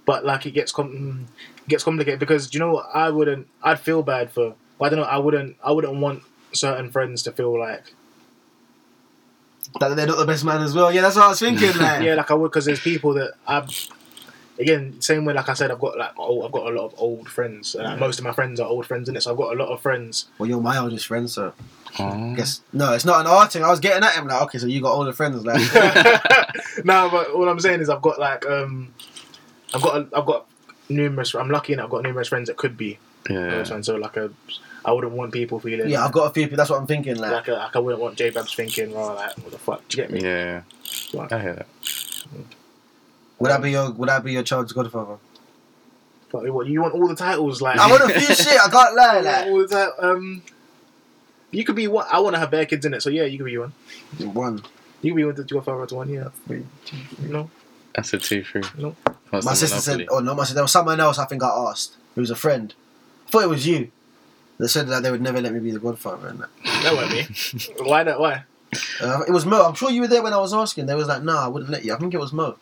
But like it gets com- mm, gets complicated because do you know what? I wouldn't. I'd feel bad for. I don't know. I wouldn't. I wouldn't want certain friends to feel like. That they're not the best man as well. Yeah, that's what I [laughs] was thinking. Like, Yeah, like I would because there's people that I've. Again, same way, like I said, I've got like old, I've got a lot of old friends. and, Like, most of my friends are old friends, in it, so I've got a lot of friends. [laughs] well, you're my oldest friend, so Oh. guess no, it's not an art thing. I was getting at him like, okay, so you got older friends, like, [laughs] no, but all I'm saying is I've got like um, I've got a, I've got numerous. I'm lucky, and I've got numerous friends that could be Yeah. those ones. So like a, I wouldn't want people feeling. yeah, I've got a few people. That's what I'm thinking. Like, like, a, like I wouldn't want J Babs thinking, "Well, like, what the fuck? Do you get me?" Yeah. Like- I hear that. would I be your would I be your child's godfather? Like, what you want all the titles? Like, I want [laughs] [laughs] a few shit. I can't lie. you want [laughs] Like, all the ti- Um, you could be one. I want to have bare kids in it, so yeah, you could be one. one. You could be one to two father to one. Yeah, no, I said two, three. No. What's my the sister said, monopoly? oh no, my sister. There was someone else. I think I asked. It was a friend. I thought it was you. They said that they would never let me be the godfather. And that. that [laughs] won't be. Why not? Why? Uh, it was Mo. I'm sure you were there when I was asking. They was like, no, I wouldn't let you. I think it was Mo.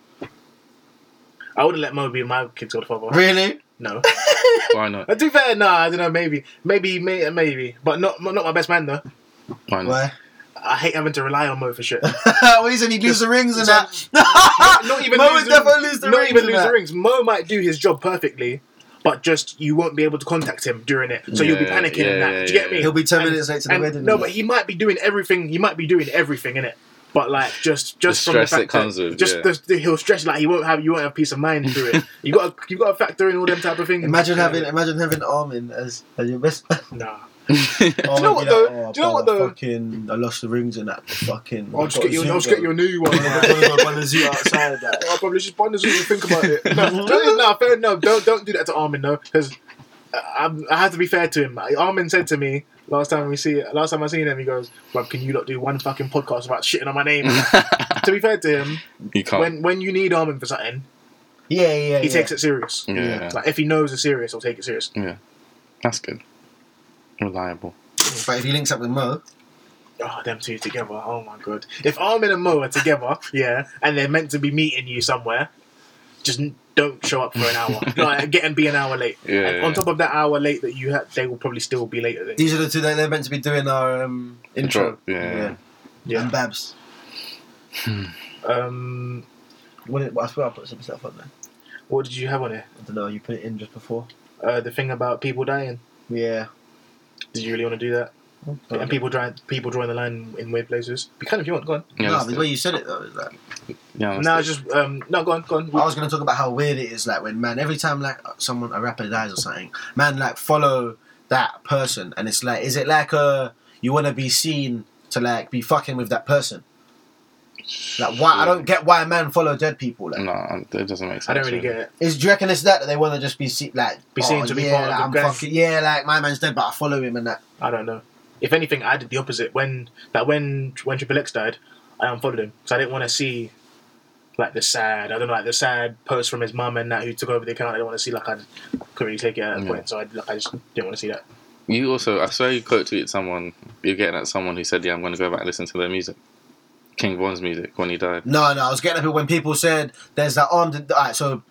I wouldn't let Mo be my kid's godfather. Really? No. Why not? Uh, To be fair, no, I don't know. Maybe, maybe, may, maybe, but not not my best man though. Why not? Why? [laughs] I hate having to rely on Mo for shit. well, he said he'd lose the rings and that. [laughs] [laughs] not even Ah, Mo lose would the- definitely lose the not rings. even and lose the that. rings. Mo might do his job perfectly, but just you won't be able to contact him during it, so you'll be Yeah, panicking yeah, and that. yeah, do you get yeah. me? He'll be ten And- minutes late to the and, wedding. No, and but that. he might be doing everything. He might be doing everything in it. But like just just The from the stress fact that comes that with, just yeah. the, the- he'll stress like he won't have you won't have peace of mind through it. You got you got to factor in all them type of things. imagine having imagine having Armin as, as your best. [laughs] nah. Oh, know what be like, though? oh, Do you know what brother, though? Fucking, I lost the rings and that. Fucking. I'll just get you. [laughs] I'll just get you a new one. I've [laughs] got to go the zoo outside. That. I probably should find this and think about it. [laughs] No, no, no, fair enough. Don't don't do that to Armin though, because I, I have to be fair to him. Armin said to me last time we see last time I seen him, he goes, "Bruv, can you not do one fucking podcast about shitting on [laughs] my name?" to be fair to him, [laughs] you can't. when when you need Armin for something, Yeah, yeah, yeah. he takes it serious. yeah. Like if he knows it's serious, he'll take it serious. That's good. Reliable. But if he links up with Mo, Oh, them two together. Oh my god. If Armin and Mo are together, yeah, and they're meant to be meeting you somewhere, just n- don't show up for an [laughs] hour. like, get and be an hour late. Yeah, And yeah, on yeah. top of that hour late that you had, they will probably still be late. at it. these are the two that they're meant to be doing our um, intro. Intro, yeah. Yeah. And Babs. Um, What did, I swear I put some stuff on there. what did you have on it? I don't know. You put it in just before. Uh, the thing about people dying. Yeah. Did you really want to do that? And people drawing people drawing the line in weird places. You can if you want. Go on. Yeah, no, that's the it. way you said it though is like. Yeah, that's no, it. it's just um, no. Go on. Go on. I was gonna talk about how weird it is, like when man, every time like someone a rapper dies or something, man, like follow that person, and it's like, is it like a you want to be seen to like be fucking with that person? Like why? I don't get why man follow dead people. Mm. Like, No, it doesn't make sense. I don't really get it. is do you reckon it's that that they want to just be see, like oh, Be seen to be part of like, the I'm gang. fucking yeah, like my man's dead, but I follow him and that. I don't know. If anything, I did the opposite. When like when when Triple X died, I unfollowed him because I didn't want to see like the sad. I don't know, like the sad post from his mum and that who took over the account. I didn't want to see like I couldn't really take it at that Yeah. point. So I like I just didn't want to see that. You also, I swear you quote tweeted someone, you're getting at someone who said, yeah, I'm going to go back and listen to their music. King Von's music when he died. No, no, I was getting up when people said there's that armed. And, all right, so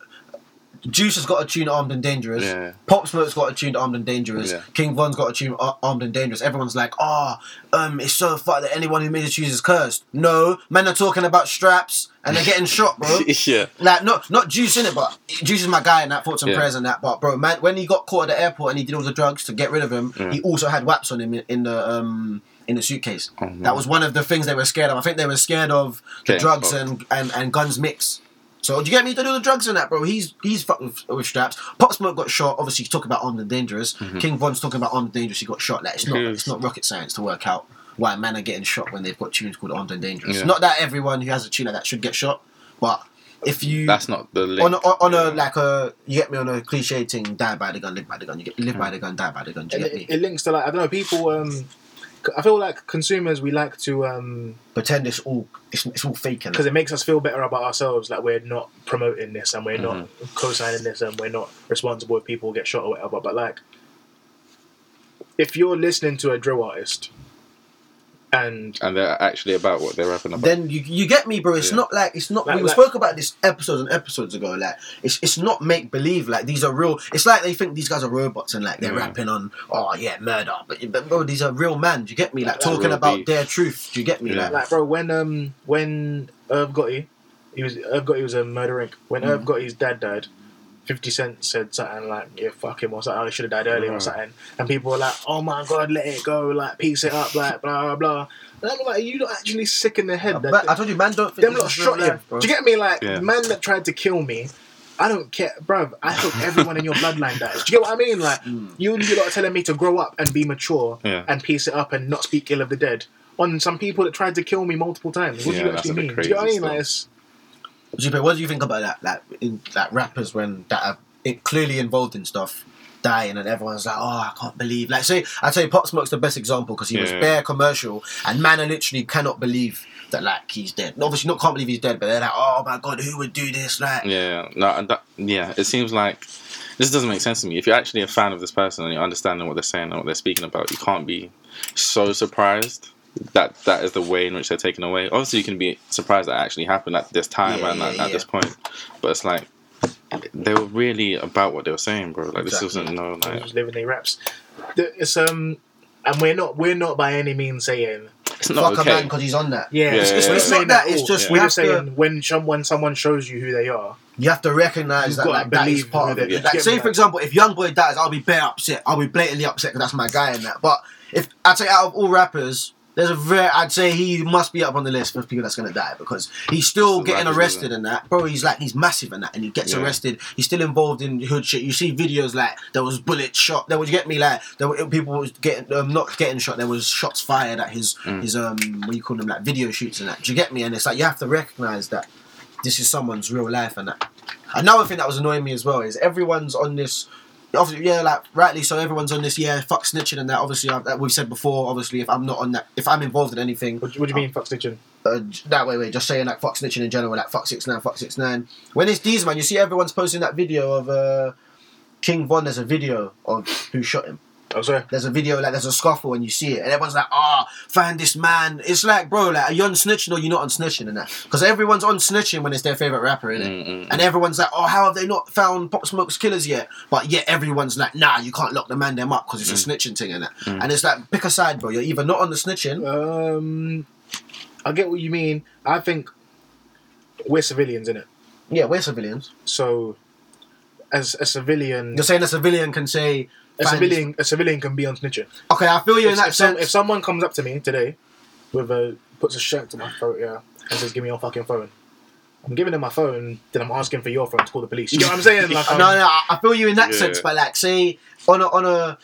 Juice has got a tune armed and dangerous. Yeah. Pop Smoke's got a tune armed and dangerous. Yeah. King Von's got a tune Ar- armed and dangerous. Everyone's like, oh, um, it's so fucked that anyone who made the tune is cursed. No, men are talking about straps and they're getting shot, bro. [laughs] yeah. Like not not juice in it, but juice is my guy, and that thoughts and Yeah. prayers and that. But bro, man, when he got caught at the airport and he did all the drugs to get rid of him, Yeah. he also had waps on him in, in the um in the suitcase. Oh, no. That was one of the things they were scared of. I think they were scared of the Getting drugs fucked. and, and and guns mix. So do you get me to do the drugs and that, bro? He's he's fucked with, with straps. Pop Smoke got shot. Obviously, he's talking about armed and dangerous. Mm-hmm. King Von's talking about armed and dangerous. He got shot. Like it's not Yeah. it's not rocket science to work out why men are getting shot when they've got tunes called armed and dangerous. Yeah. Not that everyone who has a tune like that should get shot, but if you That's not the link. on a, on a like a you get me on a cliche thing die by the gun live by the gun you get live by the gun die by the gun do And you it, get me it links to like I don't know people. um I feel like consumers we like to um Pretend it's all it's, it's all fake and because it makes us feel better about ourselves like we're not promoting this and we're Mm-hmm. not co-signing this and we're not responsible if people get shot or whatever. But like, if you're listening to a drill artist and and they're actually about what they're rapping about. then you, you get me, bro. It's Yeah. not like it's not. Like- we like- spoke about this episodes and episodes ago. Like it's it's not make believe. Like these are real. It's like they think these guys are robots and like they're Yeah. rapping on oh yeah murder, but, but bro, these are real men. Do you get me? Like That's talking real about beef. their truth. Do you get me? Yeah. Like like, bro, when um when Irv Gotti, he was Irv Gotti was a murder inc. When Irv Mm. Gotti's dad died. 50 Cent said something like, yeah, fuck him, or something, I should have died earlier, or Right. something. And people were like, oh my god, let it go, like, piece it up, like, blah, blah, blah. And I'm like, you not actually sick in the head. that- but I told you, man, don't think them this lot is real shot him. life, bro. Do you get me? Like Yeah. the man that tried to kill me. I don't care, bruv. I hope everyone in your bloodline dies. Do you get what I mean? Like you, you lot are telling me to grow up and be mature Yeah. and piece it up and not speak ill of the dead on some people that tried to kill me multiple times. What Yeah, do you that's actually a bit mean? Do you know what I crazy mean? Like, still. it's, Zupe, what do you think about that? Like, in, like rappers when that are i- clearly involved in stuff die, and then everyone's like, "Oh, I can't believe." Like, say, I tell you, Pop Smoke's the best example because he was Yeah. bare commercial, and man, I literally cannot believe that like he's dead. Obviously, not can't believe he's dead, but they're like, "Oh my god, who would do this?" Like, Yeah, no, and that, yeah. It seems like this doesn't make sense to me. If you're actually a fan of this person and you're understanding what they're saying and what they're speaking about, you can't be so surprised that that is the way in which they're taken away. Obviously, you can be surprised that it actually happened at this time Yeah, and at, yeah, at this yeah. point, but it's like they were really about what they were saying, bro. Like this Exactly. isn't no I'm like just living their raps. The- It's um, and we're not, we're not by any means saying, it's not fuck a man okay. because he's on that. yeah, Yeah, it's, it's yeah, not yeah. saying that. It's just we're you just have to- saying when someone someone shows you who they are, You have to recognize You've that gotta like, that is believe part of with it. it. Yeah. Like, say Yeah. for example, if Young Boy dies, I'll be bare upset. I'll be blatantly upset because that's my guy in that. But if I say out of all rappers, there's a very I'd say he must be up on the list of people that's gonna die because he's still It's the getting rappers, arrested isn't and that. Bro, he's like he's massive in that, and he gets Yeah. arrested. He's still involved in hood shit. You see videos like there was bullets shot. There was you get me like there were people was getting um, not getting shot. There was shots fired at his his um what do you call them like video shoots and that. Do you get me? And it's like you have to recognize that this is someone's real life and that. Another thing that was annoying me as well is everyone's on this. Obviously, yeah, like rightly so. Everyone's on this. Yeah, fuck snitching and that. Obviously, I, that we've said before. Obviously, if I'm not on that, if I'm involved in anything, what, do- what do you mean, fuck stitching? uh, j- that way, way, just saying like fuck snitching in general, like fuck six nine, fuck six nine. When it's these man, you see everyone's posting that video of uh, King Von. There's a video of who shot him. Oh, sorry. There's a video like there's a scuffle and you see it, and everyone's like, "Ah, find this man." It's like, bro, like are you on snitching or you're not on snitching and that? Because everyone's on snitching when it's their favorite rapper, innit? Mm-mm. And everyone's like, "Oh, how have they not found Pop Smoke's killers yet?" But yet everyone's like, "Nah, you can't lock the man them up because it's a snitching thing and that." And it's like, pick a side, bro. You're either not on the snitching. Um, I get what you mean. I think we're civilians, innit? Yeah, we're civilians. So, as a civilian, You're saying a civilian can say, a "Find this- civilian, a civilian can be on snitching. Okay, I feel you in If, that if, some, sense. if someone comes up to me today with a puts a shirt to my throat, yeah, and says, "Give me your fucking phone," I'm giving them my phone. Then I'm asking for your phone to call the police. You know what I'm [laughs] saying? Like, no, um, no, I I feel you in that Yeah. sense. But like, say on a on a.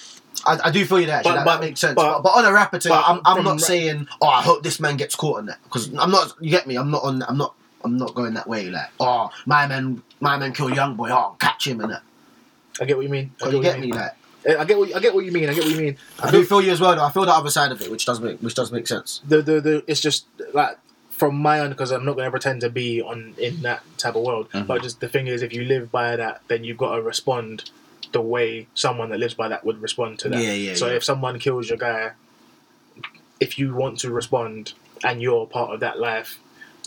I, I do feel you there. Actually, But- that, but- that makes sense. But, but- but on a rapper thing, but I'm, I'm from not rap- saying, "Oh, I hope this man gets caught on that," because I'm not. You get me? I'm not on. I'm not. I'm not going that way. Like, oh, my man, my man killed young boy. Oh, catch him and that. I get what you mean. I you get get what me? you mean. Eh, Like, I get what I get what you mean. I get what you mean. I do feel you as well. Though I feel the other side of it, which does make which does make [laughs] sense. the the, the it's just like from my own because I'm not going to pretend to be on in that type of world. Mm-hmm. But just the thing is, if you live by that, then you've got to respond the way someone that lives by that would respond to that. Yeah, yeah, So yeah. if someone kills your guy, if you want to respond and you're part of that life.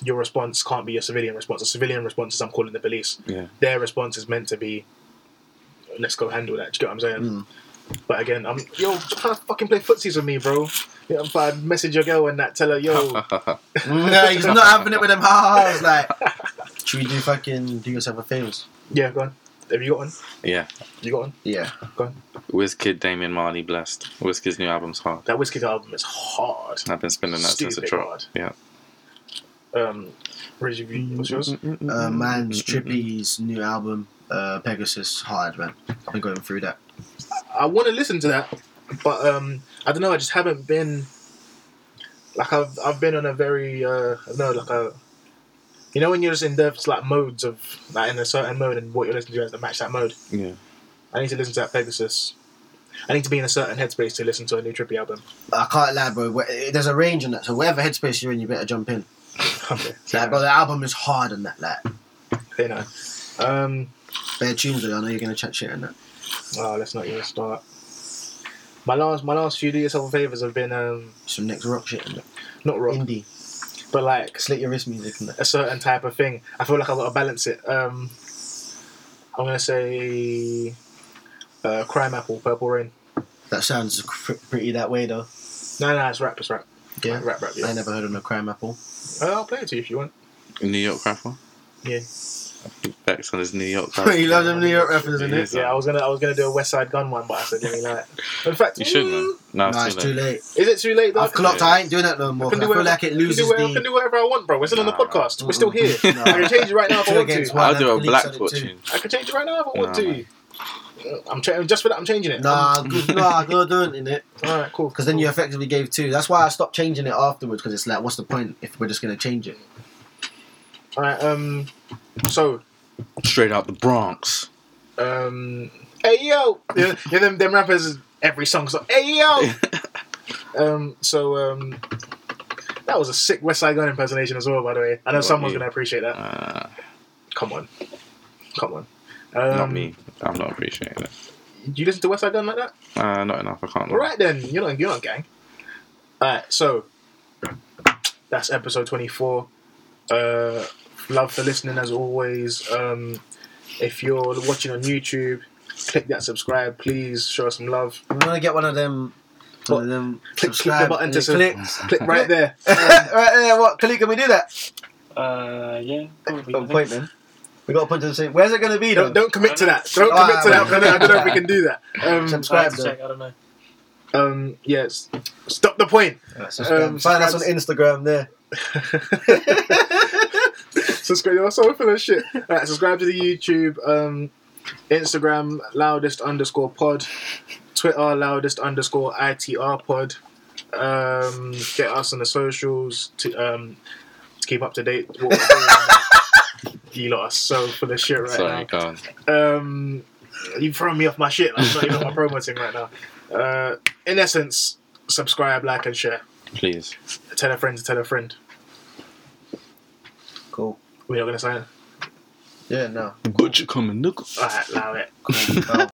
Your response can't be a civilian response. A civilian response is I'm calling the police. Yeah. Their response is meant to be, let's go handle that. Do you get what I'm saying? But again, I'm yo, just trying to fucking play footsies with me, bro. Yeah, if I message your girl and that, tell her, [laughs] yo, no, he's not having it with them. Ha ha. Like, [laughs] should we do fucking do yourself a favors? yeah, go on. Have you got one? yeah, You got one? Yeah. Go on. Wizkid, Damian Marley, blessed. Wizkid's new album's hard. That Whiskey album is hard. I've been spinning that since it Stupid dropped. hard. Yeah. Um, Riz, have you- what's yours? Uh, Mm-hmm. man's Trippy's new album, uh, Pegasus, hard man. I've been going through that. I want to listen to that, but um, I don't know. I just haven't been like I've I've been on a very uh, I don't know like a. You know when you're just in depth like modes of like in a certain mode and what you're listening to has to match that mode. Yeah. I need to listen to that Pegasus. I need to be in a certain headspace to listen to a new Trippy album. [laughs] I can't lie, bro. Wh- There's a range in that. So whatever headspace you're in, you better jump in. Okay. Like, bro, the album is hard on that. Like, You know. Um, bare tunes. though, I know you're gonna chat shit on that. oh, let's not even start. My last, my last few do yourself favors have been um, Some next rock shit and that. not rock, Indie. but like Slit your wrist music and that. a certain type of thing. I feel like I've got to balance it. Um, I'm gonna say uh, Crime Apple, Purple Rain. That sounds cr- pretty that way though. No, no, it's rap, it's rap, Yeah. rap, rap. I Yeah. never heard of no crime apple. Uh, I'll play it to you if you want. New York rapper. Yeah. Beck's on his New York rapper. he loves them New York rappers, It isn't is, it? Yeah, I was gonna, I was gonna do a West Side Gun one, but I said, let me like. In fact, You should, man. No, Nah, it's it's too too late. late. Is it too late? Though? I've clocked. I ain't doing that no more. 'cause I feel whatever- like it I can do loses whatever- I can the. do whatever I want, bro. We're still on the Nah. podcast. We're still here. Nah. I can change it right now if [laughs] I Two want against to. one. I'll do a Police black on it foot too. tune. I can change it right now if I want Nah, to. Uh, I'm cha- just for that. I'm changing it. Nah, good, nah, good doing in it. All right, cool. Because then you effectively gave two. That's why I stopped changing it afterwards. Because it's like, what's the point if we're just gonna change it? All right. Um. So. Straight out the [laughs] Bronx. Um. Hey yo. Yeah. yeah, Them. Them rappers. Every song's like. Hey yo. Um. So. Um. That was a sick West Side Gun impersonation as well, by the way. I know Not someone's me. gonna appreciate that. Uh, Come on. Come on. Um, not me. I'm not appreciating it. You listen to West Side Gun like that? Uh, not enough. I can't. lie. Right then, you're not you're not gang. Alright, so that's episode twenty four. Uh love for listening as always. Um if you're watching on YouTube, click that subscribe, please show us some love. We want to get one of them. One of them. Click- click the subscribe button and to sub- click. [laughs] Click right there. right there. What? Click, can we do that? Uh, yeah. Probably, Got a I point think. then. We got a point to the same. Where's it gonna be though? Don't, don't commit to that. Don't commit Alright, to that. I alright. don't know- I don't know if we can do that. Um, I subscribe have to though. check. I don't know. um yes. Stop the point. Alright, subscribe. Um, Find us on Instagram there. [laughs] subscribe. You're so full of shit. Alright, subscribe to the YouTube, um, Instagram, loudest underscore pod, Twitter, loudest underscore itr pod. Um, get us on the socials to um, to keep up to date. with What we're doing. you lot are so full of shit right Sorry, now. go on. Um, you've thrown me off my shit. I'm not even on my promo thing right now. Uh, in essence, subscribe, like, and share. Please. Tell a friend to tell a friend. Cool. We're not going to sign. Yeah. No. Butcher coming. Look. All right, allow it. [laughs] Cool. Well,